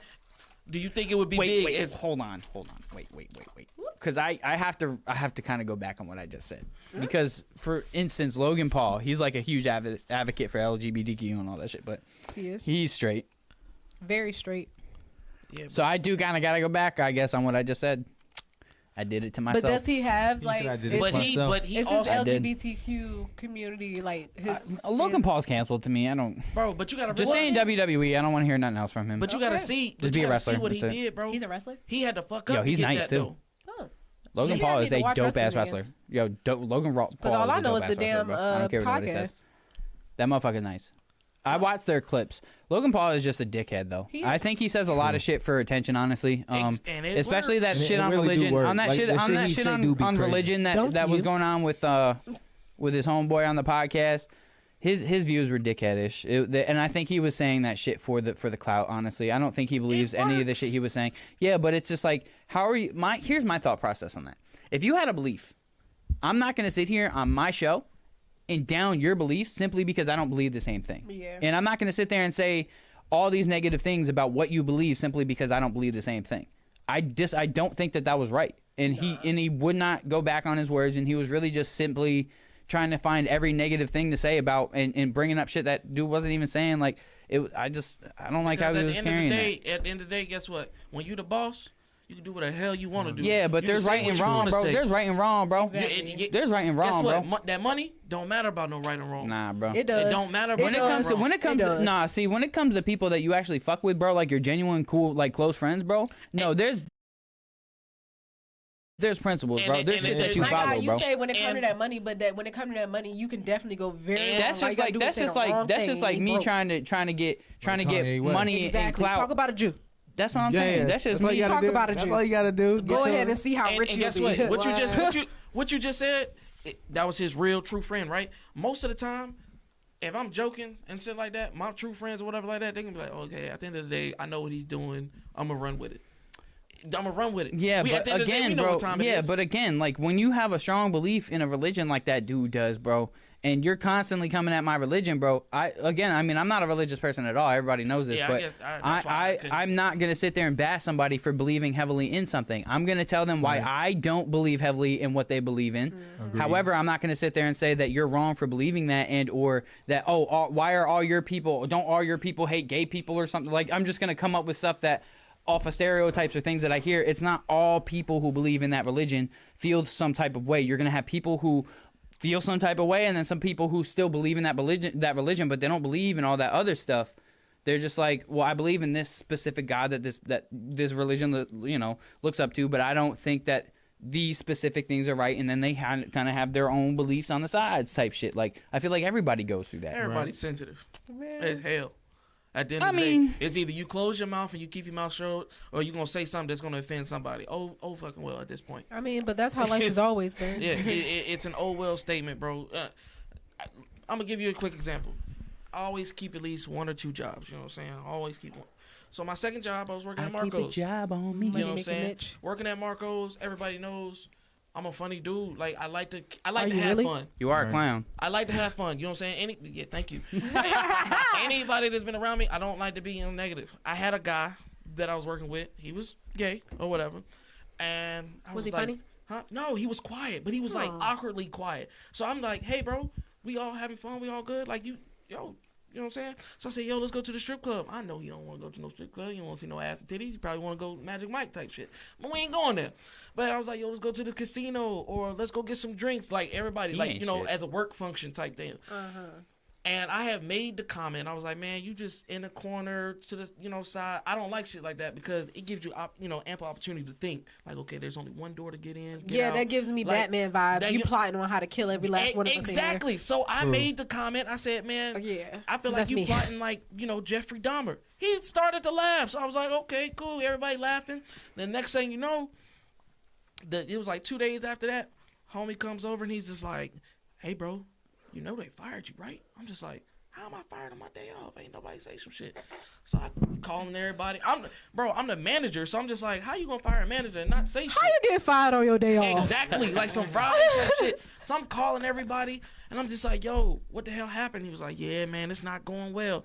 [SPEAKER 3] do you think it would be
[SPEAKER 1] wait
[SPEAKER 3] big?
[SPEAKER 1] wait
[SPEAKER 3] It's-
[SPEAKER 1] hold on hold on wait wait wait wait because I, I have to I have to kind of go back on what I just said because for instance Logan Paul he's like a huge advo- advocate for LGBTQ and all that shit but
[SPEAKER 2] He is
[SPEAKER 1] he's straight
[SPEAKER 2] very straight.
[SPEAKER 3] yeah,
[SPEAKER 1] so I do kind of gotta go back I guess on what I just said I did it to myself
[SPEAKER 2] But does he have like?
[SPEAKER 4] said I did
[SPEAKER 2] is-
[SPEAKER 4] it
[SPEAKER 3] but he,
[SPEAKER 4] myself.
[SPEAKER 3] but he
[SPEAKER 2] Is his
[SPEAKER 3] also,
[SPEAKER 1] I did.
[SPEAKER 2] LGBTQ community like his?
[SPEAKER 1] Uh, Logan Paul's canceled to me I don't
[SPEAKER 3] bro. But you got to
[SPEAKER 1] just stay in WWE I don't want to hear nothing else from him
[SPEAKER 3] But you got to
[SPEAKER 2] Okay.
[SPEAKER 3] see.
[SPEAKER 1] Just
[SPEAKER 3] but
[SPEAKER 1] be a
[SPEAKER 3] you gotta
[SPEAKER 1] wrestler,
[SPEAKER 3] See what he
[SPEAKER 1] that's it.
[SPEAKER 3] did, bro.
[SPEAKER 2] He's a wrestestler.
[SPEAKER 3] He had to fuck up.
[SPEAKER 1] Yo,
[SPEAKER 3] to
[SPEAKER 1] he's
[SPEAKER 3] get
[SPEAKER 1] nice,
[SPEAKER 3] that,
[SPEAKER 1] too.
[SPEAKER 3] though.
[SPEAKER 2] Oh,
[SPEAKER 1] Logan
[SPEAKER 2] Yeah, I
[SPEAKER 1] Paul
[SPEAKER 2] need
[SPEAKER 1] is
[SPEAKER 2] to
[SPEAKER 1] a
[SPEAKER 2] watch
[SPEAKER 1] dope ass
[SPEAKER 2] wrestling
[SPEAKER 1] wrestler. Yo, dope, Logan Raw. Because
[SPEAKER 2] all I know is the damn,
[SPEAKER 1] I
[SPEAKER 2] uh,
[SPEAKER 1] don't care what nobody
[SPEAKER 2] podcast.
[SPEAKER 1] says. That motherfucker's nice. I watch their clips. Logan Paul is just a dickhead, though.
[SPEAKER 2] He
[SPEAKER 1] I think he says a lot of shit for attention, honestly. Um,
[SPEAKER 3] and it
[SPEAKER 1] especially that
[SPEAKER 4] works.
[SPEAKER 1] shit
[SPEAKER 4] It
[SPEAKER 1] on
[SPEAKER 4] really do
[SPEAKER 1] religion.
[SPEAKER 4] work.
[SPEAKER 1] On that
[SPEAKER 4] Like,
[SPEAKER 1] shit.
[SPEAKER 4] the
[SPEAKER 1] On
[SPEAKER 4] shit
[SPEAKER 1] that
[SPEAKER 4] he
[SPEAKER 1] shit
[SPEAKER 4] say do
[SPEAKER 1] on,
[SPEAKER 4] be
[SPEAKER 1] on
[SPEAKER 4] crazy.
[SPEAKER 1] religion that
[SPEAKER 2] Don't
[SPEAKER 1] that was
[SPEAKER 2] you?
[SPEAKER 1] going on with uh with his homeboy on the podcast. His his views were dickheadish, it, the, and I think he was saying that shit for the for the clout. Honestly, I don't think he believes any of the shit
[SPEAKER 3] works.
[SPEAKER 1] he was saying. Yeah, but it's just like how are you? My here's my thought process on that. If you had a belief, I'm not going to sit here on my show and down your beliefs simply because I don't believe the same thing.
[SPEAKER 2] Yeah.
[SPEAKER 1] And I'm not going to sit there and say all these negative things about what you believe simply because I don't believe the same thing. I just I don't think that that was right. And he and he would not go back on his words and he was really just simply trying to find every negative thing to say about and, and bringing up shit that dude wasn't even saying like it I just I don't like how
[SPEAKER 3] Because
[SPEAKER 1] he
[SPEAKER 3] at
[SPEAKER 1] was
[SPEAKER 3] the end of the
[SPEAKER 1] carrying that.
[SPEAKER 3] day, at the end of the day, guess what? When you the boss, you can do what the hell you want to
[SPEAKER 2] Mm-hmm.
[SPEAKER 3] do.
[SPEAKER 1] Yeah, but
[SPEAKER 3] You
[SPEAKER 1] there's
[SPEAKER 3] can say
[SPEAKER 1] right
[SPEAKER 3] what
[SPEAKER 1] and
[SPEAKER 3] you
[SPEAKER 1] wrong,
[SPEAKER 3] wanna
[SPEAKER 1] bro.
[SPEAKER 3] say.
[SPEAKER 1] There's right and wrong, bro.
[SPEAKER 3] Yeah, and you get-
[SPEAKER 1] There's right and
[SPEAKER 3] guess
[SPEAKER 1] wrong,
[SPEAKER 3] what?
[SPEAKER 1] bro.
[SPEAKER 3] Mo- that money don't matter about no right and wrong.
[SPEAKER 1] Nah, bro.
[SPEAKER 2] It does.
[SPEAKER 3] don't matter, bro.
[SPEAKER 1] when it
[SPEAKER 3] does,
[SPEAKER 1] comes to
[SPEAKER 3] bro.
[SPEAKER 1] when it comes to
[SPEAKER 2] does.
[SPEAKER 1] nah, see when it comes to people that you actually fuck with, bro, like your genuine cool like close friends, bro. No, there's There's principles,
[SPEAKER 3] And
[SPEAKER 1] bro.
[SPEAKER 3] it-
[SPEAKER 1] There's
[SPEAKER 3] and
[SPEAKER 1] shit
[SPEAKER 3] it-
[SPEAKER 1] that
[SPEAKER 3] and
[SPEAKER 1] you
[SPEAKER 3] it-
[SPEAKER 2] Like how
[SPEAKER 1] follow,
[SPEAKER 2] you
[SPEAKER 1] bro.
[SPEAKER 2] say when it comes
[SPEAKER 3] And-
[SPEAKER 2] to that money, but that when it comes to that money, you can definitely go very.
[SPEAKER 3] And
[SPEAKER 2] wrong.
[SPEAKER 1] That's just
[SPEAKER 2] y'all
[SPEAKER 1] like
[SPEAKER 2] do
[SPEAKER 1] that's
[SPEAKER 2] say the
[SPEAKER 1] just like
[SPEAKER 2] wrong
[SPEAKER 1] that's
[SPEAKER 2] thing
[SPEAKER 1] just
[SPEAKER 2] and
[SPEAKER 1] like
[SPEAKER 2] you
[SPEAKER 1] me
[SPEAKER 2] broke.
[SPEAKER 1] trying to trying to get trying to get
[SPEAKER 4] Kanye West.
[SPEAKER 1] money and
[SPEAKER 2] Exactly. Talk
[SPEAKER 1] clout.
[SPEAKER 2] about a Jew.
[SPEAKER 1] That's what I'm
[SPEAKER 4] Yeah,
[SPEAKER 1] saying. That's just
[SPEAKER 4] all you
[SPEAKER 1] me.
[SPEAKER 4] gotta
[SPEAKER 2] Talk
[SPEAKER 4] do.
[SPEAKER 2] about it,
[SPEAKER 4] That's
[SPEAKER 2] Jew.
[SPEAKER 4] all you gotta do.
[SPEAKER 2] Go ahead and see how
[SPEAKER 3] and,
[SPEAKER 2] rich
[SPEAKER 3] and
[SPEAKER 2] you'll
[SPEAKER 3] guess
[SPEAKER 2] be.
[SPEAKER 3] what?
[SPEAKER 2] [laughs]
[SPEAKER 3] What you just what you, what you just said, it, that was his real true friend, right? Most of the time, if I'm joking and shit like that, my true friends or whatever like that, they can be like, okay, at the end of the day, I know what he's doing. I'm gonna run with it. I'm gonna run with it.
[SPEAKER 1] Yeah,
[SPEAKER 3] We- at
[SPEAKER 1] but
[SPEAKER 3] the end of the day, we
[SPEAKER 1] again,
[SPEAKER 3] know
[SPEAKER 1] bro.
[SPEAKER 3] what time it
[SPEAKER 1] Yeah,
[SPEAKER 3] is.
[SPEAKER 1] but again, like when you have a strong belief in a religion like that dude does, bro, and you're constantly coming at my religion, bro. I again, I mean, I'm not a religious person at all. Everybody knows this,
[SPEAKER 3] Yeah, I
[SPEAKER 1] but
[SPEAKER 3] guess- I- that's why I
[SPEAKER 1] I,
[SPEAKER 3] couldn't-
[SPEAKER 1] I, I'm not gonna sit there and bash somebody for believing heavily in something. I'm gonna tell them why I don't believe heavily in what they believe in. However, I'm not gonna sit there and say that you're wrong for believing that, and or that oh, all, why are all your people don't all your people hate gay people or something? Like I'm just gonna come up with stuff that off of stereotypes or things that I hear, it's not all people who believe in that religion feel some type of way. You're gonna have people who feel some type of way, and then some people who still believe in that religion, that religion, but they don't believe in all that other stuff. They're just like, well, I believe in this specific God that this that this religion, lo- you know, looks up to, but I don't think that these specific things are right. And then they ha- kind of have their own beliefs on the sides, type shit. Like I feel like everybody goes through that.
[SPEAKER 3] Everybody's sensitive as hell. At the end
[SPEAKER 1] I
[SPEAKER 3] of the
[SPEAKER 1] mean-
[SPEAKER 3] day, it's either you close your mouth and you keep your mouth shut, or you're gonna say something that's gonna offend somebody. Oh, oh, fucking well. At this point,
[SPEAKER 2] I mean, but that's how life
[SPEAKER 1] [laughs]
[SPEAKER 2] has always been.
[SPEAKER 3] yeah, it, it, it's an old well statement, bro. Uh, I, I'm gonna give you a quick example. I always keep at least one or two jobs. You know what I'm saying? I always keep one. So my second job, I was working
[SPEAKER 1] I
[SPEAKER 3] at
[SPEAKER 1] keep a
[SPEAKER 3] Marco's.
[SPEAKER 1] job on me.
[SPEAKER 3] You know what I'm
[SPEAKER 2] Money-making
[SPEAKER 3] saying?
[SPEAKER 2] Mitch.
[SPEAKER 3] Working at Marco's, everybody knows I'm a funny dude. Like I like to, I like
[SPEAKER 2] Are
[SPEAKER 3] to
[SPEAKER 2] you
[SPEAKER 3] have
[SPEAKER 2] really?
[SPEAKER 3] fun.
[SPEAKER 1] You are a clown.
[SPEAKER 3] I like to have fun. You know what I'm saying? Any yeah, thank you.
[SPEAKER 1] [laughs]
[SPEAKER 3] Anybody that's been around me, I don't like to be in negative. I had a guy that I was working with. He was gay or whatever, and I
[SPEAKER 2] Was
[SPEAKER 3] was
[SPEAKER 2] he
[SPEAKER 3] like,
[SPEAKER 2] funny?
[SPEAKER 3] Huh? No, he was quiet, but he was like
[SPEAKER 2] Aw.
[SPEAKER 3] awkwardly quiet. So I'm like, hey, bro, we all having fun. We all good. Like you, yo. You know what I'm saying? So I said, yo, let's go to the strip club. I know you don't want to go to no strip club. You don't want to see no ass and titties. You probably want to go Magic Mike type shit. But we ain't going there. But I was like, yo, let's go to the casino or let's go get some drinks. Like everybody,
[SPEAKER 1] He
[SPEAKER 3] like,
[SPEAKER 1] ain't
[SPEAKER 3] you know,
[SPEAKER 1] shit.
[SPEAKER 3] as a work function type thing.
[SPEAKER 2] Uh-huh.
[SPEAKER 3] And I have made the comment. I was like, man, you just in the corner to the you know side. I don't like shit like that because it gives you op- you know ample opportunity to think. Like, okay, there's only one door to get in. get
[SPEAKER 2] Yeah,
[SPEAKER 3] out.
[SPEAKER 2] that gives me
[SPEAKER 3] Like,
[SPEAKER 2] Batman vibes.
[SPEAKER 3] that
[SPEAKER 2] you
[SPEAKER 3] you-
[SPEAKER 2] plotting on how to kill every last
[SPEAKER 3] E-
[SPEAKER 2] one of us. in here.
[SPEAKER 3] exactly. So I
[SPEAKER 4] True.
[SPEAKER 3] made the comment. I said, man,
[SPEAKER 2] Oh, yeah.
[SPEAKER 3] I
[SPEAKER 2] 'Cause
[SPEAKER 3] feel like
[SPEAKER 2] that's
[SPEAKER 3] you
[SPEAKER 2] me.
[SPEAKER 3] plotting like you know Jeffrey Dahmer. He started to laugh, so I was like, okay, cool. Everybody laughing. The next thing you know, the it was like two days after that, homie comes over and he's just like, hey, bro, you know they fired you, right? I'm just like. How am I fired on my day off? Ain't nobody say some shit. So I calling everybody. I'm bro. I'm the manager, so I'm just like, how you gonna fire a manager and not say shit?
[SPEAKER 2] How you get fired on your day off?
[SPEAKER 3] Exactly, like some Friday type shit. So I'm calling everybody, and I'm just like, "Yo, what the hell happened?" He was like, "Yeah, man, it's not going well."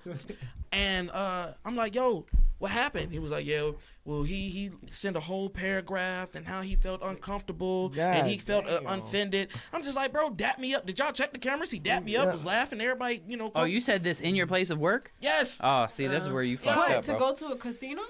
[SPEAKER 3] And uh, I'm like, "Yo, what happened?" He was like, "Yeah, well, he he sent a whole paragraph and how he felt uncomfortable and he
[SPEAKER 4] God
[SPEAKER 3] felt uh,
[SPEAKER 4] damn.
[SPEAKER 3] offended." I'm just like, "Bro, dap me up." Did y'all check the cameras? He dapped me up, was laughing. Everybody, you know.
[SPEAKER 1] Oh, you said this in your place of work?
[SPEAKER 3] Yes.
[SPEAKER 1] Oh, see, this is where you fucked
[SPEAKER 2] What
[SPEAKER 1] up,
[SPEAKER 2] to
[SPEAKER 1] bro.
[SPEAKER 2] go to a casino?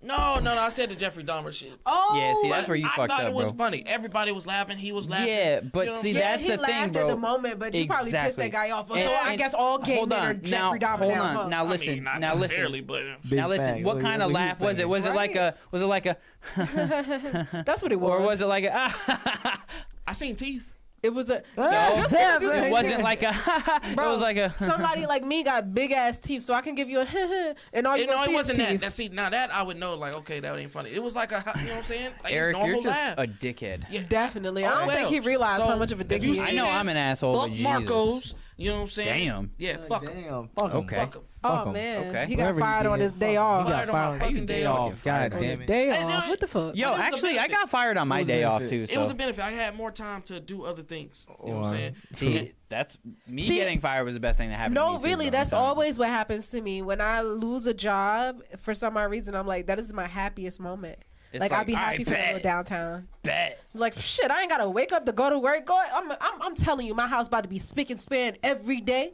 [SPEAKER 3] No, no, no. I said the Jeffrey Dahmer shit.
[SPEAKER 2] Oh,
[SPEAKER 1] Yeah, see, that's where you
[SPEAKER 3] I
[SPEAKER 1] fucked
[SPEAKER 3] thought
[SPEAKER 1] up,
[SPEAKER 3] it was
[SPEAKER 1] bro.
[SPEAKER 3] funny. Everybody was laughing. He was laughing.
[SPEAKER 1] Yeah, but
[SPEAKER 3] what I'm
[SPEAKER 1] see,
[SPEAKER 3] saying?
[SPEAKER 2] yeah,
[SPEAKER 1] that's
[SPEAKER 2] he
[SPEAKER 1] the thing,
[SPEAKER 2] laughed
[SPEAKER 1] bro.
[SPEAKER 2] at the moment, but you probably pissed
[SPEAKER 1] Exactly.
[SPEAKER 2] that guy off.
[SPEAKER 1] And-
[SPEAKER 2] so I
[SPEAKER 1] and-
[SPEAKER 2] guess all gay
[SPEAKER 1] hold
[SPEAKER 2] men are
[SPEAKER 1] on, now,
[SPEAKER 2] Jeffrey Dahmer
[SPEAKER 1] hold
[SPEAKER 2] now.
[SPEAKER 1] on,
[SPEAKER 2] huh?
[SPEAKER 1] now
[SPEAKER 3] I mean,
[SPEAKER 1] listen,
[SPEAKER 3] not
[SPEAKER 1] now
[SPEAKER 3] necessarily,
[SPEAKER 1] listen,
[SPEAKER 3] but uh,
[SPEAKER 1] now listen. What kind of laugh was it? Was it like a?
[SPEAKER 2] Right.
[SPEAKER 1] Was it like a?
[SPEAKER 2] That's what it was.
[SPEAKER 1] Or was it like a? [laughs]
[SPEAKER 3] I seen teeth.
[SPEAKER 2] It was [laughs] a.
[SPEAKER 1] it wasn't like a. [laughs] it
[SPEAKER 2] Bro,
[SPEAKER 1] was like a. [laughs]
[SPEAKER 2] somebody like me got big ass teeth, so I can give you a [laughs] and all Oh, you
[SPEAKER 3] It, no,
[SPEAKER 2] gonna
[SPEAKER 3] it
[SPEAKER 2] see is
[SPEAKER 3] wasn't that.
[SPEAKER 2] teeth.
[SPEAKER 3] Now, see, now that I would know, like, okay, that ain't funny. It was like a, you know what I'm saying? Like,
[SPEAKER 1] Eric,
[SPEAKER 3] it's normal
[SPEAKER 1] you're just
[SPEAKER 3] laugh.
[SPEAKER 1] a dickhead.
[SPEAKER 3] Yeah.
[SPEAKER 2] Definitely,
[SPEAKER 1] Oh,
[SPEAKER 2] I don't
[SPEAKER 3] Well,
[SPEAKER 2] think he realized
[SPEAKER 3] so,
[SPEAKER 2] how much of a
[SPEAKER 3] if
[SPEAKER 2] dick
[SPEAKER 3] you
[SPEAKER 2] he is.
[SPEAKER 1] I
[SPEAKER 3] see
[SPEAKER 1] know
[SPEAKER 3] this,
[SPEAKER 1] I'm an asshole,
[SPEAKER 3] Fuck
[SPEAKER 1] but Jesus.
[SPEAKER 3] Marcos. You know what I'm saying?
[SPEAKER 1] Damn.
[SPEAKER 3] Yeah, fuck him.
[SPEAKER 4] Damn, fuck 'em.
[SPEAKER 1] Okay.
[SPEAKER 4] Fuck
[SPEAKER 2] Oh
[SPEAKER 4] 'em.
[SPEAKER 2] man,
[SPEAKER 1] Okay.
[SPEAKER 2] he got
[SPEAKER 4] Whatever you
[SPEAKER 2] fired on
[SPEAKER 4] did,
[SPEAKER 2] his day
[SPEAKER 4] fuck 'em.
[SPEAKER 2] off.
[SPEAKER 4] He got
[SPEAKER 3] Fired on my
[SPEAKER 4] fired on
[SPEAKER 3] fucking
[SPEAKER 4] his
[SPEAKER 3] day
[SPEAKER 4] day
[SPEAKER 3] off.
[SPEAKER 4] off. God
[SPEAKER 1] Fucking
[SPEAKER 4] damn it.
[SPEAKER 2] Day
[SPEAKER 3] And
[SPEAKER 2] off.
[SPEAKER 3] then-
[SPEAKER 2] What the fuck?
[SPEAKER 1] Yo,
[SPEAKER 3] was a
[SPEAKER 1] actually, I
[SPEAKER 3] benefit.
[SPEAKER 1] got fired on my
[SPEAKER 4] was a
[SPEAKER 1] day off
[SPEAKER 4] benefit.
[SPEAKER 1] too.
[SPEAKER 3] It was a
[SPEAKER 1] So
[SPEAKER 3] benefit. I had more time to do other things. You know what I'm saying?
[SPEAKER 1] see, that's me
[SPEAKER 2] See-
[SPEAKER 1] getting fired was the best thing that happened.
[SPEAKER 2] No,
[SPEAKER 1] to me
[SPEAKER 2] really,
[SPEAKER 1] too, bro.
[SPEAKER 2] that's
[SPEAKER 1] I'm telling you.
[SPEAKER 2] always what happens to me when I lose a job for some odd reason. I'm like, that is my happiest moment.
[SPEAKER 1] It's
[SPEAKER 2] like, I'd
[SPEAKER 1] like,
[SPEAKER 2] be
[SPEAKER 1] "All
[SPEAKER 2] happy
[SPEAKER 1] right,
[SPEAKER 2] for a
[SPEAKER 1] bet."
[SPEAKER 2] little downtown.
[SPEAKER 1] [laughs] Bet.
[SPEAKER 2] Like shit, I ain't gotta wake up to go to work. Go, I'm, I'm, I'm telling you, my house about to be spick and span every day.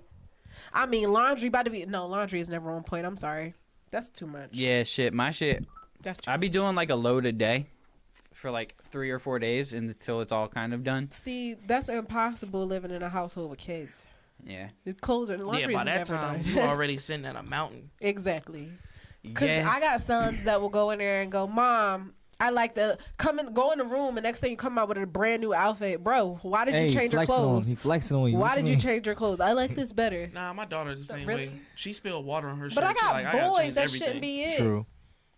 [SPEAKER 2] I mean, laundry about to be no laundry is never on point. I'm sorry, that's too much.
[SPEAKER 1] Yeah, shit. My shit.
[SPEAKER 2] that's too
[SPEAKER 1] I
[SPEAKER 2] much.
[SPEAKER 1] be doing like a load a day for like three or four days until it's all kind of done.
[SPEAKER 2] See, that's impossible living in a household with kids.
[SPEAKER 1] Yeah.
[SPEAKER 2] The clothes and
[SPEAKER 3] yeah,
[SPEAKER 2] laundry
[SPEAKER 3] by
[SPEAKER 2] is
[SPEAKER 3] that
[SPEAKER 2] never
[SPEAKER 3] time,
[SPEAKER 2] done. [laughs]
[SPEAKER 3] you already sitting at a mountain.
[SPEAKER 2] exactly. Cause
[SPEAKER 1] Yeah.
[SPEAKER 2] I got sons that will go in there and go, Mom, I like the come in, go in the room, and next thing you come out with a brand new outfit, bro. Why did
[SPEAKER 4] Hey,
[SPEAKER 2] you
[SPEAKER 4] he
[SPEAKER 2] change your
[SPEAKER 4] flexing on. He
[SPEAKER 2] clothes?
[SPEAKER 4] flexing on you.
[SPEAKER 2] Why
[SPEAKER 4] What
[SPEAKER 2] did you
[SPEAKER 4] mean?
[SPEAKER 2] change your clothes? I like this better.
[SPEAKER 3] Nah, my daughter the same
[SPEAKER 2] Really?
[SPEAKER 3] way. She spilled water on her shirt.
[SPEAKER 2] But I
[SPEAKER 3] She
[SPEAKER 2] got
[SPEAKER 3] like, gotta
[SPEAKER 2] boys.
[SPEAKER 3] change
[SPEAKER 2] That
[SPEAKER 3] everything.
[SPEAKER 2] shouldn't be it,
[SPEAKER 4] True.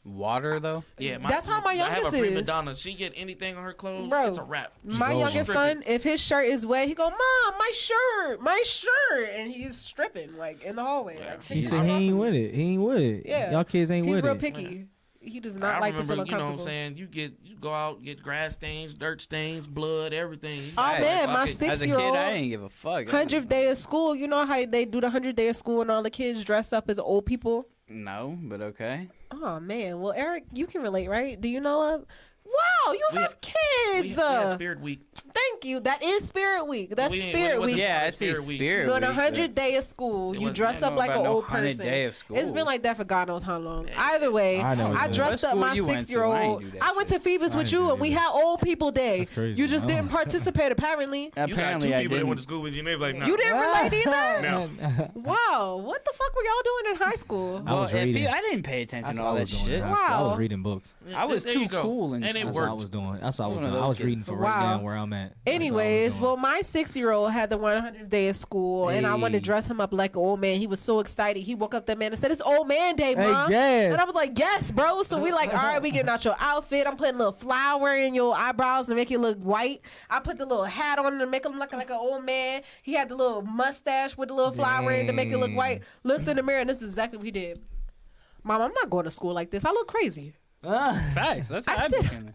[SPEAKER 1] Water though.
[SPEAKER 3] Yeah,
[SPEAKER 2] That's how my
[SPEAKER 3] I have
[SPEAKER 2] youngest
[SPEAKER 3] a prima
[SPEAKER 2] is.
[SPEAKER 3] donna. She get anything on her clothes,
[SPEAKER 2] Bro.
[SPEAKER 3] it's a wrap.
[SPEAKER 2] My
[SPEAKER 4] goes
[SPEAKER 2] youngest son,
[SPEAKER 3] stripping.
[SPEAKER 2] if his shirt is wet, he go, "Mom, my shirt, my shirt," and he's stripping like in the hallway.
[SPEAKER 3] Yeah.
[SPEAKER 2] Like,
[SPEAKER 4] He
[SPEAKER 2] shit,
[SPEAKER 4] said
[SPEAKER 2] I'm
[SPEAKER 4] he
[SPEAKER 2] not-
[SPEAKER 4] ain't with it. He ain't with it.
[SPEAKER 2] Yeah.
[SPEAKER 4] Y'all kids ain't
[SPEAKER 2] He's
[SPEAKER 4] with
[SPEAKER 2] real
[SPEAKER 4] it.
[SPEAKER 2] picky. He does
[SPEAKER 3] I
[SPEAKER 2] not like
[SPEAKER 3] remember,
[SPEAKER 2] to feel
[SPEAKER 3] you know what I'm
[SPEAKER 2] uncomfortable.
[SPEAKER 3] saying. You get you go out, get grass stains, dirt stains, blood, everything. You
[SPEAKER 2] Oh
[SPEAKER 3] just
[SPEAKER 2] man,
[SPEAKER 3] like,
[SPEAKER 2] my
[SPEAKER 3] fuck it.
[SPEAKER 1] As a
[SPEAKER 2] six
[SPEAKER 1] kid,
[SPEAKER 2] year
[SPEAKER 1] I
[SPEAKER 2] old
[SPEAKER 1] didn't give a fuck.
[SPEAKER 2] hundredth day of school. You know how they do the hundredth day of school and all the kids dress up as old people.
[SPEAKER 1] No, but okay.
[SPEAKER 2] Oh man, well Eric, you can relate, right? Do you know of? Wow, you
[SPEAKER 3] We-
[SPEAKER 2] have
[SPEAKER 3] we,
[SPEAKER 2] kids.
[SPEAKER 3] we had
[SPEAKER 2] uh,
[SPEAKER 3] Spirit Week.
[SPEAKER 2] thank you. That is Spirit Week. That's
[SPEAKER 3] We didn't- we
[SPEAKER 2] Spirit
[SPEAKER 3] wasn't
[SPEAKER 2] Week.
[SPEAKER 1] Yeah,
[SPEAKER 3] Probably
[SPEAKER 1] I see
[SPEAKER 3] Spirit Week.
[SPEAKER 1] spirit.
[SPEAKER 2] You know, on the
[SPEAKER 1] Week,
[SPEAKER 2] hundred day of school,
[SPEAKER 3] It
[SPEAKER 2] you
[SPEAKER 3] wasn't-
[SPEAKER 2] dress
[SPEAKER 3] I
[SPEAKER 1] but
[SPEAKER 2] up
[SPEAKER 3] don't
[SPEAKER 2] like
[SPEAKER 1] about
[SPEAKER 2] an
[SPEAKER 1] no
[SPEAKER 2] old
[SPEAKER 1] 100
[SPEAKER 2] person.
[SPEAKER 1] Day of school.
[SPEAKER 2] It's been like that for God knows how long. Either way,
[SPEAKER 4] I
[SPEAKER 2] I,
[SPEAKER 4] know. what
[SPEAKER 2] dressed
[SPEAKER 1] What
[SPEAKER 2] up my
[SPEAKER 1] school you went
[SPEAKER 2] six year
[SPEAKER 1] to? I ain't
[SPEAKER 2] old.
[SPEAKER 1] do that
[SPEAKER 2] I went to
[SPEAKER 1] shit.
[SPEAKER 2] Phoebe's
[SPEAKER 4] I
[SPEAKER 2] with
[SPEAKER 4] ain't
[SPEAKER 2] you,
[SPEAKER 4] do
[SPEAKER 2] and we
[SPEAKER 4] that.
[SPEAKER 2] had old people day.
[SPEAKER 4] That's crazy.
[SPEAKER 2] You just
[SPEAKER 4] I
[SPEAKER 2] didn't
[SPEAKER 4] don't-
[SPEAKER 2] participate, apparently.
[SPEAKER 1] do. Apparently,
[SPEAKER 3] you got
[SPEAKER 1] I
[SPEAKER 3] two people that went
[SPEAKER 1] didn't.
[SPEAKER 3] to school with you. and they was like, nah.
[SPEAKER 2] You didn't
[SPEAKER 1] [laughs]
[SPEAKER 2] relate either.
[SPEAKER 3] No.
[SPEAKER 2] Wow, what the fuck were y'all doing in high school?
[SPEAKER 4] I
[SPEAKER 1] Well,
[SPEAKER 4] was
[SPEAKER 1] if he-
[SPEAKER 4] reading.
[SPEAKER 1] I didn't pay
[SPEAKER 4] That's
[SPEAKER 1] attention to
[SPEAKER 4] what I
[SPEAKER 1] all that
[SPEAKER 4] was doing.
[SPEAKER 1] shit.
[SPEAKER 4] in high school. I
[SPEAKER 2] Wow.
[SPEAKER 4] was reading books.
[SPEAKER 1] I was
[SPEAKER 3] There you
[SPEAKER 1] too
[SPEAKER 3] go.
[SPEAKER 1] cool and
[SPEAKER 3] and it
[SPEAKER 1] stuff.
[SPEAKER 4] That's
[SPEAKER 3] worked.
[SPEAKER 4] what I was doing. That's what I was
[SPEAKER 1] One of
[SPEAKER 4] doing. I
[SPEAKER 1] those
[SPEAKER 4] was reading
[SPEAKER 1] kids.
[SPEAKER 4] for right
[SPEAKER 2] Wow.
[SPEAKER 4] now where I'm at. That's what I was
[SPEAKER 2] Anyways,
[SPEAKER 4] doing.
[SPEAKER 2] well, my six year old had the 100 day of school, and I wanted to
[SPEAKER 4] Hey.
[SPEAKER 2] dress him up like an old man. He was so excited. He woke up that man and said, It's old man day,
[SPEAKER 4] Hey,
[SPEAKER 2] mom.
[SPEAKER 4] yes.
[SPEAKER 2] And I was like, Yes, bro. So we like, All right, we getting out your outfit. I'm putting a little flower in your eyebrows to make it look white. I put the little hat on to make him look like an old man. He had the little mustache with the little flower in to make it look
[SPEAKER 4] Dang.
[SPEAKER 2] white. Looked in the mirror, and this is exactly what he did. Mom, I'm not going to school like this. I look crazy.
[SPEAKER 4] Ah.
[SPEAKER 1] Facts. That's
[SPEAKER 2] I
[SPEAKER 1] how I
[SPEAKER 2] said-
[SPEAKER 1] became.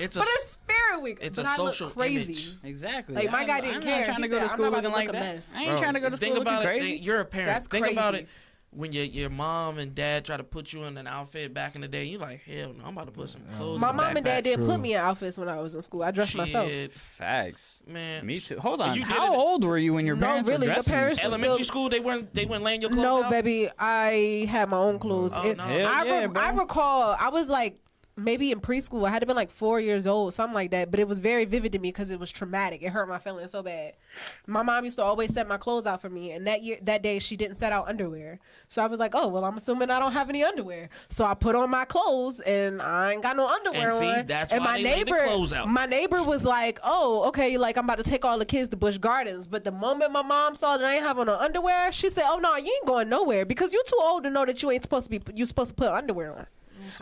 [SPEAKER 3] It's a
[SPEAKER 2] But it's spirit week.
[SPEAKER 3] it's
[SPEAKER 2] but
[SPEAKER 3] a
[SPEAKER 2] I look
[SPEAKER 3] social
[SPEAKER 2] crazy.
[SPEAKER 3] image.
[SPEAKER 1] Exactly.
[SPEAKER 2] Like, my
[SPEAKER 1] I'm-
[SPEAKER 2] guy didn't
[SPEAKER 1] I'm
[SPEAKER 2] care.
[SPEAKER 1] Not trying
[SPEAKER 2] He
[SPEAKER 1] to go
[SPEAKER 2] said,
[SPEAKER 1] to
[SPEAKER 2] "I'm
[SPEAKER 1] school
[SPEAKER 2] not about
[SPEAKER 1] looking
[SPEAKER 2] to
[SPEAKER 1] like
[SPEAKER 2] look a
[SPEAKER 1] that.
[SPEAKER 2] mess."
[SPEAKER 1] I ain't trying to go to
[SPEAKER 3] think
[SPEAKER 1] school looking
[SPEAKER 3] about it.
[SPEAKER 1] crazy.
[SPEAKER 3] Think, you're a parent.
[SPEAKER 2] That's
[SPEAKER 3] think about
[SPEAKER 2] crazy.
[SPEAKER 3] it. When your your mom and dad try to put you in an outfit back in the day, you like, hell no, I'm about to put some clothes.
[SPEAKER 2] My
[SPEAKER 3] in
[SPEAKER 2] mom
[SPEAKER 3] the
[SPEAKER 2] and dad didn't
[SPEAKER 4] True.
[SPEAKER 2] put me in outfits when I was in school. I dressed myself.
[SPEAKER 3] Shit,
[SPEAKER 1] Facts.
[SPEAKER 3] man.
[SPEAKER 1] Me too. Hold
[SPEAKER 3] And
[SPEAKER 1] on.
[SPEAKER 3] you did
[SPEAKER 1] How
[SPEAKER 3] it-
[SPEAKER 1] old were you when your
[SPEAKER 2] No,
[SPEAKER 1] parents
[SPEAKER 2] really,
[SPEAKER 1] were
[SPEAKER 2] your
[SPEAKER 1] dressing
[SPEAKER 2] parents-
[SPEAKER 1] you?
[SPEAKER 3] Elementary
[SPEAKER 2] Still-
[SPEAKER 3] school, they weren't they weren't laying your clothes
[SPEAKER 2] No,
[SPEAKER 3] out?
[SPEAKER 2] baby, I had my own clothes.
[SPEAKER 3] Oh,
[SPEAKER 2] It-
[SPEAKER 3] no.
[SPEAKER 1] Hell
[SPEAKER 2] I,
[SPEAKER 1] yeah,
[SPEAKER 2] re-
[SPEAKER 1] bro.
[SPEAKER 2] I recall I was like maybe in preschool. I had to been like four years old, something like that. But it was very vivid to me because it was traumatic. It hurt my feelings so bad. My mom used to always set my clothes out for me, and that year that day she didn't set out underwear. So I was like, oh well, I'm assuming I don't have any underweer. So I put on my clothes, and I ain't got no underwear
[SPEAKER 3] And see,
[SPEAKER 2] on.
[SPEAKER 3] that's
[SPEAKER 2] and
[SPEAKER 3] why
[SPEAKER 2] my
[SPEAKER 3] they leave the
[SPEAKER 2] neighbor,
[SPEAKER 3] clothes out.
[SPEAKER 2] my neighbor was like, oh okay, like I'm about to take all the kids to Bush Gardens. But the moment my mom saw that I ain't have on no underwear, she said, oh no, you ain't going nowhere because you too old to know that you ain't supposed to be you supposed to put underwear on.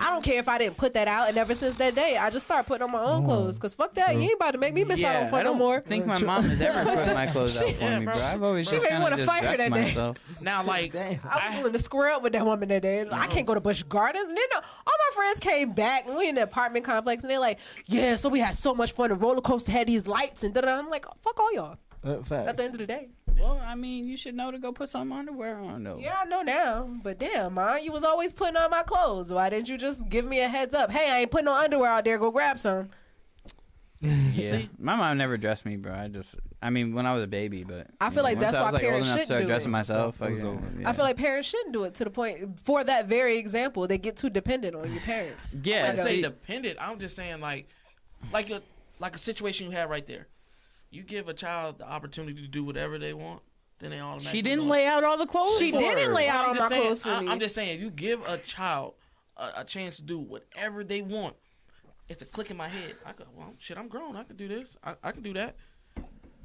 [SPEAKER 2] I don't care if I didn't put that out, and ever since that day, I just started putting on my own clothes. Cause fuck that, you ain't about to make me miss out on
[SPEAKER 1] I
[SPEAKER 2] fun no
[SPEAKER 1] don't
[SPEAKER 2] more.
[SPEAKER 1] think my mom has ever put my clothes out for
[SPEAKER 3] Yeah,
[SPEAKER 1] me,
[SPEAKER 3] bro.
[SPEAKER 1] bro. I've always
[SPEAKER 2] She
[SPEAKER 1] just
[SPEAKER 2] made me
[SPEAKER 1] kind
[SPEAKER 2] wanna
[SPEAKER 1] of just
[SPEAKER 2] fight her
[SPEAKER 1] dressed
[SPEAKER 2] that day.
[SPEAKER 1] myself.
[SPEAKER 3] Now like
[SPEAKER 4] Damn.
[SPEAKER 2] I was willing to square up with that woman that day.
[SPEAKER 3] Uh-huh.
[SPEAKER 2] I can't go to Bush Gardens. And then uh, all my friends came back and we in the apartment complex and they're like, yeah, so we had so much fun. The roller coaster had these lights and da da. I'm like, "Oh, fuck all y'all.
[SPEAKER 4] Uh, facts.
[SPEAKER 2] At the end of the day,
[SPEAKER 1] Well, I mean, you should know to go put some underwear on, though.
[SPEAKER 2] yeah, I know now, but damn, ma, you was always putting on my clothes. Why didn't you just give me a heads up? Hey, I ain't putting no underwear out there. Go grab some.
[SPEAKER 1] Yeah. My mom never dressed me, bro. I just, I mean, when I was a baby, but
[SPEAKER 2] I
[SPEAKER 1] you
[SPEAKER 2] feel
[SPEAKER 1] know,
[SPEAKER 2] like
[SPEAKER 1] once
[SPEAKER 2] that's
[SPEAKER 1] I
[SPEAKER 2] why
[SPEAKER 1] was, like,
[SPEAKER 2] parents
[SPEAKER 1] old enough to
[SPEAKER 2] shouldn't
[SPEAKER 1] start
[SPEAKER 2] do
[SPEAKER 1] dressing
[SPEAKER 2] it.
[SPEAKER 1] myself.
[SPEAKER 4] It was
[SPEAKER 1] yeah,
[SPEAKER 4] over.
[SPEAKER 1] yeah.
[SPEAKER 2] I feel like parents shouldn't do it to the point for that very example. They get too dependent on your parents.
[SPEAKER 1] yeah.
[SPEAKER 3] I'd say
[SPEAKER 1] see-
[SPEAKER 3] dependent. I'm just saying like like a like a situation you have right there. You give a child the opportunity to do whatever they want, then they automatically.
[SPEAKER 1] She didn't
[SPEAKER 3] go-
[SPEAKER 1] lay out all the clothes.
[SPEAKER 2] She
[SPEAKER 1] for
[SPEAKER 2] didn't
[SPEAKER 1] her.
[SPEAKER 2] lay
[SPEAKER 3] I'm
[SPEAKER 2] out on
[SPEAKER 3] just
[SPEAKER 2] my
[SPEAKER 3] saying-
[SPEAKER 2] clothes for
[SPEAKER 3] I-
[SPEAKER 2] me.
[SPEAKER 3] I'm just saying, if you give a child a, a chance to do whatever they want, it's a click in my head. I go, well, shit, I'm grown. I can do this. I, I can do that.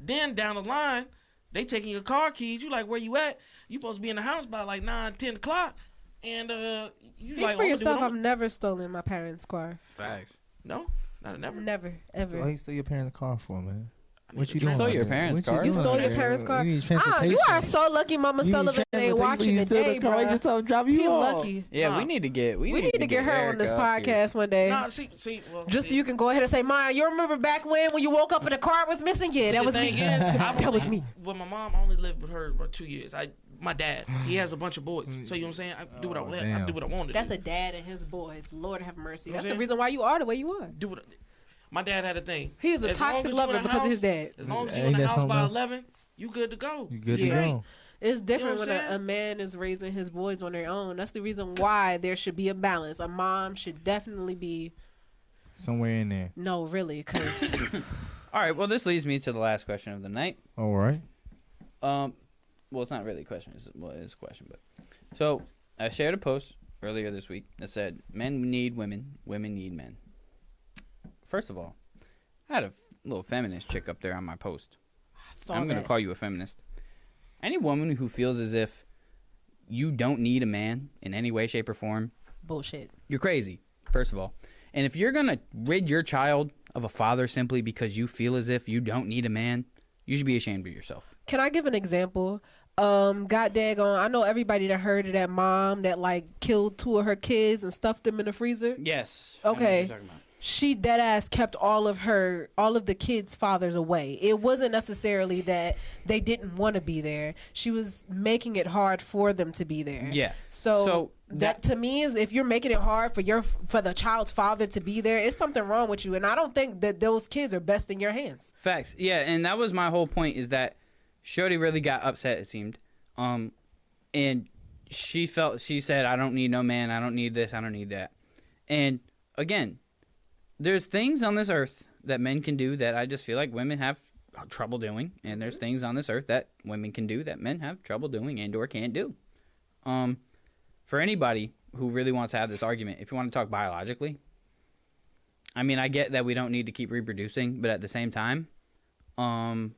[SPEAKER 3] Then down the line, they taking your car keys. You like, where you at? You supposed to be in the house by like nine, ten o'clock. And uh, you
[SPEAKER 2] Speak
[SPEAKER 3] like,
[SPEAKER 2] for
[SPEAKER 3] "Oh, I'ma do what
[SPEAKER 2] yourself.
[SPEAKER 3] I'ma-"
[SPEAKER 2] I've never stolen my parents' car.
[SPEAKER 1] Facts.
[SPEAKER 3] no, not never.
[SPEAKER 2] Never,
[SPEAKER 4] So
[SPEAKER 2] ever.
[SPEAKER 4] why you steal your parents' car for, man?
[SPEAKER 3] I need
[SPEAKER 4] What
[SPEAKER 3] to
[SPEAKER 4] you
[SPEAKER 3] drink.
[SPEAKER 4] doing?
[SPEAKER 1] stole
[SPEAKER 4] out
[SPEAKER 1] your
[SPEAKER 4] there?
[SPEAKER 1] parents'
[SPEAKER 4] What
[SPEAKER 1] car.
[SPEAKER 4] doing
[SPEAKER 2] you
[SPEAKER 4] out
[SPEAKER 2] stole your
[SPEAKER 4] there?
[SPEAKER 2] parents' car.
[SPEAKER 4] You
[SPEAKER 2] Ah,
[SPEAKER 4] need
[SPEAKER 2] you
[SPEAKER 4] transportation.
[SPEAKER 2] are so lucky, Mama
[SPEAKER 4] You need
[SPEAKER 2] Sullivan ain't
[SPEAKER 4] transportation.
[SPEAKER 2] watching
[SPEAKER 4] You steal
[SPEAKER 2] today,
[SPEAKER 4] the car.
[SPEAKER 2] bro.
[SPEAKER 4] You just told drop you
[SPEAKER 2] He
[SPEAKER 4] off.
[SPEAKER 2] lucky.
[SPEAKER 1] Yeah,
[SPEAKER 3] Nah.
[SPEAKER 1] we need to get. We,
[SPEAKER 2] We need to get her on
[SPEAKER 1] Erica
[SPEAKER 2] this
[SPEAKER 1] up here.
[SPEAKER 2] podcast one day.
[SPEAKER 3] Nah, see, see, well,
[SPEAKER 2] Just so
[SPEAKER 3] see,
[SPEAKER 2] you can go ahead and say, Ma, you remember back when when you woke up and the car was missing? Yeah, that
[SPEAKER 3] the
[SPEAKER 2] was me.
[SPEAKER 3] thing is, I
[SPEAKER 2] [laughs] That was me.
[SPEAKER 3] Well, my mom I only lived with her about two years. I, my dad, he has a bunch of boys. So you know what I'm saying? I do what I
[SPEAKER 4] Oh,
[SPEAKER 3] want. I
[SPEAKER 4] damn.
[SPEAKER 3] do what I want to
[SPEAKER 2] That's
[SPEAKER 3] do.
[SPEAKER 2] a dad and his boys. Lord have mercy. That's the
[SPEAKER 3] Okay.
[SPEAKER 2] reason why you are the way you are.
[SPEAKER 3] do what. I, my dad had a thing.
[SPEAKER 2] He is a
[SPEAKER 3] As long
[SPEAKER 2] toxic
[SPEAKER 3] as you in
[SPEAKER 2] lover
[SPEAKER 3] the
[SPEAKER 2] because of his
[SPEAKER 3] house-
[SPEAKER 2] dad.
[SPEAKER 3] As long as you
[SPEAKER 4] Ain't
[SPEAKER 3] in the
[SPEAKER 4] that
[SPEAKER 3] house
[SPEAKER 4] something
[SPEAKER 3] by
[SPEAKER 4] else?
[SPEAKER 3] eleven, you good to go.
[SPEAKER 4] You good
[SPEAKER 2] Yeah.
[SPEAKER 4] to go.
[SPEAKER 2] It's different
[SPEAKER 3] what I'm
[SPEAKER 2] when a,
[SPEAKER 3] saying?
[SPEAKER 2] a man is raising his boys on their own. That's the reason why there should be a balance. A mom should definitely be
[SPEAKER 4] Somewhere in there.
[SPEAKER 2] no, really, because
[SPEAKER 1] All right. Well, this leads me to the last question of the night.
[SPEAKER 4] All right.
[SPEAKER 1] Um, well, it's not really a question. It's, well, it is a question, but so I shared a post earlier this week that said men need women, women need men. First of all, I had a f- little feminist chick up there on my post.
[SPEAKER 2] I saw
[SPEAKER 1] I'm going to
[SPEAKER 2] that.
[SPEAKER 1] call you a feminist. Any woman who feels as if you don't need a man in any way, shape, or form,
[SPEAKER 2] bullshit.
[SPEAKER 1] you're crazy, first of all. And if you're going to rid your child of a father simply because you feel as if you don't need a man, you should be ashamed of yourself.
[SPEAKER 2] Can I give an example? Um, God daggone, I know everybody that heard of that mom that like killed two of her kids and stuffed them in the freezer.
[SPEAKER 1] Yes.
[SPEAKER 2] I know what Okay. you're talking She dead ass kept all of her, all of the kids' fathers away. It wasn't necessarily that they didn't want to be there. She was making it hard for them to be there.
[SPEAKER 1] Yeah.
[SPEAKER 2] So,
[SPEAKER 1] So
[SPEAKER 2] that,
[SPEAKER 1] that-
[SPEAKER 2] to me is if you're making it hard for your for the child's father to be there, it's something wrong with you. And I don't think that those kids are best in your hands.
[SPEAKER 1] Facts. Yeah, and that was my whole point is that Shorty really got upset, it seemed. Um and she felt she said, I don't need no man, I don't need this, I don't need that. And again, there's things on this earth that men can do that I just feel like women have trouble doing, and there's things on this earth that women can do that men have trouble doing and or can't do. Um for anybody who really wants to have this argument, if you want to talk biologically, I mean, I get that we don't need to keep reproducing, but at the same time, um,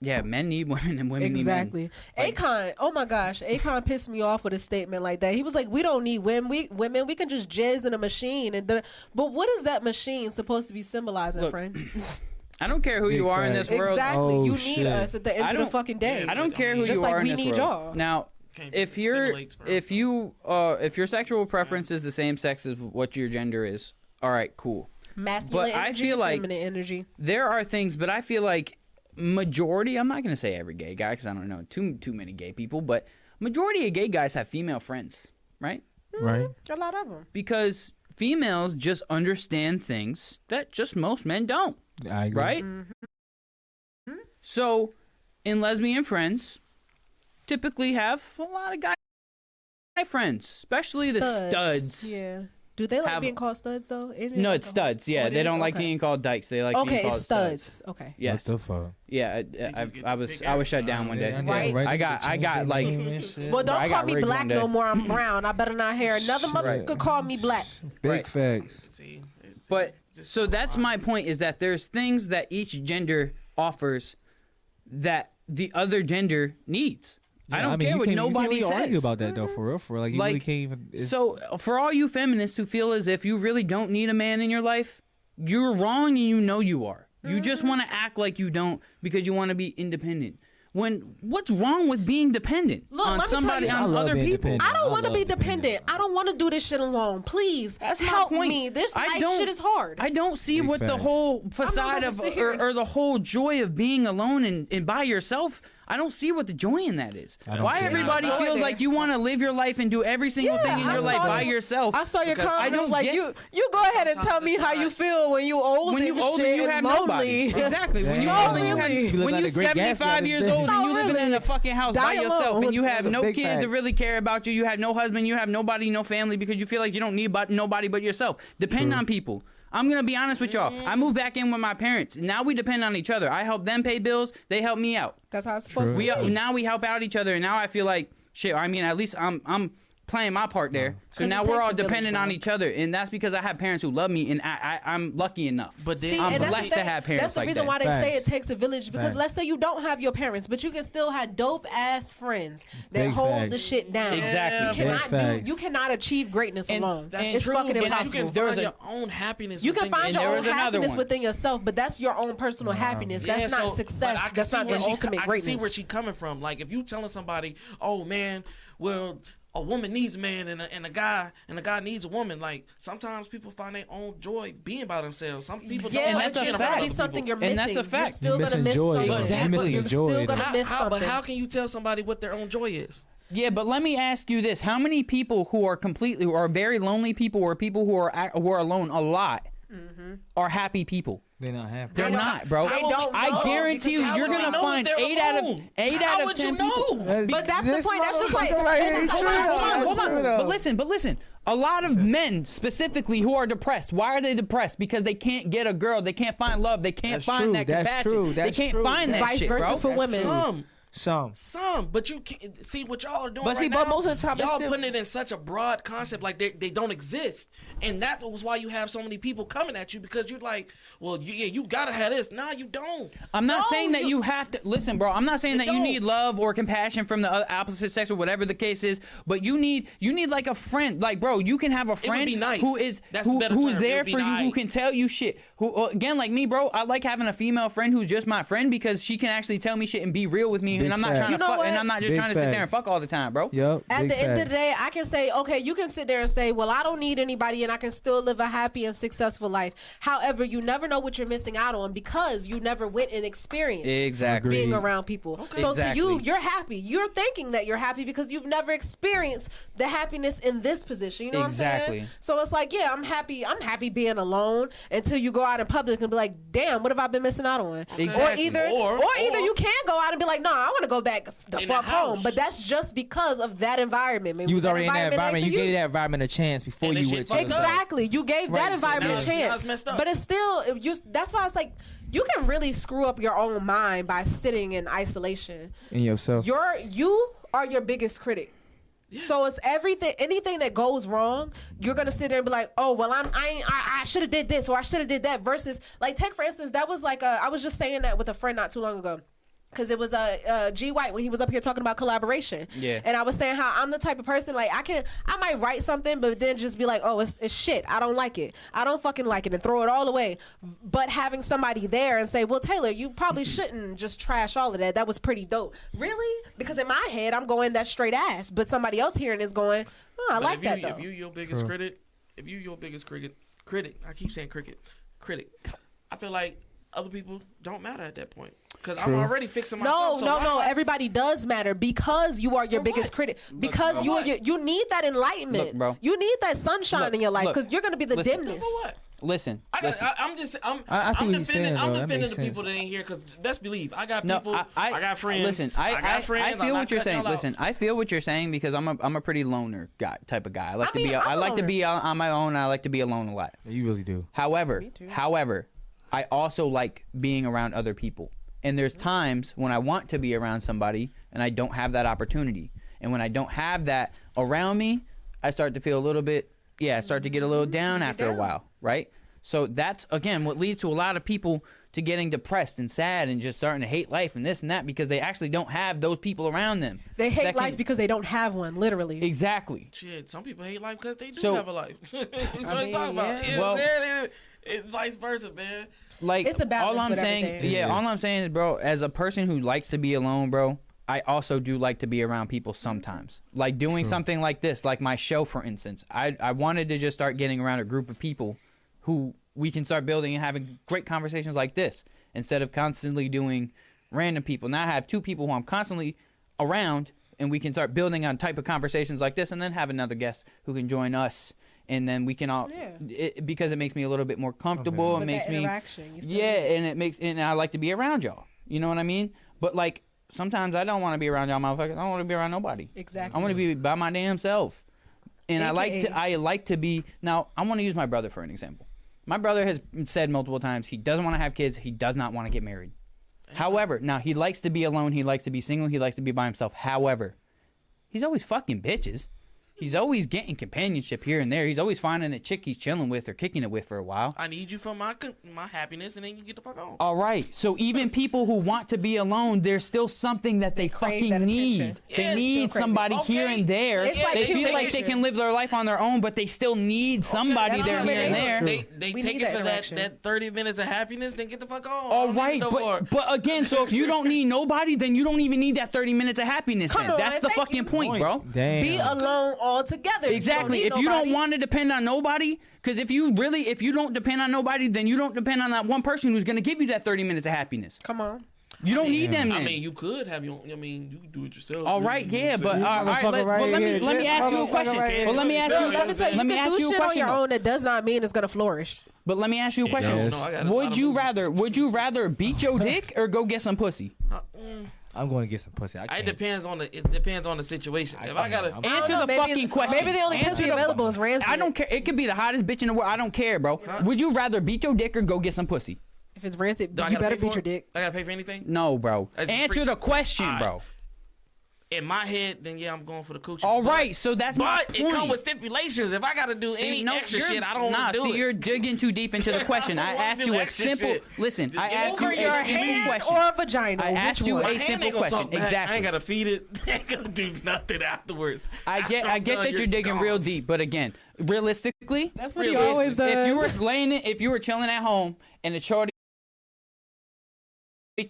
[SPEAKER 1] yeah, men need women and women need men.
[SPEAKER 2] Exactly. Akon, oh my gosh, Akon pissed me off with a statement like that. He was like, "We don't need women. We women. We can just jizz in a machine." And da- but what is that machine supposed to be symbolizing,
[SPEAKER 1] Look, [clears throat]
[SPEAKER 2] friend? [laughs]
[SPEAKER 1] I don't care who
[SPEAKER 4] Big
[SPEAKER 1] you are in this
[SPEAKER 4] facts.
[SPEAKER 1] world.
[SPEAKER 2] exactly.
[SPEAKER 4] Oh,
[SPEAKER 2] you need
[SPEAKER 4] shit.
[SPEAKER 2] us at the
[SPEAKER 1] I
[SPEAKER 2] end of
[SPEAKER 1] don't-
[SPEAKER 2] the fucking day.
[SPEAKER 1] I don't care who
[SPEAKER 2] Just
[SPEAKER 1] you
[SPEAKER 2] like
[SPEAKER 1] are
[SPEAKER 2] we
[SPEAKER 1] in this
[SPEAKER 2] need
[SPEAKER 1] world.
[SPEAKER 2] y'all.
[SPEAKER 1] Now,
[SPEAKER 3] Can't
[SPEAKER 1] if you're
[SPEAKER 3] assimilate, bro.
[SPEAKER 1] if you uh if your sexual preference is the same sex as what your gender is, all right, cool.
[SPEAKER 2] Masculine
[SPEAKER 1] But I
[SPEAKER 2] energy,
[SPEAKER 1] feel like-
[SPEAKER 2] feminine energy.
[SPEAKER 1] there are things, but I feel like majority. I'm not gonna say every gay guy because I don't know too too many gay people, but majority of gay guys have female friends, right?
[SPEAKER 4] Right.
[SPEAKER 2] Mm, A lot of them.
[SPEAKER 1] Because females just understand things that just most men don't,
[SPEAKER 4] I agree.
[SPEAKER 1] right?
[SPEAKER 2] Mm-hmm.
[SPEAKER 1] So, in lesbian friends, typically have a lot of guy guy friends, especially the studs.
[SPEAKER 2] Yeah. Do they like
[SPEAKER 1] Have-
[SPEAKER 2] being called studs though? Isn't it
[SPEAKER 1] No,
[SPEAKER 2] like
[SPEAKER 1] it's
[SPEAKER 2] a-
[SPEAKER 1] studs. Yeah,
[SPEAKER 2] Oh, it
[SPEAKER 1] they
[SPEAKER 2] is?
[SPEAKER 1] don't like
[SPEAKER 2] Okay.
[SPEAKER 1] being called dykes. They like being
[SPEAKER 2] Okay,
[SPEAKER 1] called
[SPEAKER 2] it's studs. Okay.
[SPEAKER 1] Yes.
[SPEAKER 4] What the fuck?
[SPEAKER 1] Yeah, I, I,
[SPEAKER 3] just get
[SPEAKER 1] I
[SPEAKER 3] to
[SPEAKER 1] was
[SPEAKER 3] pick
[SPEAKER 1] I was
[SPEAKER 3] out.
[SPEAKER 1] shut down one day.
[SPEAKER 4] Yeah,
[SPEAKER 2] know, Right.
[SPEAKER 4] They
[SPEAKER 1] I got
[SPEAKER 4] change
[SPEAKER 1] I
[SPEAKER 4] their
[SPEAKER 1] got
[SPEAKER 4] name
[SPEAKER 1] like
[SPEAKER 4] and shit.
[SPEAKER 2] Well, don't
[SPEAKER 1] I got
[SPEAKER 2] call me
[SPEAKER 1] rigged
[SPEAKER 2] black
[SPEAKER 1] one day.
[SPEAKER 2] no more. I'm brown. I better
[SPEAKER 1] [laughs]
[SPEAKER 2] not hear another
[SPEAKER 4] Shit.
[SPEAKER 2] mother could call me black.
[SPEAKER 4] Big
[SPEAKER 1] right.
[SPEAKER 4] facts.
[SPEAKER 3] See, it's-
[SPEAKER 4] [laughs]
[SPEAKER 1] but
[SPEAKER 3] it's-
[SPEAKER 1] so that's my point is that there's things that each gender offers that the other gender needs. I
[SPEAKER 4] Yeah,
[SPEAKER 1] don't
[SPEAKER 4] mean,
[SPEAKER 1] care
[SPEAKER 4] you
[SPEAKER 1] what
[SPEAKER 4] can't-
[SPEAKER 1] nobody
[SPEAKER 4] you can't really
[SPEAKER 1] says.
[SPEAKER 4] argue about that though, for real, for real. Like you
[SPEAKER 1] Like,
[SPEAKER 4] really can't even. It's,
[SPEAKER 1] so for all you feminists who feel as if you really don't need a man in your life, you're wrong and you know you are. You just
[SPEAKER 2] Mm-hmm.
[SPEAKER 1] want to act like you don't because you want to be independent. When what's wrong with being dependent
[SPEAKER 2] Look,
[SPEAKER 1] on
[SPEAKER 2] let me tell
[SPEAKER 1] somebody
[SPEAKER 2] you
[SPEAKER 1] on
[SPEAKER 2] something. I
[SPEAKER 4] love
[SPEAKER 1] other
[SPEAKER 4] being
[SPEAKER 1] people?
[SPEAKER 4] dependent.
[SPEAKER 2] I don't
[SPEAKER 4] I
[SPEAKER 2] want to
[SPEAKER 4] love
[SPEAKER 2] be
[SPEAKER 4] the people.
[SPEAKER 2] dependent. I don't want to do this shit alone. Please
[SPEAKER 1] That's my
[SPEAKER 2] help
[SPEAKER 1] point.
[SPEAKER 2] me. This
[SPEAKER 1] I
[SPEAKER 2] life
[SPEAKER 1] don't-
[SPEAKER 2] shit is hard.
[SPEAKER 1] I don't see
[SPEAKER 4] Big
[SPEAKER 1] what the
[SPEAKER 4] facts.
[SPEAKER 1] whole
[SPEAKER 2] about
[SPEAKER 1] facade
[SPEAKER 2] to
[SPEAKER 1] of
[SPEAKER 2] sit here
[SPEAKER 1] or,
[SPEAKER 2] and-
[SPEAKER 1] or the whole joy of being alone and, and by yourself. I don't see what the joy in that is.
[SPEAKER 4] don't
[SPEAKER 1] Why
[SPEAKER 4] see it.
[SPEAKER 1] everybody
[SPEAKER 2] I don't
[SPEAKER 1] feels
[SPEAKER 2] either.
[SPEAKER 1] like you want to live your life and do every single
[SPEAKER 2] Yeah,
[SPEAKER 1] thing in
[SPEAKER 2] I
[SPEAKER 1] your life
[SPEAKER 2] saw
[SPEAKER 1] by
[SPEAKER 2] you-
[SPEAKER 1] yourself?
[SPEAKER 2] I saw your
[SPEAKER 3] Because I
[SPEAKER 2] comment.
[SPEAKER 1] don't
[SPEAKER 2] Like
[SPEAKER 1] get-
[SPEAKER 2] you, you go ahead and tell me how you feel when you old
[SPEAKER 1] when
[SPEAKER 2] and
[SPEAKER 1] you older,
[SPEAKER 2] shit
[SPEAKER 1] you
[SPEAKER 2] and
[SPEAKER 1] have
[SPEAKER 2] lonely.
[SPEAKER 1] nobody. Exactly. When you
[SPEAKER 4] Yeah.
[SPEAKER 1] older, you
[SPEAKER 4] Really?
[SPEAKER 1] have.
[SPEAKER 4] You look
[SPEAKER 1] When
[SPEAKER 4] like
[SPEAKER 1] you're
[SPEAKER 4] a great gas guy
[SPEAKER 1] 75 years
[SPEAKER 4] that's
[SPEAKER 1] old and
[SPEAKER 2] dead.
[SPEAKER 1] you
[SPEAKER 2] No,
[SPEAKER 1] living in
[SPEAKER 2] really.
[SPEAKER 1] a fucking house
[SPEAKER 2] Die
[SPEAKER 1] by yourself
[SPEAKER 2] alone.
[SPEAKER 1] and you have no
[SPEAKER 4] Big
[SPEAKER 1] kids that
[SPEAKER 4] facts.
[SPEAKER 1] really care about you, you have no husband, you have nobody, no family because you feel like you don't need but nobody but yourself. Depend on people. I'm gonna be honest with y'all.
[SPEAKER 4] Mm.
[SPEAKER 1] I moved back in with my parents. Now we depend on each other. I help them pay bills. They help me out.
[SPEAKER 2] That's how it's supposed
[SPEAKER 1] We
[SPEAKER 2] to be.
[SPEAKER 1] now we help out each other, and now I feel like shit. I mean, at least I'm I'm playing my part there. So
[SPEAKER 2] 'Cause it
[SPEAKER 1] now
[SPEAKER 2] takes
[SPEAKER 1] we're all
[SPEAKER 2] a village,
[SPEAKER 1] dependent on
[SPEAKER 2] man.
[SPEAKER 1] each other, and that's because I have parents who love me, and I, I I'm lucky enough.
[SPEAKER 3] but then
[SPEAKER 2] See,
[SPEAKER 1] I'm
[SPEAKER 2] and that's the
[SPEAKER 1] blessed to
[SPEAKER 2] thing.
[SPEAKER 1] have parents
[SPEAKER 2] That's the
[SPEAKER 1] like
[SPEAKER 2] reason
[SPEAKER 1] that.
[SPEAKER 2] why they say it
[SPEAKER 4] Facts.
[SPEAKER 2] takes a village because
[SPEAKER 4] Facts.
[SPEAKER 2] let's say you don't have your parents, but you can still have dope ass friends that
[SPEAKER 4] Big
[SPEAKER 2] hold
[SPEAKER 4] facts.
[SPEAKER 2] the shit down.
[SPEAKER 1] Exactly.
[SPEAKER 2] You
[SPEAKER 1] Big
[SPEAKER 2] cannot do.
[SPEAKER 4] facts.
[SPEAKER 2] You cannot achieve greatness
[SPEAKER 1] And
[SPEAKER 2] alone.
[SPEAKER 1] that's
[SPEAKER 2] it's
[SPEAKER 1] true,
[SPEAKER 2] fucking
[SPEAKER 1] but you
[SPEAKER 2] impossible.
[SPEAKER 3] You can
[SPEAKER 1] There was
[SPEAKER 3] find
[SPEAKER 1] a-
[SPEAKER 3] your own happiness.
[SPEAKER 2] You can
[SPEAKER 3] within
[SPEAKER 2] find
[SPEAKER 1] And
[SPEAKER 2] your
[SPEAKER 1] there
[SPEAKER 2] own
[SPEAKER 1] was another
[SPEAKER 2] happiness
[SPEAKER 1] one.
[SPEAKER 2] within yourself, but that's your own personal happiness. That's
[SPEAKER 3] Yeah,
[SPEAKER 2] not
[SPEAKER 3] so- but I
[SPEAKER 2] success.
[SPEAKER 3] can
[SPEAKER 2] That's
[SPEAKER 3] see
[SPEAKER 2] not
[SPEAKER 3] where
[SPEAKER 2] your
[SPEAKER 3] she-
[SPEAKER 2] ultimate
[SPEAKER 3] I can see where
[SPEAKER 2] greatness.
[SPEAKER 3] she coming from. Like if you telling somebody, "Oh man, well, a woman needs a man, and a, and a guy and a guy needs a woman." Like sometimes people find their own joy being by themselves. Some people
[SPEAKER 2] Yeah,
[SPEAKER 1] And
[SPEAKER 3] don't.
[SPEAKER 2] and
[SPEAKER 1] that's
[SPEAKER 2] that's
[SPEAKER 1] a
[SPEAKER 3] like being
[SPEAKER 1] fact.
[SPEAKER 3] around
[SPEAKER 2] gotta be
[SPEAKER 3] other
[SPEAKER 2] something
[SPEAKER 3] people.
[SPEAKER 2] you're
[SPEAKER 1] And
[SPEAKER 2] missing.
[SPEAKER 1] that's a fact.
[SPEAKER 2] You're still
[SPEAKER 4] You're
[SPEAKER 2] gonna
[SPEAKER 4] missing
[SPEAKER 2] miss
[SPEAKER 4] joy,
[SPEAKER 2] something.
[SPEAKER 4] though.
[SPEAKER 1] You're missing
[SPEAKER 2] You're
[SPEAKER 4] joy,
[SPEAKER 2] still
[SPEAKER 4] though.
[SPEAKER 2] gonna
[SPEAKER 3] How-
[SPEAKER 2] miss
[SPEAKER 3] how-
[SPEAKER 2] something.
[SPEAKER 3] but how can you tell somebody what their own joy is?
[SPEAKER 1] Yeah, but let me ask you this: How many people who are completely, who are very lonely people, or people who are ac- who are alone a lot,
[SPEAKER 2] Mm-hmm.
[SPEAKER 1] are happy people?
[SPEAKER 4] They're not happy.
[SPEAKER 1] They're
[SPEAKER 3] don't-
[SPEAKER 1] not, bro.
[SPEAKER 3] I don't
[SPEAKER 1] I
[SPEAKER 3] know,
[SPEAKER 1] guarantee you,
[SPEAKER 3] because how
[SPEAKER 1] you're
[SPEAKER 3] would we
[SPEAKER 1] gonna
[SPEAKER 3] know
[SPEAKER 1] find
[SPEAKER 3] if they're
[SPEAKER 1] eight out of
[SPEAKER 3] alone?
[SPEAKER 1] eight
[SPEAKER 3] How
[SPEAKER 1] out of
[SPEAKER 3] would you
[SPEAKER 1] ten people.
[SPEAKER 3] know?
[SPEAKER 2] But that's the point. That's just like-
[SPEAKER 4] right
[SPEAKER 2] Hold on,
[SPEAKER 1] Hold on,
[SPEAKER 2] Yeah,
[SPEAKER 1] hold on.
[SPEAKER 2] true
[SPEAKER 1] But listen, but listen. A lot of men specifically who are depressed. Why are they depressed? Because they can't get a girl. They can't find love. They can't
[SPEAKER 4] That's
[SPEAKER 1] find
[SPEAKER 4] true,
[SPEAKER 1] that
[SPEAKER 4] that's
[SPEAKER 1] compassion.
[SPEAKER 4] true,
[SPEAKER 1] They
[SPEAKER 4] that's
[SPEAKER 1] can't
[SPEAKER 4] true.
[SPEAKER 1] find that
[SPEAKER 2] Vice
[SPEAKER 1] shit,
[SPEAKER 2] versa
[SPEAKER 1] bro.
[SPEAKER 2] for women.
[SPEAKER 3] Some
[SPEAKER 4] Some.
[SPEAKER 3] Some, but you can't see what y'all are doing.
[SPEAKER 4] But see,
[SPEAKER 3] right
[SPEAKER 4] but
[SPEAKER 3] now,
[SPEAKER 4] most of the time, it's
[SPEAKER 3] y'all
[SPEAKER 4] still-
[SPEAKER 3] putting it in such a broad concept, like they, they don't exist, and that was why you have so many people coming at you because you're like, well, you, yeah, you gotta have this. Nah, you don't.
[SPEAKER 1] I'm not
[SPEAKER 3] No,
[SPEAKER 1] saying that you, have to listen, bro. I'm not saying that you
[SPEAKER 3] don't.
[SPEAKER 1] need love or compassion from the o- opposite sex or whatever the case is, but you need you need like a friend, like bro. You can have a friend
[SPEAKER 3] be nice.
[SPEAKER 1] who is
[SPEAKER 3] That's
[SPEAKER 1] who,
[SPEAKER 3] the better
[SPEAKER 1] who's
[SPEAKER 3] term. It
[SPEAKER 1] there
[SPEAKER 3] would be
[SPEAKER 1] for you, who
[SPEAKER 3] nice.
[SPEAKER 1] can tell you shit. Who uh, again, like me, bro. I like having a female friend who's just my friend because she can actually tell me shit and be real with me,
[SPEAKER 5] Big
[SPEAKER 1] and I'm not
[SPEAKER 5] facts.
[SPEAKER 1] trying
[SPEAKER 5] You
[SPEAKER 1] to
[SPEAKER 2] know
[SPEAKER 1] fuck, and
[SPEAKER 2] what?
[SPEAKER 1] I'm not just
[SPEAKER 5] Big
[SPEAKER 1] trying to sit there and
[SPEAKER 5] facts.
[SPEAKER 1] fuck all the time, bro.
[SPEAKER 5] Yep.
[SPEAKER 2] At
[SPEAKER 5] big
[SPEAKER 2] the end of
[SPEAKER 5] facts.
[SPEAKER 2] the day, I can say, okay, you can sit there and say, well, I don't need anybody and I can still live a happy and successful life. However, you never know what you're missing out on because you never went and experienced
[SPEAKER 1] Exactly.
[SPEAKER 2] being
[SPEAKER 5] Agreed.
[SPEAKER 2] around people. So
[SPEAKER 1] Exactly.
[SPEAKER 2] to you, you're happy. You're thinking that you're happy because you've never experienced the happiness in this position. You know what I'm
[SPEAKER 1] Exactly.
[SPEAKER 2] saying? So it's like, yeah, I'm happy. I'm happy being alone until you go out in public and be like, damn, what have I been missing out on?
[SPEAKER 1] Exactly.
[SPEAKER 2] Or either, or,
[SPEAKER 3] Or-
[SPEAKER 2] either
[SPEAKER 3] or-
[SPEAKER 2] you can go out and be like, nah, I want to go back the
[SPEAKER 3] In the
[SPEAKER 2] fuck home.
[SPEAKER 3] house.
[SPEAKER 2] But that's just because of that environment. Maybe
[SPEAKER 4] You was already in that environment.
[SPEAKER 2] ain't
[SPEAKER 4] You
[SPEAKER 2] for
[SPEAKER 4] gave that environment a chance before
[SPEAKER 3] And that
[SPEAKER 4] you
[SPEAKER 3] shit
[SPEAKER 4] went to
[SPEAKER 3] fucked
[SPEAKER 4] the
[SPEAKER 3] up.
[SPEAKER 2] Exactly. You gave that
[SPEAKER 4] Right, so
[SPEAKER 2] environment
[SPEAKER 3] now- now
[SPEAKER 2] a
[SPEAKER 3] it's
[SPEAKER 2] chance.
[SPEAKER 3] messed up.
[SPEAKER 2] But it's still if you that's why it's like you can really screw up your own mind by sitting in isolation.
[SPEAKER 4] in yourself.
[SPEAKER 2] You're you are your biggest critic. So it's everything, anything that goes wrong, you're gonna sit there and be like, oh well, I'm I ain't, I, I should have did this or I should have did that. Versus like take for instance, that was like a, I was just saying that with a friend not too long ago. Cause it was uh, uh, G White when he was up here talking about collaboration,
[SPEAKER 1] Yeah.
[SPEAKER 2] And I was saying how I'm the type of person like I can I might write something, but then just be like, oh, it's, it's shit. I don't like it. I don't fucking like it, and throw it all away. But having somebody there and say, well, Taylor, you probably
[SPEAKER 3] Mm-hmm.
[SPEAKER 2] shouldn't just trash all of that. That was pretty dope, really. Because in my head, I'm going that straight ass, but somebody else hearing is going, oh, I
[SPEAKER 3] But
[SPEAKER 2] like
[SPEAKER 3] if
[SPEAKER 2] that
[SPEAKER 3] you,
[SPEAKER 2] though.
[SPEAKER 3] If you your biggest critic, if you your biggest critic, critic, I keep saying cricket, critic. I feel like other people don't matter at that point because I'm already fixing
[SPEAKER 2] No,
[SPEAKER 3] myself. so
[SPEAKER 2] no,
[SPEAKER 3] why
[SPEAKER 2] no.
[SPEAKER 3] am I-
[SPEAKER 2] Everybody does matter because you are your
[SPEAKER 3] For
[SPEAKER 2] biggest
[SPEAKER 3] what?
[SPEAKER 2] critic. Because
[SPEAKER 3] bro.
[SPEAKER 2] you are
[SPEAKER 3] Look.
[SPEAKER 2] your, you need that enlightenment.
[SPEAKER 1] Look, bro.
[SPEAKER 2] You need that sunshine
[SPEAKER 1] Look,
[SPEAKER 2] in your life
[SPEAKER 1] look.
[SPEAKER 2] because you're gonna be the
[SPEAKER 1] Listen.
[SPEAKER 2] dimness.
[SPEAKER 3] For what?
[SPEAKER 1] Listen,
[SPEAKER 3] I got,
[SPEAKER 1] listen.
[SPEAKER 3] I, I'm just I'm
[SPEAKER 4] I-
[SPEAKER 3] am
[SPEAKER 4] I see what you're
[SPEAKER 3] defending
[SPEAKER 4] saying,
[SPEAKER 3] I'm
[SPEAKER 4] though. That
[SPEAKER 3] defending
[SPEAKER 4] makes
[SPEAKER 3] the
[SPEAKER 4] sense.
[SPEAKER 3] people that ain't here because best believe I got
[SPEAKER 1] No,
[SPEAKER 3] people
[SPEAKER 1] I,
[SPEAKER 3] I,
[SPEAKER 1] I, uh,
[SPEAKER 3] got friends
[SPEAKER 1] Listen, I,
[SPEAKER 3] got
[SPEAKER 1] I-
[SPEAKER 3] friends
[SPEAKER 1] I
[SPEAKER 3] I'm
[SPEAKER 1] feel
[SPEAKER 3] not
[SPEAKER 1] what you're
[SPEAKER 3] cutting
[SPEAKER 1] saying.
[SPEAKER 3] y'all out.
[SPEAKER 1] Listen, I feel what you're saying because I'm a I'm a pretty loner guy type of guy. I like
[SPEAKER 2] I
[SPEAKER 1] to
[SPEAKER 2] mean,
[SPEAKER 1] be a,
[SPEAKER 2] I'm
[SPEAKER 1] I
[SPEAKER 2] a
[SPEAKER 1] like to
[SPEAKER 2] loner.
[SPEAKER 1] be on, on my own. and I like to be alone a lot.
[SPEAKER 4] You really do.
[SPEAKER 1] However, however, I also like being around other people. And there's
[SPEAKER 2] Mm-hmm.
[SPEAKER 1] times when I want to be around somebody and I don't have that opportunity. And when I don't have that around me, I start to feel a little bit yeah, I start to get a
[SPEAKER 2] Mm-hmm.
[SPEAKER 1] little down after a while, right? So that's again what leads to a lot of people to getting depressed and sad and just starting to hate life and this and that because they actually don't have those people around them.
[SPEAKER 2] They hate
[SPEAKER 1] that can-
[SPEAKER 2] life because they don't have one, literally.
[SPEAKER 1] Exactly.
[SPEAKER 3] Shit, some people hate life because they do
[SPEAKER 1] So-
[SPEAKER 3] have a life. [laughs] That's what I'm
[SPEAKER 2] mean,
[SPEAKER 3] talking about.
[SPEAKER 2] yeah.
[SPEAKER 3] Yeah,
[SPEAKER 1] Well-
[SPEAKER 3] yeah, yeah. it's vice versa, man.
[SPEAKER 1] like
[SPEAKER 2] It's a balance
[SPEAKER 1] all I'm
[SPEAKER 2] with
[SPEAKER 1] saying,
[SPEAKER 2] everything.
[SPEAKER 1] yeah,
[SPEAKER 4] It
[SPEAKER 1] all
[SPEAKER 4] is.
[SPEAKER 1] I'm saying is, bro, as a person who likes to be alone, bro, I also do like to be around people sometimes. Like doing something like this, like my show, for instance. I I wanted to just start getting around a group of people who we can start building and having great conversations like this instead of constantly doing random people. Now I have two people who I'm constantly around, and we can start building on type of conversations like this, and then have another guest who can join us. And then we can all,
[SPEAKER 2] Yeah.
[SPEAKER 1] it, because it makes me a little bit more comfortable. It
[SPEAKER 2] But
[SPEAKER 1] makes
[SPEAKER 2] that
[SPEAKER 1] me,
[SPEAKER 2] interaction, you still
[SPEAKER 1] yeah, and it makes and I like to be around y'all. You know what I mean? But like sometimes I don't want to be around y'all motherfuckers. I don't want to be around nobody.
[SPEAKER 2] Exactly.
[SPEAKER 1] I want to be by my damn self. And I like to I like to be now I want to use my brother for an example. My brother has said multiple times he doesn't want to have kids, he does not want to get married. However, now he likes to be alone, he likes to be single, he likes to be by himself. However, he's always fucking bitches. He's always getting companionship here and there. He's always finding a chick he's chilling with or kicking it with for a while.
[SPEAKER 3] I need you for my con- my happiness, and then you get the fuck on.
[SPEAKER 1] All right. So even people who want to be alone, there's still something that they,
[SPEAKER 2] crave
[SPEAKER 1] fucking
[SPEAKER 2] that
[SPEAKER 1] need.
[SPEAKER 2] attention.
[SPEAKER 1] They
[SPEAKER 3] Yeah,
[SPEAKER 1] need
[SPEAKER 2] still crave
[SPEAKER 1] somebody
[SPEAKER 3] it.
[SPEAKER 1] here
[SPEAKER 3] Okay.
[SPEAKER 1] and there.
[SPEAKER 2] It's like
[SPEAKER 1] they
[SPEAKER 2] people
[SPEAKER 1] feel
[SPEAKER 2] take
[SPEAKER 1] like
[SPEAKER 2] it-
[SPEAKER 1] they can live their life on their own, but they still need somebody
[SPEAKER 2] that's
[SPEAKER 1] there
[SPEAKER 2] not
[SPEAKER 1] here and
[SPEAKER 2] what it
[SPEAKER 1] there.
[SPEAKER 2] is.
[SPEAKER 3] They, they
[SPEAKER 2] We
[SPEAKER 3] take
[SPEAKER 2] need
[SPEAKER 3] it
[SPEAKER 2] that
[SPEAKER 3] for that,
[SPEAKER 2] interaction.
[SPEAKER 3] that 30 minutes of happiness, then get the fuck on.
[SPEAKER 1] All right,
[SPEAKER 3] no more.
[SPEAKER 1] but, but again, so if you don't need nobody, then you don't even need that 30 minutes of happiness.
[SPEAKER 2] Come
[SPEAKER 1] Then.
[SPEAKER 2] on,
[SPEAKER 1] That's the
[SPEAKER 2] thank
[SPEAKER 1] fucking
[SPEAKER 2] you.
[SPEAKER 1] point, bro.
[SPEAKER 4] Damn.
[SPEAKER 2] Be alone altogether. You don't
[SPEAKER 1] Exactly.
[SPEAKER 2] need
[SPEAKER 1] if you don't
[SPEAKER 2] nobody.
[SPEAKER 1] want to depend on nobody, because if you really, if you don't depend on nobody, then you don't depend on that one person who's going to give you that 30 minutes of happiness.
[SPEAKER 2] Come on.
[SPEAKER 1] You don't need them.
[SPEAKER 3] I
[SPEAKER 1] then.
[SPEAKER 3] mean, you could have your. I mean, you could do it yourself.
[SPEAKER 1] All
[SPEAKER 3] You
[SPEAKER 1] right,
[SPEAKER 3] know what
[SPEAKER 1] yeah,
[SPEAKER 3] I'm
[SPEAKER 1] but uh,
[SPEAKER 3] saying?
[SPEAKER 1] all right,
[SPEAKER 4] motherfucker
[SPEAKER 1] let,
[SPEAKER 4] right
[SPEAKER 1] well, let me
[SPEAKER 4] here.
[SPEAKER 1] let me
[SPEAKER 4] This
[SPEAKER 1] ask you a
[SPEAKER 4] motherfucker
[SPEAKER 1] question.
[SPEAKER 4] right
[SPEAKER 1] Well, let me
[SPEAKER 3] here.
[SPEAKER 1] ask you.
[SPEAKER 3] Let me say,
[SPEAKER 2] You
[SPEAKER 1] Let me
[SPEAKER 2] can
[SPEAKER 1] ask
[SPEAKER 2] do
[SPEAKER 1] you a
[SPEAKER 2] shit on
[SPEAKER 1] question.
[SPEAKER 2] your
[SPEAKER 1] though.
[SPEAKER 2] own that does not mean it's gonna flourish.
[SPEAKER 1] But let me ask you a question.
[SPEAKER 4] Yes. No,
[SPEAKER 3] I got a lot
[SPEAKER 1] Would
[SPEAKER 3] of
[SPEAKER 1] you
[SPEAKER 3] movies.
[SPEAKER 1] rather? Would you rather beat your dick or go get some pussy?
[SPEAKER 4] I'm going to get some pussy. I
[SPEAKER 3] It
[SPEAKER 1] uh,
[SPEAKER 4] can't.
[SPEAKER 3] depends on the. It depends on the situation. if I
[SPEAKER 4] can't.
[SPEAKER 3] gotta,
[SPEAKER 4] I'm-
[SPEAKER 2] I don't
[SPEAKER 1] Answer
[SPEAKER 2] know,
[SPEAKER 1] the
[SPEAKER 2] maybe-
[SPEAKER 1] fucking question.
[SPEAKER 2] Maybe the only
[SPEAKER 1] Answer
[SPEAKER 2] pussy
[SPEAKER 1] the-
[SPEAKER 2] available is rancid.
[SPEAKER 1] I don't care. It could be the hottest bitch in the world. I don't care, bro. Would you rather beat your dick or go get some pussy?
[SPEAKER 2] If it's rancid,
[SPEAKER 3] Do I
[SPEAKER 2] you
[SPEAKER 3] gotta
[SPEAKER 2] better
[SPEAKER 3] pay for
[SPEAKER 2] beat your
[SPEAKER 3] it?
[SPEAKER 2] dick.
[SPEAKER 3] I gotta pay for anything.
[SPEAKER 1] No, bro.
[SPEAKER 3] That's just
[SPEAKER 1] Answer
[SPEAKER 3] free-
[SPEAKER 1] the question,
[SPEAKER 3] All right.
[SPEAKER 1] bro.
[SPEAKER 3] In my head, then yeah, I'm going for the coochie.
[SPEAKER 1] All
[SPEAKER 3] But-
[SPEAKER 1] right, so that's my
[SPEAKER 3] But
[SPEAKER 1] point.
[SPEAKER 3] it comes with stipulations. If I gotta do
[SPEAKER 1] See,
[SPEAKER 3] any
[SPEAKER 1] no,
[SPEAKER 3] extra
[SPEAKER 1] you're-
[SPEAKER 3] shit, I don't
[SPEAKER 1] nah,
[SPEAKER 3] want to do
[SPEAKER 1] see,
[SPEAKER 3] it.
[SPEAKER 1] you're digging too deep into
[SPEAKER 3] [laughs]
[SPEAKER 1] the question. I
[SPEAKER 3] don't wanna
[SPEAKER 1] asked
[SPEAKER 3] do
[SPEAKER 1] you a
[SPEAKER 3] extra
[SPEAKER 1] simple.
[SPEAKER 3] shit.
[SPEAKER 1] Listen,
[SPEAKER 3] Just
[SPEAKER 1] I
[SPEAKER 3] give
[SPEAKER 1] asked
[SPEAKER 3] over
[SPEAKER 1] you
[SPEAKER 2] Over
[SPEAKER 1] a
[SPEAKER 3] your
[SPEAKER 2] your
[SPEAKER 1] simple
[SPEAKER 2] hand
[SPEAKER 1] question.
[SPEAKER 2] or a vagina?
[SPEAKER 1] I
[SPEAKER 2] Which
[SPEAKER 1] asked you
[SPEAKER 2] one?
[SPEAKER 1] a
[SPEAKER 3] hand
[SPEAKER 1] simple
[SPEAKER 3] ain't gonna
[SPEAKER 1] question.
[SPEAKER 3] talk back. I
[SPEAKER 1] Exactly.
[SPEAKER 3] ain't gotta feed it. [laughs] I ain't gonna do nothing afterwards.
[SPEAKER 1] I get,
[SPEAKER 3] After
[SPEAKER 1] I
[SPEAKER 3] I'm
[SPEAKER 1] get
[SPEAKER 3] done,
[SPEAKER 1] that you're digging
[SPEAKER 3] gone.
[SPEAKER 1] real deep, but again, realistically,
[SPEAKER 2] That's what he
[SPEAKER 1] realistic-
[SPEAKER 2] always does.
[SPEAKER 1] If you were laying it, if you were chilling at home and the shorty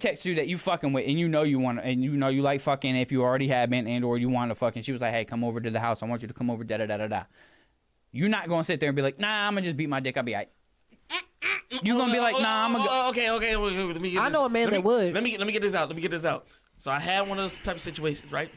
[SPEAKER 1] texts you that you fucking with, and you know you want to, and you know you like fucking, if you already have been, and or you want to fucking, she was like, hey, come over to the house. I want you to come over. Da da da da da. You're not gonna sit there and be like, nah, I'm gonna just beat my dick. I'll be alright.
[SPEAKER 3] Mm,
[SPEAKER 1] You're gonna be like, nah, I'm gonna go.
[SPEAKER 3] Oh, okay, okay. wait, wait, wait, let me get
[SPEAKER 2] I
[SPEAKER 3] this-
[SPEAKER 2] know a man
[SPEAKER 3] let
[SPEAKER 2] that
[SPEAKER 3] me-
[SPEAKER 2] would.
[SPEAKER 3] Let me let me get this out. Let me get this out. So I had one of those type of situations, right?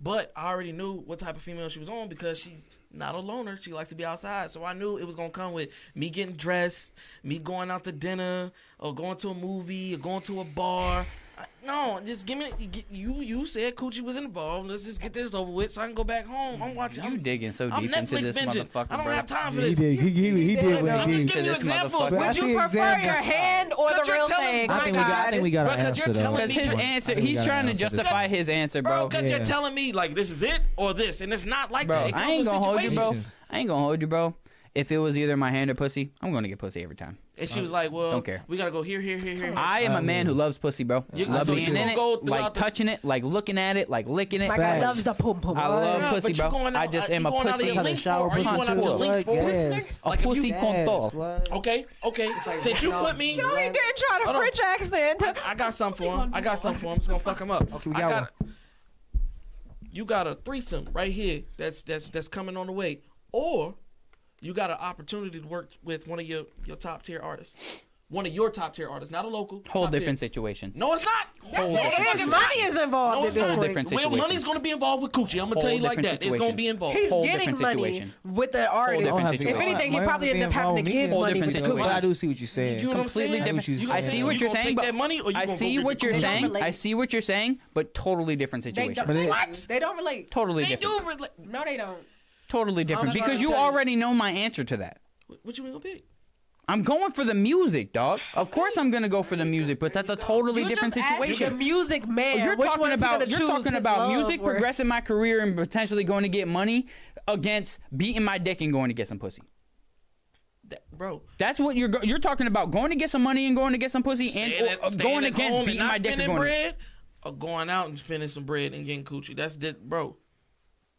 [SPEAKER 3] But I already knew what type of female she was on because she's not a loner. She likes to be outside. So I knew it was gonna come with me getting dressed, me going out to dinner, or going to a movie, or going to a bar. I- No, just give me you. You, you said coochie was involved. Let's just get this over with, so I can go back home. I'm watching.
[SPEAKER 1] You
[SPEAKER 3] I'm,
[SPEAKER 1] digging so
[SPEAKER 3] I'm
[SPEAKER 1] deep into
[SPEAKER 3] Netflix
[SPEAKER 1] this
[SPEAKER 3] binging.
[SPEAKER 1] motherfucker,
[SPEAKER 3] I don't
[SPEAKER 1] bro.
[SPEAKER 3] have time for
[SPEAKER 5] he
[SPEAKER 3] this.
[SPEAKER 5] did. He, he, he did what
[SPEAKER 3] I'm
[SPEAKER 5] he
[SPEAKER 3] just
[SPEAKER 5] did.
[SPEAKER 3] giving you
[SPEAKER 1] this motherfucker.
[SPEAKER 3] examples.
[SPEAKER 5] But I
[SPEAKER 3] Would
[SPEAKER 5] see
[SPEAKER 3] you
[SPEAKER 5] examples.
[SPEAKER 6] hand or
[SPEAKER 3] But you're telling-
[SPEAKER 2] Oh
[SPEAKER 5] I think, we got, I think we got
[SPEAKER 3] Bro,
[SPEAKER 5] an
[SPEAKER 3] 'cause you're
[SPEAKER 5] answer though.
[SPEAKER 3] telling
[SPEAKER 1] Because
[SPEAKER 3] me-
[SPEAKER 1] his answer, he's trying to justify his answer,
[SPEAKER 3] bro.
[SPEAKER 1] bro.
[SPEAKER 3] Because
[SPEAKER 5] Yeah.
[SPEAKER 3] you're telling me like this is it or this, and it's not like that.
[SPEAKER 1] Bro,
[SPEAKER 3] It comes
[SPEAKER 1] I ain't
[SPEAKER 3] with
[SPEAKER 1] gonna hold you, bro.
[SPEAKER 3] situations.
[SPEAKER 1] I ain't gonna hold you, bro. If it was either my hand or pussy, I'm gonna get pussy every time.
[SPEAKER 3] And she was like, "Well,
[SPEAKER 1] Don't care.
[SPEAKER 3] we gotta go here, here, here, here."
[SPEAKER 1] I am a man who loves pussy, bro.
[SPEAKER 3] You-
[SPEAKER 1] love
[SPEAKER 3] so you
[SPEAKER 1] being in
[SPEAKER 3] gonna
[SPEAKER 1] it,
[SPEAKER 3] go
[SPEAKER 1] like
[SPEAKER 3] throughout the-
[SPEAKER 1] touching it, like looking at it, like licking it.
[SPEAKER 2] My
[SPEAKER 5] Facts.
[SPEAKER 2] guy loves the pum pum.
[SPEAKER 1] I love
[SPEAKER 3] Yeah,
[SPEAKER 1] pussy,
[SPEAKER 3] but you
[SPEAKER 1] bro.
[SPEAKER 3] going
[SPEAKER 1] I
[SPEAKER 3] out-
[SPEAKER 1] just
[SPEAKER 3] you
[SPEAKER 1] am a
[SPEAKER 3] going out of
[SPEAKER 1] pussy.
[SPEAKER 3] your link
[SPEAKER 5] Shower
[SPEAKER 3] for- Are you
[SPEAKER 5] pussy
[SPEAKER 3] going out of your
[SPEAKER 5] too.
[SPEAKER 3] link for
[SPEAKER 5] Like,
[SPEAKER 3] this,
[SPEAKER 5] yes.
[SPEAKER 3] nigga?
[SPEAKER 1] A
[SPEAKER 3] Like, if you-
[SPEAKER 1] pussy con todo.
[SPEAKER 3] Okay, okay. Since you put me,
[SPEAKER 6] No, he didn't try to
[SPEAKER 3] Hold on.
[SPEAKER 6] French accent.
[SPEAKER 3] I got something for him. I got something for him. I'm just gonna fuck him up.
[SPEAKER 5] Okay, we
[SPEAKER 3] I
[SPEAKER 5] got
[SPEAKER 3] You got a threesome right here. That's that's that's coming on the way, or you got an opportunity to work with one of your your top tier artists, one of your top tier artists, not a local.
[SPEAKER 1] Whole
[SPEAKER 3] top tier.
[SPEAKER 1] different situation.
[SPEAKER 3] No, it's not. Whole different
[SPEAKER 6] His money is involved
[SPEAKER 3] No,
[SPEAKER 6] in
[SPEAKER 3] it's
[SPEAKER 6] this.
[SPEAKER 3] not.
[SPEAKER 1] different
[SPEAKER 3] Well,
[SPEAKER 1] situation.
[SPEAKER 3] money's gonna be involved with coochie. I'm gonna
[SPEAKER 1] Whole
[SPEAKER 3] tell you like that.
[SPEAKER 1] different
[SPEAKER 3] It's gonna
[SPEAKER 1] situation.
[SPEAKER 3] be involved.
[SPEAKER 6] He's
[SPEAKER 1] Whole
[SPEAKER 6] getting
[SPEAKER 1] different
[SPEAKER 6] money
[SPEAKER 1] situation.
[SPEAKER 6] with the
[SPEAKER 1] Whole
[SPEAKER 6] artist.
[SPEAKER 1] different
[SPEAKER 5] If
[SPEAKER 1] situation.
[SPEAKER 6] If anything, he probably ended up having to give
[SPEAKER 1] Whole
[SPEAKER 6] money with
[SPEAKER 1] different
[SPEAKER 6] the
[SPEAKER 1] situation.
[SPEAKER 5] But I
[SPEAKER 6] coochie.
[SPEAKER 5] do see what you're saying.
[SPEAKER 3] You know what I'm
[SPEAKER 5] Completely
[SPEAKER 3] saying?
[SPEAKER 5] different.
[SPEAKER 1] Different-
[SPEAKER 5] You
[SPEAKER 1] I
[SPEAKER 5] gonna
[SPEAKER 1] see
[SPEAKER 5] take-
[SPEAKER 1] what
[SPEAKER 3] you
[SPEAKER 1] you're
[SPEAKER 3] gonna
[SPEAKER 1] saying,
[SPEAKER 3] take
[SPEAKER 1] but
[SPEAKER 3] that money or you
[SPEAKER 1] I
[SPEAKER 3] gonna
[SPEAKER 1] see
[SPEAKER 3] go
[SPEAKER 1] what
[SPEAKER 3] get
[SPEAKER 1] you're
[SPEAKER 3] your
[SPEAKER 6] coochie?
[SPEAKER 1] saying. I
[SPEAKER 6] Relate.
[SPEAKER 1] see what you're saying, but totally different
[SPEAKER 2] They
[SPEAKER 1] situation.
[SPEAKER 2] don't,
[SPEAKER 5] But it-
[SPEAKER 2] what? They don't relate.
[SPEAKER 1] Totally
[SPEAKER 3] They
[SPEAKER 1] different.
[SPEAKER 3] do. Rela-
[SPEAKER 2] No, they don't.
[SPEAKER 1] Totally different.
[SPEAKER 3] trying
[SPEAKER 1] Because
[SPEAKER 3] to
[SPEAKER 1] you
[SPEAKER 3] tell you.
[SPEAKER 1] already know my answer to that.
[SPEAKER 3] what you gonna pick?
[SPEAKER 1] I'm going for the music, dog. Of course I'm gonna go for the music, but that's a totally
[SPEAKER 2] You
[SPEAKER 1] different
[SPEAKER 2] just asked
[SPEAKER 1] situation.
[SPEAKER 2] The music man.
[SPEAKER 1] you're
[SPEAKER 2] Which
[SPEAKER 1] talking
[SPEAKER 2] one is he
[SPEAKER 1] about
[SPEAKER 2] gonna
[SPEAKER 1] you're
[SPEAKER 2] choose
[SPEAKER 1] talking
[SPEAKER 2] his
[SPEAKER 1] about
[SPEAKER 2] love
[SPEAKER 1] music
[SPEAKER 2] or-
[SPEAKER 1] progressing my career and potentially going to get money against beating my dick and going to get some pussy.
[SPEAKER 3] That, bro.
[SPEAKER 1] That's what you're go- you're talking about going to get some money and going to get some pussy and
[SPEAKER 3] Staying
[SPEAKER 1] or,
[SPEAKER 3] at-
[SPEAKER 1] uh,
[SPEAKER 3] staying
[SPEAKER 1] going
[SPEAKER 3] at home
[SPEAKER 1] against
[SPEAKER 3] and
[SPEAKER 1] beating
[SPEAKER 3] not
[SPEAKER 1] my dick and
[SPEAKER 3] spending
[SPEAKER 1] going.
[SPEAKER 3] bread or going out and spending some bread and getting coochie. That's that, bro.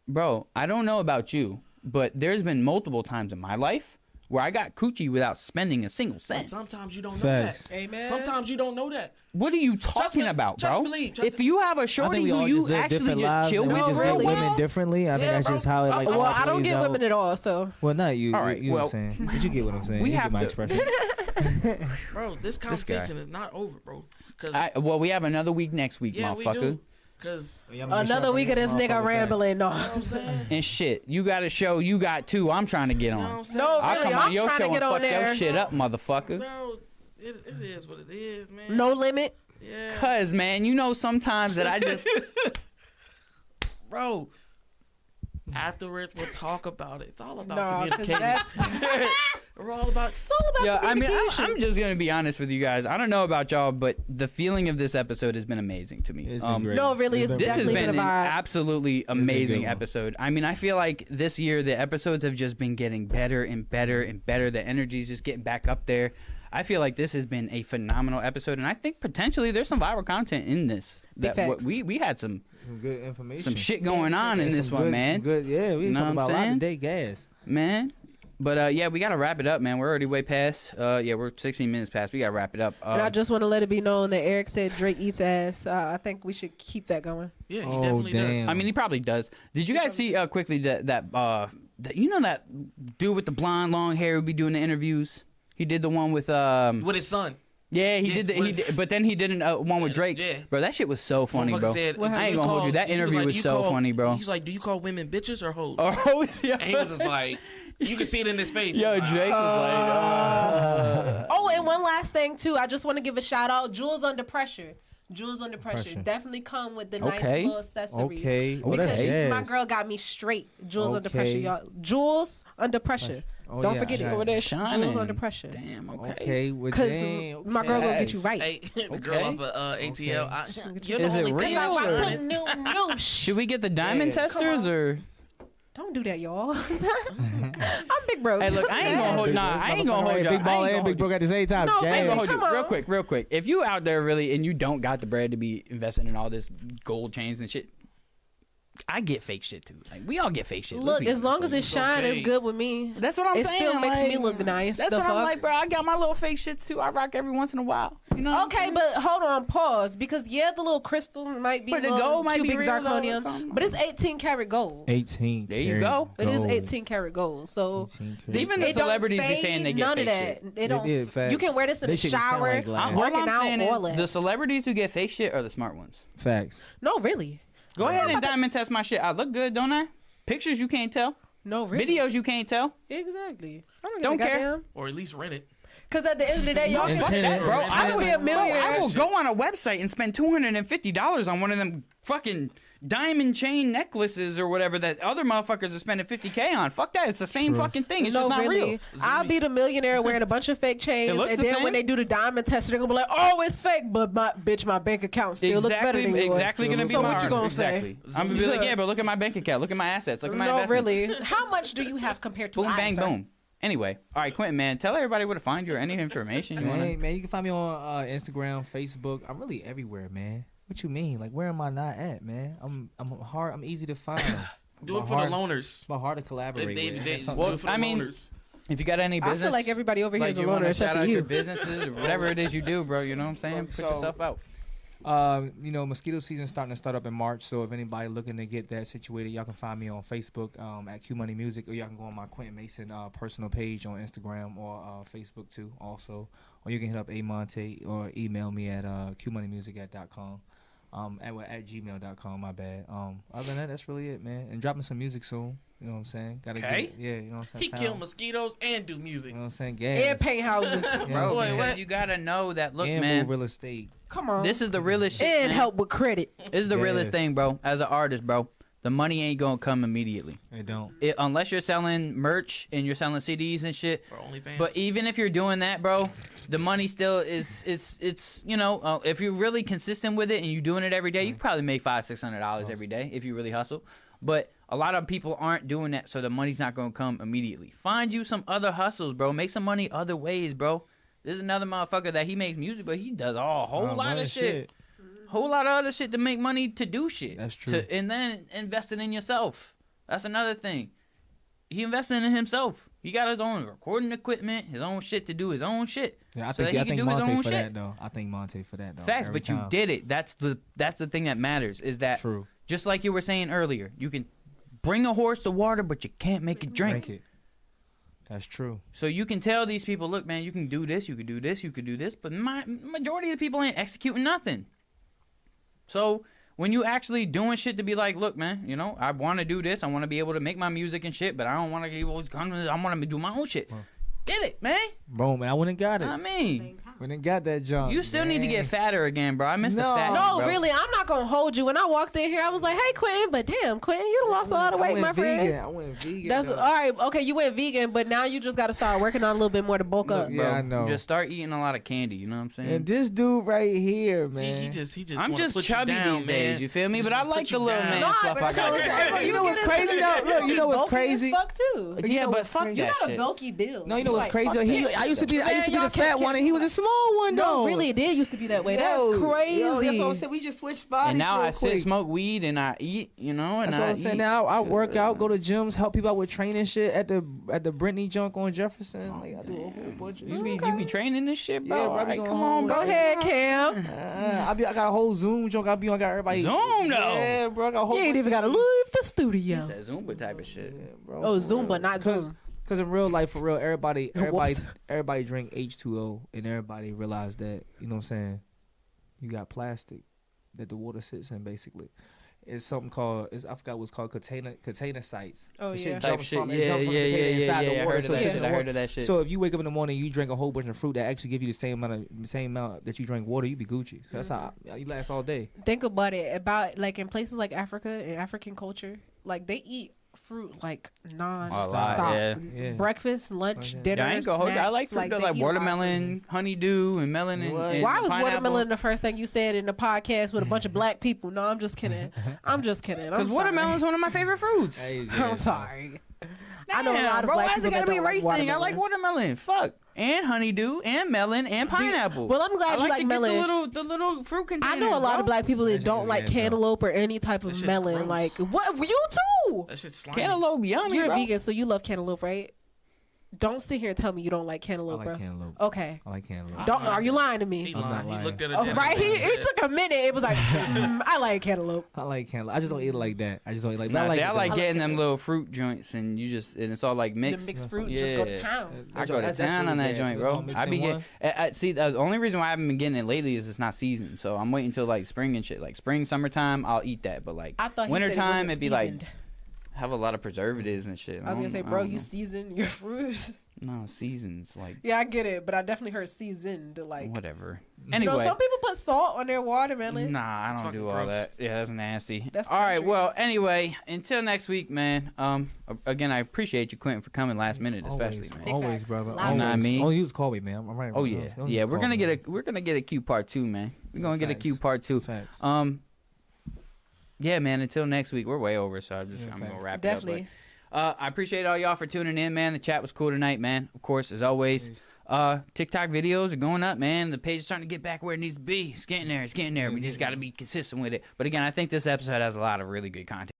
[SPEAKER 1] Bro, I don't know about you, but there's been multiple times in my life where I got coochie without spending a single
[SPEAKER 3] But
[SPEAKER 1] cent.
[SPEAKER 3] sometimes you don't
[SPEAKER 5] Facts.
[SPEAKER 3] know that.
[SPEAKER 2] Amen.
[SPEAKER 3] Sometimes you don't know that.
[SPEAKER 1] What are you talking
[SPEAKER 3] be-
[SPEAKER 1] about,
[SPEAKER 3] just
[SPEAKER 1] bro?
[SPEAKER 3] believe, just-
[SPEAKER 1] if you have
[SPEAKER 5] I
[SPEAKER 1] a
[SPEAKER 5] think
[SPEAKER 1] shorty
[SPEAKER 5] we
[SPEAKER 1] who
[SPEAKER 5] all
[SPEAKER 1] you
[SPEAKER 5] just live
[SPEAKER 1] actually
[SPEAKER 5] different
[SPEAKER 1] just
[SPEAKER 5] lives
[SPEAKER 1] chill
[SPEAKER 5] and we
[SPEAKER 1] with
[SPEAKER 5] just
[SPEAKER 1] real
[SPEAKER 5] get
[SPEAKER 1] well,
[SPEAKER 5] women differently. I think
[SPEAKER 3] Yeah,
[SPEAKER 5] that's
[SPEAKER 3] bro.
[SPEAKER 5] just how it like.
[SPEAKER 2] Well,
[SPEAKER 5] all
[SPEAKER 2] I don't
[SPEAKER 5] plays
[SPEAKER 2] get
[SPEAKER 5] out.
[SPEAKER 2] women at all, so
[SPEAKER 5] Well, not you.
[SPEAKER 1] All
[SPEAKER 5] you-
[SPEAKER 1] right,
[SPEAKER 5] You know what I'm
[SPEAKER 1] well,
[SPEAKER 5] saying? But you get what I'm saying.
[SPEAKER 1] we
[SPEAKER 5] You get
[SPEAKER 1] have
[SPEAKER 5] my
[SPEAKER 1] to-
[SPEAKER 5] expression.
[SPEAKER 3] Bro, this conversation is not over, bro. Cause
[SPEAKER 1] I, well, we have another week next week,
[SPEAKER 3] yeah, we
[SPEAKER 1] motherfucker.
[SPEAKER 3] do. Cause
[SPEAKER 2] another week of this nigga rambling. No,
[SPEAKER 3] you know what I'm saying.
[SPEAKER 1] and shit. You got a show you got too. I'm trying to get
[SPEAKER 3] You know what I'm
[SPEAKER 1] on.
[SPEAKER 3] saying?
[SPEAKER 2] No,
[SPEAKER 1] I'll
[SPEAKER 2] really,
[SPEAKER 1] come on
[SPEAKER 2] I'm
[SPEAKER 1] your show
[SPEAKER 2] trying to
[SPEAKER 1] and
[SPEAKER 2] get on
[SPEAKER 1] fuck your
[SPEAKER 2] there.
[SPEAKER 1] shit up, motherfucker.
[SPEAKER 3] Bro, it, it is what it is, man.
[SPEAKER 2] no limit.
[SPEAKER 3] Yeah.
[SPEAKER 1] Cuz, man, you know sometimes that I
[SPEAKER 3] [laughs]
[SPEAKER 1] just.
[SPEAKER 3] Bro. Afterwards, we'll talk about it. It's all about
[SPEAKER 2] No, because
[SPEAKER 3] communication.
[SPEAKER 2] that's
[SPEAKER 3] We're all about
[SPEAKER 2] it's all about
[SPEAKER 1] yeah, I mean, I,
[SPEAKER 2] communication.
[SPEAKER 1] I'm just going to be honest with you guys. I don't know about y'all, but the feeling of this episode has been amazing to me.
[SPEAKER 5] It's been
[SPEAKER 1] Um,
[SPEAKER 5] great.
[SPEAKER 2] no, really, it's
[SPEAKER 5] This
[SPEAKER 1] This has
[SPEAKER 2] definitely
[SPEAKER 1] been
[SPEAKER 2] been a
[SPEAKER 1] an
[SPEAKER 2] vibe.
[SPEAKER 1] absolutely
[SPEAKER 5] a good
[SPEAKER 1] amazing
[SPEAKER 5] one.
[SPEAKER 1] episode. I mean, I feel like this year the episodes have just been getting better and better and better. The energy's just getting back up there. I feel like this has been a phenomenal episode, and I think potentially there's some viral content in this.
[SPEAKER 2] Big
[SPEAKER 1] That what,
[SPEAKER 2] facts.
[SPEAKER 1] we we had some
[SPEAKER 5] Some good information.
[SPEAKER 1] some shit going on in
[SPEAKER 5] And
[SPEAKER 1] this
[SPEAKER 5] some
[SPEAKER 1] one,
[SPEAKER 5] good-
[SPEAKER 1] man.
[SPEAKER 5] some Good, yeah, we talking
[SPEAKER 1] Know what I'm
[SPEAKER 5] about a lot
[SPEAKER 1] saying?
[SPEAKER 5] today. Gas.
[SPEAKER 1] man. But uh, yeah, we gotta wrap it up, man. We're already way past. Uh, yeah, we're 16 minutes past. We gotta wrap it up. Uh,
[SPEAKER 2] And I just want to let it be known that Eric said Drake eats ass. Uh, I think we should keep that going.
[SPEAKER 3] Yeah, he
[SPEAKER 5] Oh,
[SPEAKER 3] definitely does.
[SPEAKER 5] damn.
[SPEAKER 1] I mean, he probably does. Did you guys see uh, quickly that that uh, that, you know that dude with the blonde long hair who be doing the interviews? He did the one with um
[SPEAKER 3] With his son.
[SPEAKER 1] yeah he
[SPEAKER 3] Yeah,
[SPEAKER 1] did the, he
[SPEAKER 3] with-
[SPEAKER 1] did, but then he did an, uh, one with Drake
[SPEAKER 3] Yeah.
[SPEAKER 1] bro that shit was so funny
[SPEAKER 3] Motherfucker
[SPEAKER 1] bro
[SPEAKER 3] said, "Do
[SPEAKER 1] I ain't gonna hold
[SPEAKER 3] call-
[SPEAKER 1] you that
[SPEAKER 3] he was
[SPEAKER 1] interview
[SPEAKER 3] like,
[SPEAKER 1] was,
[SPEAKER 3] "Do you
[SPEAKER 1] so
[SPEAKER 3] call-"
[SPEAKER 1] funny bro
[SPEAKER 3] He's like, do you call women bitches or hoes?
[SPEAKER 1] [laughs] oh
[SPEAKER 3] And he was just
[SPEAKER 1] yeah
[SPEAKER 3] like, you can see it in his
[SPEAKER 1] [laughs]
[SPEAKER 3] face.
[SPEAKER 1] yo
[SPEAKER 3] Like,
[SPEAKER 1] Drake was like uh,
[SPEAKER 2] Oh, and one last thing too. I just want to give a shout out. Jules under pressure. Jules under pressure.
[SPEAKER 5] Pressure.
[SPEAKER 2] Definitely come with the
[SPEAKER 1] Okay.
[SPEAKER 2] nice little accessories.
[SPEAKER 5] Okay. Oh,
[SPEAKER 2] Because
[SPEAKER 5] that's
[SPEAKER 2] she- my
[SPEAKER 5] gas.
[SPEAKER 2] girl got me straight. Jules under
[SPEAKER 5] Okay.
[SPEAKER 2] pressure, y'all. Jules under pressure.
[SPEAKER 4] Oh,
[SPEAKER 2] Don't
[SPEAKER 4] yeah,
[SPEAKER 2] forget it.
[SPEAKER 4] yeah.
[SPEAKER 2] Over there,
[SPEAKER 1] Shining.
[SPEAKER 2] Jewels under pressure.
[SPEAKER 1] Damn. Okay.
[SPEAKER 4] Okay, well,
[SPEAKER 2] Because
[SPEAKER 4] damn,
[SPEAKER 2] my girl gonna get you
[SPEAKER 4] Yes.
[SPEAKER 2] right.
[SPEAKER 3] [laughs] Hey, [laughs] the girl
[SPEAKER 1] Okay.
[SPEAKER 3] up at uh, ATL. I, you're
[SPEAKER 1] Is
[SPEAKER 3] the
[SPEAKER 1] it
[SPEAKER 3] only thing
[SPEAKER 1] real
[SPEAKER 3] I
[SPEAKER 1] or-
[SPEAKER 3] learned.
[SPEAKER 1] Put
[SPEAKER 2] new,
[SPEAKER 1] [laughs]
[SPEAKER 2] new
[SPEAKER 1] Should we get the diamond
[SPEAKER 4] Yeah.
[SPEAKER 1] testers or?
[SPEAKER 2] Don't do
[SPEAKER 1] [laughs]
[SPEAKER 2] that, y'all. [laughs] I'm big bro.
[SPEAKER 1] Hey, look, I ain't gonna hold. Nah, I ain't gonna hold y'all.
[SPEAKER 4] Big ball
[SPEAKER 1] I ain't
[SPEAKER 4] and
[SPEAKER 1] gonna hold
[SPEAKER 4] big bro
[SPEAKER 1] you.
[SPEAKER 4] at the same time.
[SPEAKER 2] No,
[SPEAKER 1] I ain't
[SPEAKER 2] Hey,
[SPEAKER 1] gonna hold you.
[SPEAKER 2] come on.
[SPEAKER 1] Real quick, real quick. If you out there really and you don't got the bread to be investing in all this gold chains and shit, I get fake shit too. Like we all get fake shit. Let's
[SPEAKER 2] Look,
[SPEAKER 1] be
[SPEAKER 2] as
[SPEAKER 1] honest.
[SPEAKER 2] long as it shine,
[SPEAKER 3] okay.
[SPEAKER 2] it's good with me.
[SPEAKER 1] That's what I'm
[SPEAKER 2] It
[SPEAKER 1] saying.
[SPEAKER 2] still makes
[SPEAKER 1] like,
[SPEAKER 2] me look nice.
[SPEAKER 1] That's
[SPEAKER 2] The
[SPEAKER 1] what I'm
[SPEAKER 2] fuck?
[SPEAKER 1] like, bro. I got my little fake shit too. I rock every once in a while. You know. what I'm
[SPEAKER 2] Okay,
[SPEAKER 1] saying?
[SPEAKER 2] but hold on, pause because yeah, the little crystal might be
[SPEAKER 1] But the
[SPEAKER 2] little
[SPEAKER 1] gold might be
[SPEAKER 2] cubic
[SPEAKER 1] real though or
[SPEAKER 2] zirconium,
[SPEAKER 1] something.
[SPEAKER 2] but it's 18 karat gold.
[SPEAKER 4] 18.
[SPEAKER 1] There you
[SPEAKER 4] karat
[SPEAKER 1] go.
[SPEAKER 2] It is
[SPEAKER 4] gold.
[SPEAKER 2] 18 karat gold, so
[SPEAKER 4] 18 karat
[SPEAKER 1] Even
[SPEAKER 4] gold.
[SPEAKER 1] the
[SPEAKER 2] it don't
[SPEAKER 1] celebrities be
[SPEAKER 2] fade,
[SPEAKER 1] saying they get
[SPEAKER 2] none
[SPEAKER 1] fake
[SPEAKER 2] of that.
[SPEAKER 1] shit.
[SPEAKER 2] It don't.
[SPEAKER 4] It is facts.
[SPEAKER 2] you can wear this in
[SPEAKER 4] They
[SPEAKER 2] the
[SPEAKER 4] shit can sound
[SPEAKER 2] shower.
[SPEAKER 4] like glass.
[SPEAKER 1] I'm, all
[SPEAKER 2] working
[SPEAKER 1] I'm
[SPEAKER 2] out,
[SPEAKER 1] saying
[SPEAKER 2] all
[SPEAKER 1] is
[SPEAKER 2] that.
[SPEAKER 1] the celebrities who get fake shit are the smart ones.
[SPEAKER 4] Facts.
[SPEAKER 2] No, really,
[SPEAKER 1] Go ahead and diamond test my shit. I look good, don't I? Pictures you can't tell.
[SPEAKER 2] no, really.
[SPEAKER 1] Videos you can't tell.
[SPEAKER 2] exactly. I don't,
[SPEAKER 1] Don't
[SPEAKER 2] give a
[SPEAKER 1] care.
[SPEAKER 2] goddamn.
[SPEAKER 3] Or at least rent it.
[SPEAKER 2] Cause at the end of the day, y'all
[SPEAKER 4] It's
[SPEAKER 2] can
[SPEAKER 4] him.
[SPEAKER 1] That, bro,
[SPEAKER 4] It's
[SPEAKER 1] I
[SPEAKER 4] him.
[SPEAKER 1] will,
[SPEAKER 2] Be a millionaire.
[SPEAKER 1] bro, I will go on a website and spend two hundred and fifty dollars on one of them fucking diamond chain necklaces or whatever that other motherfuckers are spending fifty k on. Fuck that. It's the same fucking thing. It's just not real.
[SPEAKER 2] I'll be the millionaire wearing a bunch of fake
[SPEAKER 1] It
[SPEAKER 2] chains, and
[SPEAKER 1] looks
[SPEAKER 2] then
[SPEAKER 1] the same.
[SPEAKER 2] when they do the diamond test, they're gonna be like, "Oh, it's fake," but my bitch, my bank account still look better
[SPEAKER 1] Exactly,
[SPEAKER 2] than yours.
[SPEAKER 1] exactly gonna be
[SPEAKER 2] so
[SPEAKER 1] my
[SPEAKER 2] what you
[SPEAKER 1] argument.
[SPEAKER 2] gonna
[SPEAKER 1] exactly. I'm gonna be like, yeah, but look at my bank account, look at my assets, look
[SPEAKER 2] say?
[SPEAKER 1] at my
[SPEAKER 2] no,
[SPEAKER 1] investments.
[SPEAKER 2] really. How much do you have compared to
[SPEAKER 1] Boom,
[SPEAKER 2] I,
[SPEAKER 1] bang,
[SPEAKER 2] sir?
[SPEAKER 1] boom. Anyway, all right, Quentin, man, tell everybody where to find you or any information you
[SPEAKER 4] Man,
[SPEAKER 1] want.
[SPEAKER 4] man, you can find me on uh, Instagram, Facebook. I'm really everywhere, man. What you mean? Like, where am I not at, man? I'm I'm hard. I'm easy to find.
[SPEAKER 3] [coughs] Do it
[SPEAKER 4] My
[SPEAKER 3] for
[SPEAKER 4] hard-
[SPEAKER 3] the loners.
[SPEAKER 4] But hard to collaborate
[SPEAKER 3] They, they,
[SPEAKER 4] with.
[SPEAKER 3] they,
[SPEAKER 4] That's something-
[SPEAKER 3] do
[SPEAKER 1] Well,
[SPEAKER 3] it for the
[SPEAKER 1] I mean,
[SPEAKER 3] loners.
[SPEAKER 1] If you got any
[SPEAKER 2] I
[SPEAKER 1] business,
[SPEAKER 2] feel like everybody over here
[SPEAKER 1] like
[SPEAKER 2] is
[SPEAKER 1] you
[SPEAKER 2] a
[SPEAKER 1] wanna
[SPEAKER 2] loner
[SPEAKER 1] shout
[SPEAKER 2] except for
[SPEAKER 1] out your
[SPEAKER 2] you.
[SPEAKER 1] businesses or whatever it is you do, bro. You know what I'm saying? Put
[SPEAKER 4] So-
[SPEAKER 1] yourself out.
[SPEAKER 4] Um, you know, mosquito season starting to start up in March. So if anybody looking to get that situated, y'all can find me on Facebook um, at Q Money Music, or y'all can go on my Quentin Mason uh, personal page on Instagram or uh, Facebook too, also. Or you can hit up Amonte or email me at uh, QMoneyMusic at dot com. Um, at, well, at gmail.com, my bad. Um, other than that, that's really it, man. And dropping some music soon. You know what I'm saying? Gotta
[SPEAKER 3] Okay.
[SPEAKER 4] get, yeah, you know what I'm saying?
[SPEAKER 3] He kill
[SPEAKER 4] Found-
[SPEAKER 3] mosquitoes and do music.
[SPEAKER 4] You know what I'm saying?
[SPEAKER 2] And
[SPEAKER 4] Gas.
[SPEAKER 2] paint houses.
[SPEAKER 4] You know what I'm
[SPEAKER 1] Bro,
[SPEAKER 4] saying?
[SPEAKER 3] what?
[SPEAKER 1] you gotta know that. Look,
[SPEAKER 4] and
[SPEAKER 1] man,
[SPEAKER 4] move real estate.
[SPEAKER 2] Come on.
[SPEAKER 1] this is the realest shit.
[SPEAKER 2] and
[SPEAKER 1] man.
[SPEAKER 2] help with credit.
[SPEAKER 1] This is the realest
[SPEAKER 4] Yes.
[SPEAKER 1] thing, bro. As an artist, bro, the money ain't gonna come immediately.
[SPEAKER 4] It don't.
[SPEAKER 1] It, unless you're selling merch and you're selling CDs and shit.
[SPEAKER 3] Or OnlyFans.
[SPEAKER 1] But even if you're doing that, bro, the money still is is it's you know uh, if you're really consistent with it and you're doing it every day, you probably make five six hundred dollars every day if you really hustle. But a lot of people aren't doing that, so the money's not gonna come immediately. Find you some other hustles, bro. Make some money other ways, bro. There's another motherfucker that he makes music, but he does a whole
[SPEAKER 4] Oh,
[SPEAKER 1] lot
[SPEAKER 4] man,
[SPEAKER 1] of shit whole lot of other shit to make money to do shit.
[SPEAKER 4] That's
[SPEAKER 1] To-
[SPEAKER 4] true.
[SPEAKER 1] and then investing in yourself. That's another thing. He invested in himself. He got his own recording equipment, his own shit to do his own shit.
[SPEAKER 4] Yeah, I
[SPEAKER 1] so that
[SPEAKER 4] think
[SPEAKER 1] he
[SPEAKER 4] I
[SPEAKER 1] can
[SPEAKER 4] think
[SPEAKER 1] do his
[SPEAKER 4] Monte
[SPEAKER 1] own
[SPEAKER 4] for
[SPEAKER 1] shit.
[SPEAKER 4] that though. I think Monte for that though.
[SPEAKER 1] Facts,
[SPEAKER 4] Every
[SPEAKER 1] but you
[SPEAKER 4] time.
[SPEAKER 1] did it. That's the that's the thing that matters is that
[SPEAKER 4] True.
[SPEAKER 1] just like you were saying earlier, you can bring a horse to water, but you can't make it drink.
[SPEAKER 4] Drink it. That's true.
[SPEAKER 1] So you can tell these people, look, man, you can do this, you can do this, you can do this, but my majority of the people ain't executing nothing. So when you actually doing shit to be like, look, man, you know, I want to do this, I want to be able to make my music and shit, but I don't want to give always come. I want to do my own shit. Get it, man.
[SPEAKER 4] Boom, man. I wouldn't got it.
[SPEAKER 1] I mean,
[SPEAKER 4] went and got that junk.
[SPEAKER 1] you still need to get
[SPEAKER 4] man.
[SPEAKER 1] fatter again, bro. I miss the
[SPEAKER 4] No.
[SPEAKER 1] fat.
[SPEAKER 2] No,
[SPEAKER 1] bro.
[SPEAKER 2] really, I'm not gonna hold you. When I walked in here, I was like, "Hey, Quentin," but damn, Quentin, you done lost a lot of
[SPEAKER 4] I
[SPEAKER 2] weight,
[SPEAKER 4] went
[SPEAKER 2] my
[SPEAKER 4] vegan.
[SPEAKER 2] friend.
[SPEAKER 4] I went vegan.
[SPEAKER 2] That's all
[SPEAKER 4] dog.
[SPEAKER 2] right. Okay, you went vegan, but now you just got to start working on a little bit more to bulk
[SPEAKER 4] Look,
[SPEAKER 2] up.
[SPEAKER 4] yeah, I know.
[SPEAKER 1] Just start eating a lot of candy. You know what I'm saying?
[SPEAKER 4] and this dude right here,
[SPEAKER 3] See,
[SPEAKER 4] man.
[SPEAKER 3] he just, he just
[SPEAKER 1] I'm
[SPEAKER 3] wanna
[SPEAKER 1] just
[SPEAKER 3] put you
[SPEAKER 1] chubby
[SPEAKER 3] down,
[SPEAKER 1] these
[SPEAKER 3] man.
[SPEAKER 1] days. You feel me?
[SPEAKER 3] Just
[SPEAKER 1] But I
[SPEAKER 3] wanna
[SPEAKER 1] like
[SPEAKER 3] put
[SPEAKER 1] the
[SPEAKER 3] you
[SPEAKER 1] little
[SPEAKER 3] down.
[SPEAKER 1] man
[SPEAKER 2] No,
[SPEAKER 1] fluff
[SPEAKER 2] but
[SPEAKER 1] I got.
[SPEAKER 2] oh, you-
[SPEAKER 4] Hey, you know what's crazy though? Look, you know what's crazy?
[SPEAKER 2] Fuck too.
[SPEAKER 4] You
[SPEAKER 1] Yeah,
[SPEAKER 4] know
[SPEAKER 1] but
[SPEAKER 4] what's
[SPEAKER 1] fuck
[SPEAKER 4] crazy?
[SPEAKER 1] that shit.
[SPEAKER 2] bulky build.
[SPEAKER 4] No, you know what's crazy? though? He, I used to be, I used to be
[SPEAKER 2] Man, y'all
[SPEAKER 4] the fat
[SPEAKER 2] kept-
[SPEAKER 4] one, and he was a small one.
[SPEAKER 2] No,
[SPEAKER 4] though.
[SPEAKER 2] really, it did used to be that way.
[SPEAKER 4] Yo,
[SPEAKER 2] That's crazy.
[SPEAKER 4] yo, that's what I'm saying. We just switched bodies.
[SPEAKER 1] and now
[SPEAKER 4] real
[SPEAKER 1] I sit,
[SPEAKER 4] quick.
[SPEAKER 1] smoke weed, and I eat. You know, and
[SPEAKER 4] That's what
[SPEAKER 1] I
[SPEAKER 4] I'm saying.
[SPEAKER 1] eat.
[SPEAKER 4] Now I work out, go to gyms, help people out with training shit at the at the Brittany junk on Jefferson. Like I do a whole bunch of
[SPEAKER 1] You be
[SPEAKER 4] shit.
[SPEAKER 1] you be training this shit, bro.
[SPEAKER 4] Yeah, bro, I be
[SPEAKER 1] Alright,
[SPEAKER 4] going
[SPEAKER 1] come
[SPEAKER 4] home
[SPEAKER 1] on,
[SPEAKER 4] with
[SPEAKER 1] bro.
[SPEAKER 2] Go ahead, Cam.
[SPEAKER 4] Uh, I be I got a whole Zoom junk. I be on. I got everybody
[SPEAKER 1] Zoom, though.
[SPEAKER 4] Yeah, bro. I got a whole.
[SPEAKER 2] You ain't even got to leave the studio.
[SPEAKER 1] It's that Zumba type of shit.
[SPEAKER 4] bro,
[SPEAKER 2] Oh,
[SPEAKER 4] for
[SPEAKER 2] Zumba,
[SPEAKER 4] real.
[SPEAKER 2] not Zoom.
[SPEAKER 4] Cause in real life, for real,
[SPEAKER 2] [laughs]
[SPEAKER 4] everybody, everybody,
[SPEAKER 2] Whoops.
[SPEAKER 4] everybody drink H2O, and everybody realize that you know what I'm saying. You got plastic that the water sits in, basically. It's something called it's, I forgot what's called container container sites.
[SPEAKER 2] Oh,
[SPEAKER 4] The
[SPEAKER 2] yeah.
[SPEAKER 4] shit
[SPEAKER 1] Type
[SPEAKER 4] jumps
[SPEAKER 1] shit.
[SPEAKER 4] from- it
[SPEAKER 1] Yeah,
[SPEAKER 4] jumps from
[SPEAKER 1] yeah,
[SPEAKER 4] the container
[SPEAKER 1] yeah, yeah,
[SPEAKER 4] inside the
[SPEAKER 1] yeah. I
[SPEAKER 4] water,
[SPEAKER 1] heard of
[SPEAKER 4] so it
[SPEAKER 1] that
[SPEAKER 4] sits
[SPEAKER 1] shit.
[SPEAKER 4] in the
[SPEAKER 1] I
[SPEAKER 4] water.
[SPEAKER 1] heard of that shit.
[SPEAKER 4] So if you wake up in the morning, you drink a whole bunch of fruit that actually give you the same amount of same amount that you drink water, you be Gucci. That's how you last all day.
[SPEAKER 2] Think about it. About like in places like Africa and African culture, like they eat fruit like non
[SPEAKER 1] lot,
[SPEAKER 2] stop.
[SPEAKER 1] yeah.
[SPEAKER 5] Yeah.
[SPEAKER 2] Breakfast, lunch, dinner.
[SPEAKER 1] Yeah, I ain't gonna hold you. I
[SPEAKER 2] snacks,
[SPEAKER 1] like fruit though,
[SPEAKER 2] they
[SPEAKER 1] like
[SPEAKER 2] eat a lot of
[SPEAKER 1] watermelon, honeydew, and melon. And,
[SPEAKER 3] What?
[SPEAKER 1] and
[SPEAKER 2] Why was
[SPEAKER 1] pineapples.
[SPEAKER 2] watermelon the first thing you said in the podcast with a bunch of black people? No, I'm just kidding. I'm just
[SPEAKER 1] [laughs]
[SPEAKER 2] kidding. I'm
[SPEAKER 1] Because
[SPEAKER 2] sorry.
[SPEAKER 1] watermelon's one of my favorite fruits.
[SPEAKER 2] [laughs] I'm sorry. I know a
[SPEAKER 1] Damn,
[SPEAKER 2] lot of
[SPEAKER 1] bro,
[SPEAKER 2] black
[SPEAKER 1] why is it
[SPEAKER 2] people that
[SPEAKER 1] gotta be a
[SPEAKER 2] don't like
[SPEAKER 1] race thing? I like watermelon. Fuck. And honeydew, and melon, and pineapple.
[SPEAKER 2] Well, I'm glad
[SPEAKER 1] I
[SPEAKER 2] you like
[SPEAKER 1] to get
[SPEAKER 2] melon.
[SPEAKER 1] The little, the little fruit container.
[SPEAKER 2] I know a lot
[SPEAKER 1] bro.
[SPEAKER 2] of black people that
[SPEAKER 5] shit
[SPEAKER 2] don't
[SPEAKER 5] is
[SPEAKER 2] like
[SPEAKER 5] bad, though.
[SPEAKER 2] cantaloupe or any type
[SPEAKER 3] That
[SPEAKER 2] of
[SPEAKER 3] shit's
[SPEAKER 2] melon.
[SPEAKER 3] gross.
[SPEAKER 2] Like what? You too.
[SPEAKER 3] That shit's slimy.
[SPEAKER 1] Cantaloupe, yummy,
[SPEAKER 2] You're a
[SPEAKER 1] bro.
[SPEAKER 2] vegan, so you love cantaloupe, right? Don't sit here and tell me you don't like
[SPEAKER 5] I
[SPEAKER 2] cantaloupe,
[SPEAKER 5] like
[SPEAKER 2] bro.
[SPEAKER 5] cantaloupe.
[SPEAKER 2] Okay.
[SPEAKER 5] I like cantaloupe.
[SPEAKER 2] Don't are you lying to me?
[SPEAKER 3] He
[SPEAKER 5] I'm
[SPEAKER 3] lied.
[SPEAKER 5] not
[SPEAKER 3] He
[SPEAKER 5] lying.
[SPEAKER 3] looked at her.
[SPEAKER 2] Oh,
[SPEAKER 3] dead
[SPEAKER 2] right?
[SPEAKER 3] in the
[SPEAKER 2] He,
[SPEAKER 3] face and
[SPEAKER 2] he
[SPEAKER 3] said,
[SPEAKER 2] took a minute. It was like, mm, I like cantaloupe.
[SPEAKER 5] I like cantaloupe. I just don't eat it like that. I just don't eat it like
[SPEAKER 1] Nah,
[SPEAKER 5] that.
[SPEAKER 1] see,
[SPEAKER 5] it
[SPEAKER 1] I
[SPEAKER 5] though.
[SPEAKER 1] like
[SPEAKER 2] I like
[SPEAKER 1] getting
[SPEAKER 2] it.
[SPEAKER 1] them little fruit joints, and you just and it's all like mixed.
[SPEAKER 2] the mixed fruit just go to
[SPEAKER 1] Yeah.
[SPEAKER 2] town.
[SPEAKER 1] I go to
[SPEAKER 5] That's- that's
[SPEAKER 1] town
[SPEAKER 5] what
[SPEAKER 1] on
[SPEAKER 5] it
[SPEAKER 1] that
[SPEAKER 5] is.
[SPEAKER 1] joint,
[SPEAKER 5] It's all
[SPEAKER 1] bro.
[SPEAKER 5] mixed
[SPEAKER 1] I
[SPEAKER 5] in
[SPEAKER 1] be
[SPEAKER 5] one.
[SPEAKER 1] getting. I, I- see, the only reason why I haven't been getting it lately is it's not seasoned. So I'm waiting till like spring and shit. Like spring, summertime, I'll eat that. But like
[SPEAKER 2] I thought he
[SPEAKER 1] wintertime,
[SPEAKER 2] said it
[SPEAKER 1] it'd be
[SPEAKER 2] wasn't
[SPEAKER 1] like have a lot of preservatives and shit.
[SPEAKER 2] seasoned. I was gonna
[SPEAKER 1] don't-
[SPEAKER 2] say,
[SPEAKER 1] I
[SPEAKER 2] bro,
[SPEAKER 1] don't
[SPEAKER 2] you
[SPEAKER 1] know.
[SPEAKER 2] season your [laughs] fruit.
[SPEAKER 1] no seasons like
[SPEAKER 2] yeah, I get it, but I definitely heard seasoned. Like,
[SPEAKER 1] whatever.
[SPEAKER 2] you know,
[SPEAKER 1] Anyway,
[SPEAKER 2] some people put salt on their watermelon.
[SPEAKER 1] Nah, I
[SPEAKER 3] It's
[SPEAKER 1] don't do
[SPEAKER 3] fucking
[SPEAKER 1] all
[SPEAKER 3] gross.
[SPEAKER 1] that. Yeah, that's nasty.
[SPEAKER 2] That's
[SPEAKER 1] all right.
[SPEAKER 2] country.
[SPEAKER 1] Well, anyway, until next week, man. Um, a- again, I appreciate you, Quentin, for coming last minute, especially,
[SPEAKER 5] always,
[SPEAKER 1] man.
[SPEAKER 5] always,
[SPEAKER 2] facts.
[SPEAKER 5] brother.
[SPEAKER 2] Loud
[SPEAKER 5] always.
[SPEAKER 1] Nah, me-
[SPEAKER 5] Oh, you just call me, man. I'm right.
[SPEAKER 1] Oh yeah, yeah. We're gonna get a we're gonna get a Q part two, man. We're gonna get a Q
[SPEAKER 5] Facts.
[SPEAKER 1] part two.
[SPEAKER 5] Facts.
[SPEAKER 1] Um, yeah, man. Until next week, we're way over, so I'm just
[SPEAKER 5] Yeah,
[SPEAKER 1] I'm
[SPEAKER 5] facts.
[SPEAKER 1] gonna wrap it
[SPEAKER 2] Definitely.
[SPEAKER 1] up. but, uh, I appreciate all y'all for tuning in, man. The chat was cool tonight, man. Of course, as always. Uh, TikTok videos are going up, man. The page is starting to get back where it needs to be. It's getting there. It's getting there. We just got to be consistent with it. But again, I think this episode has a lot of really good content.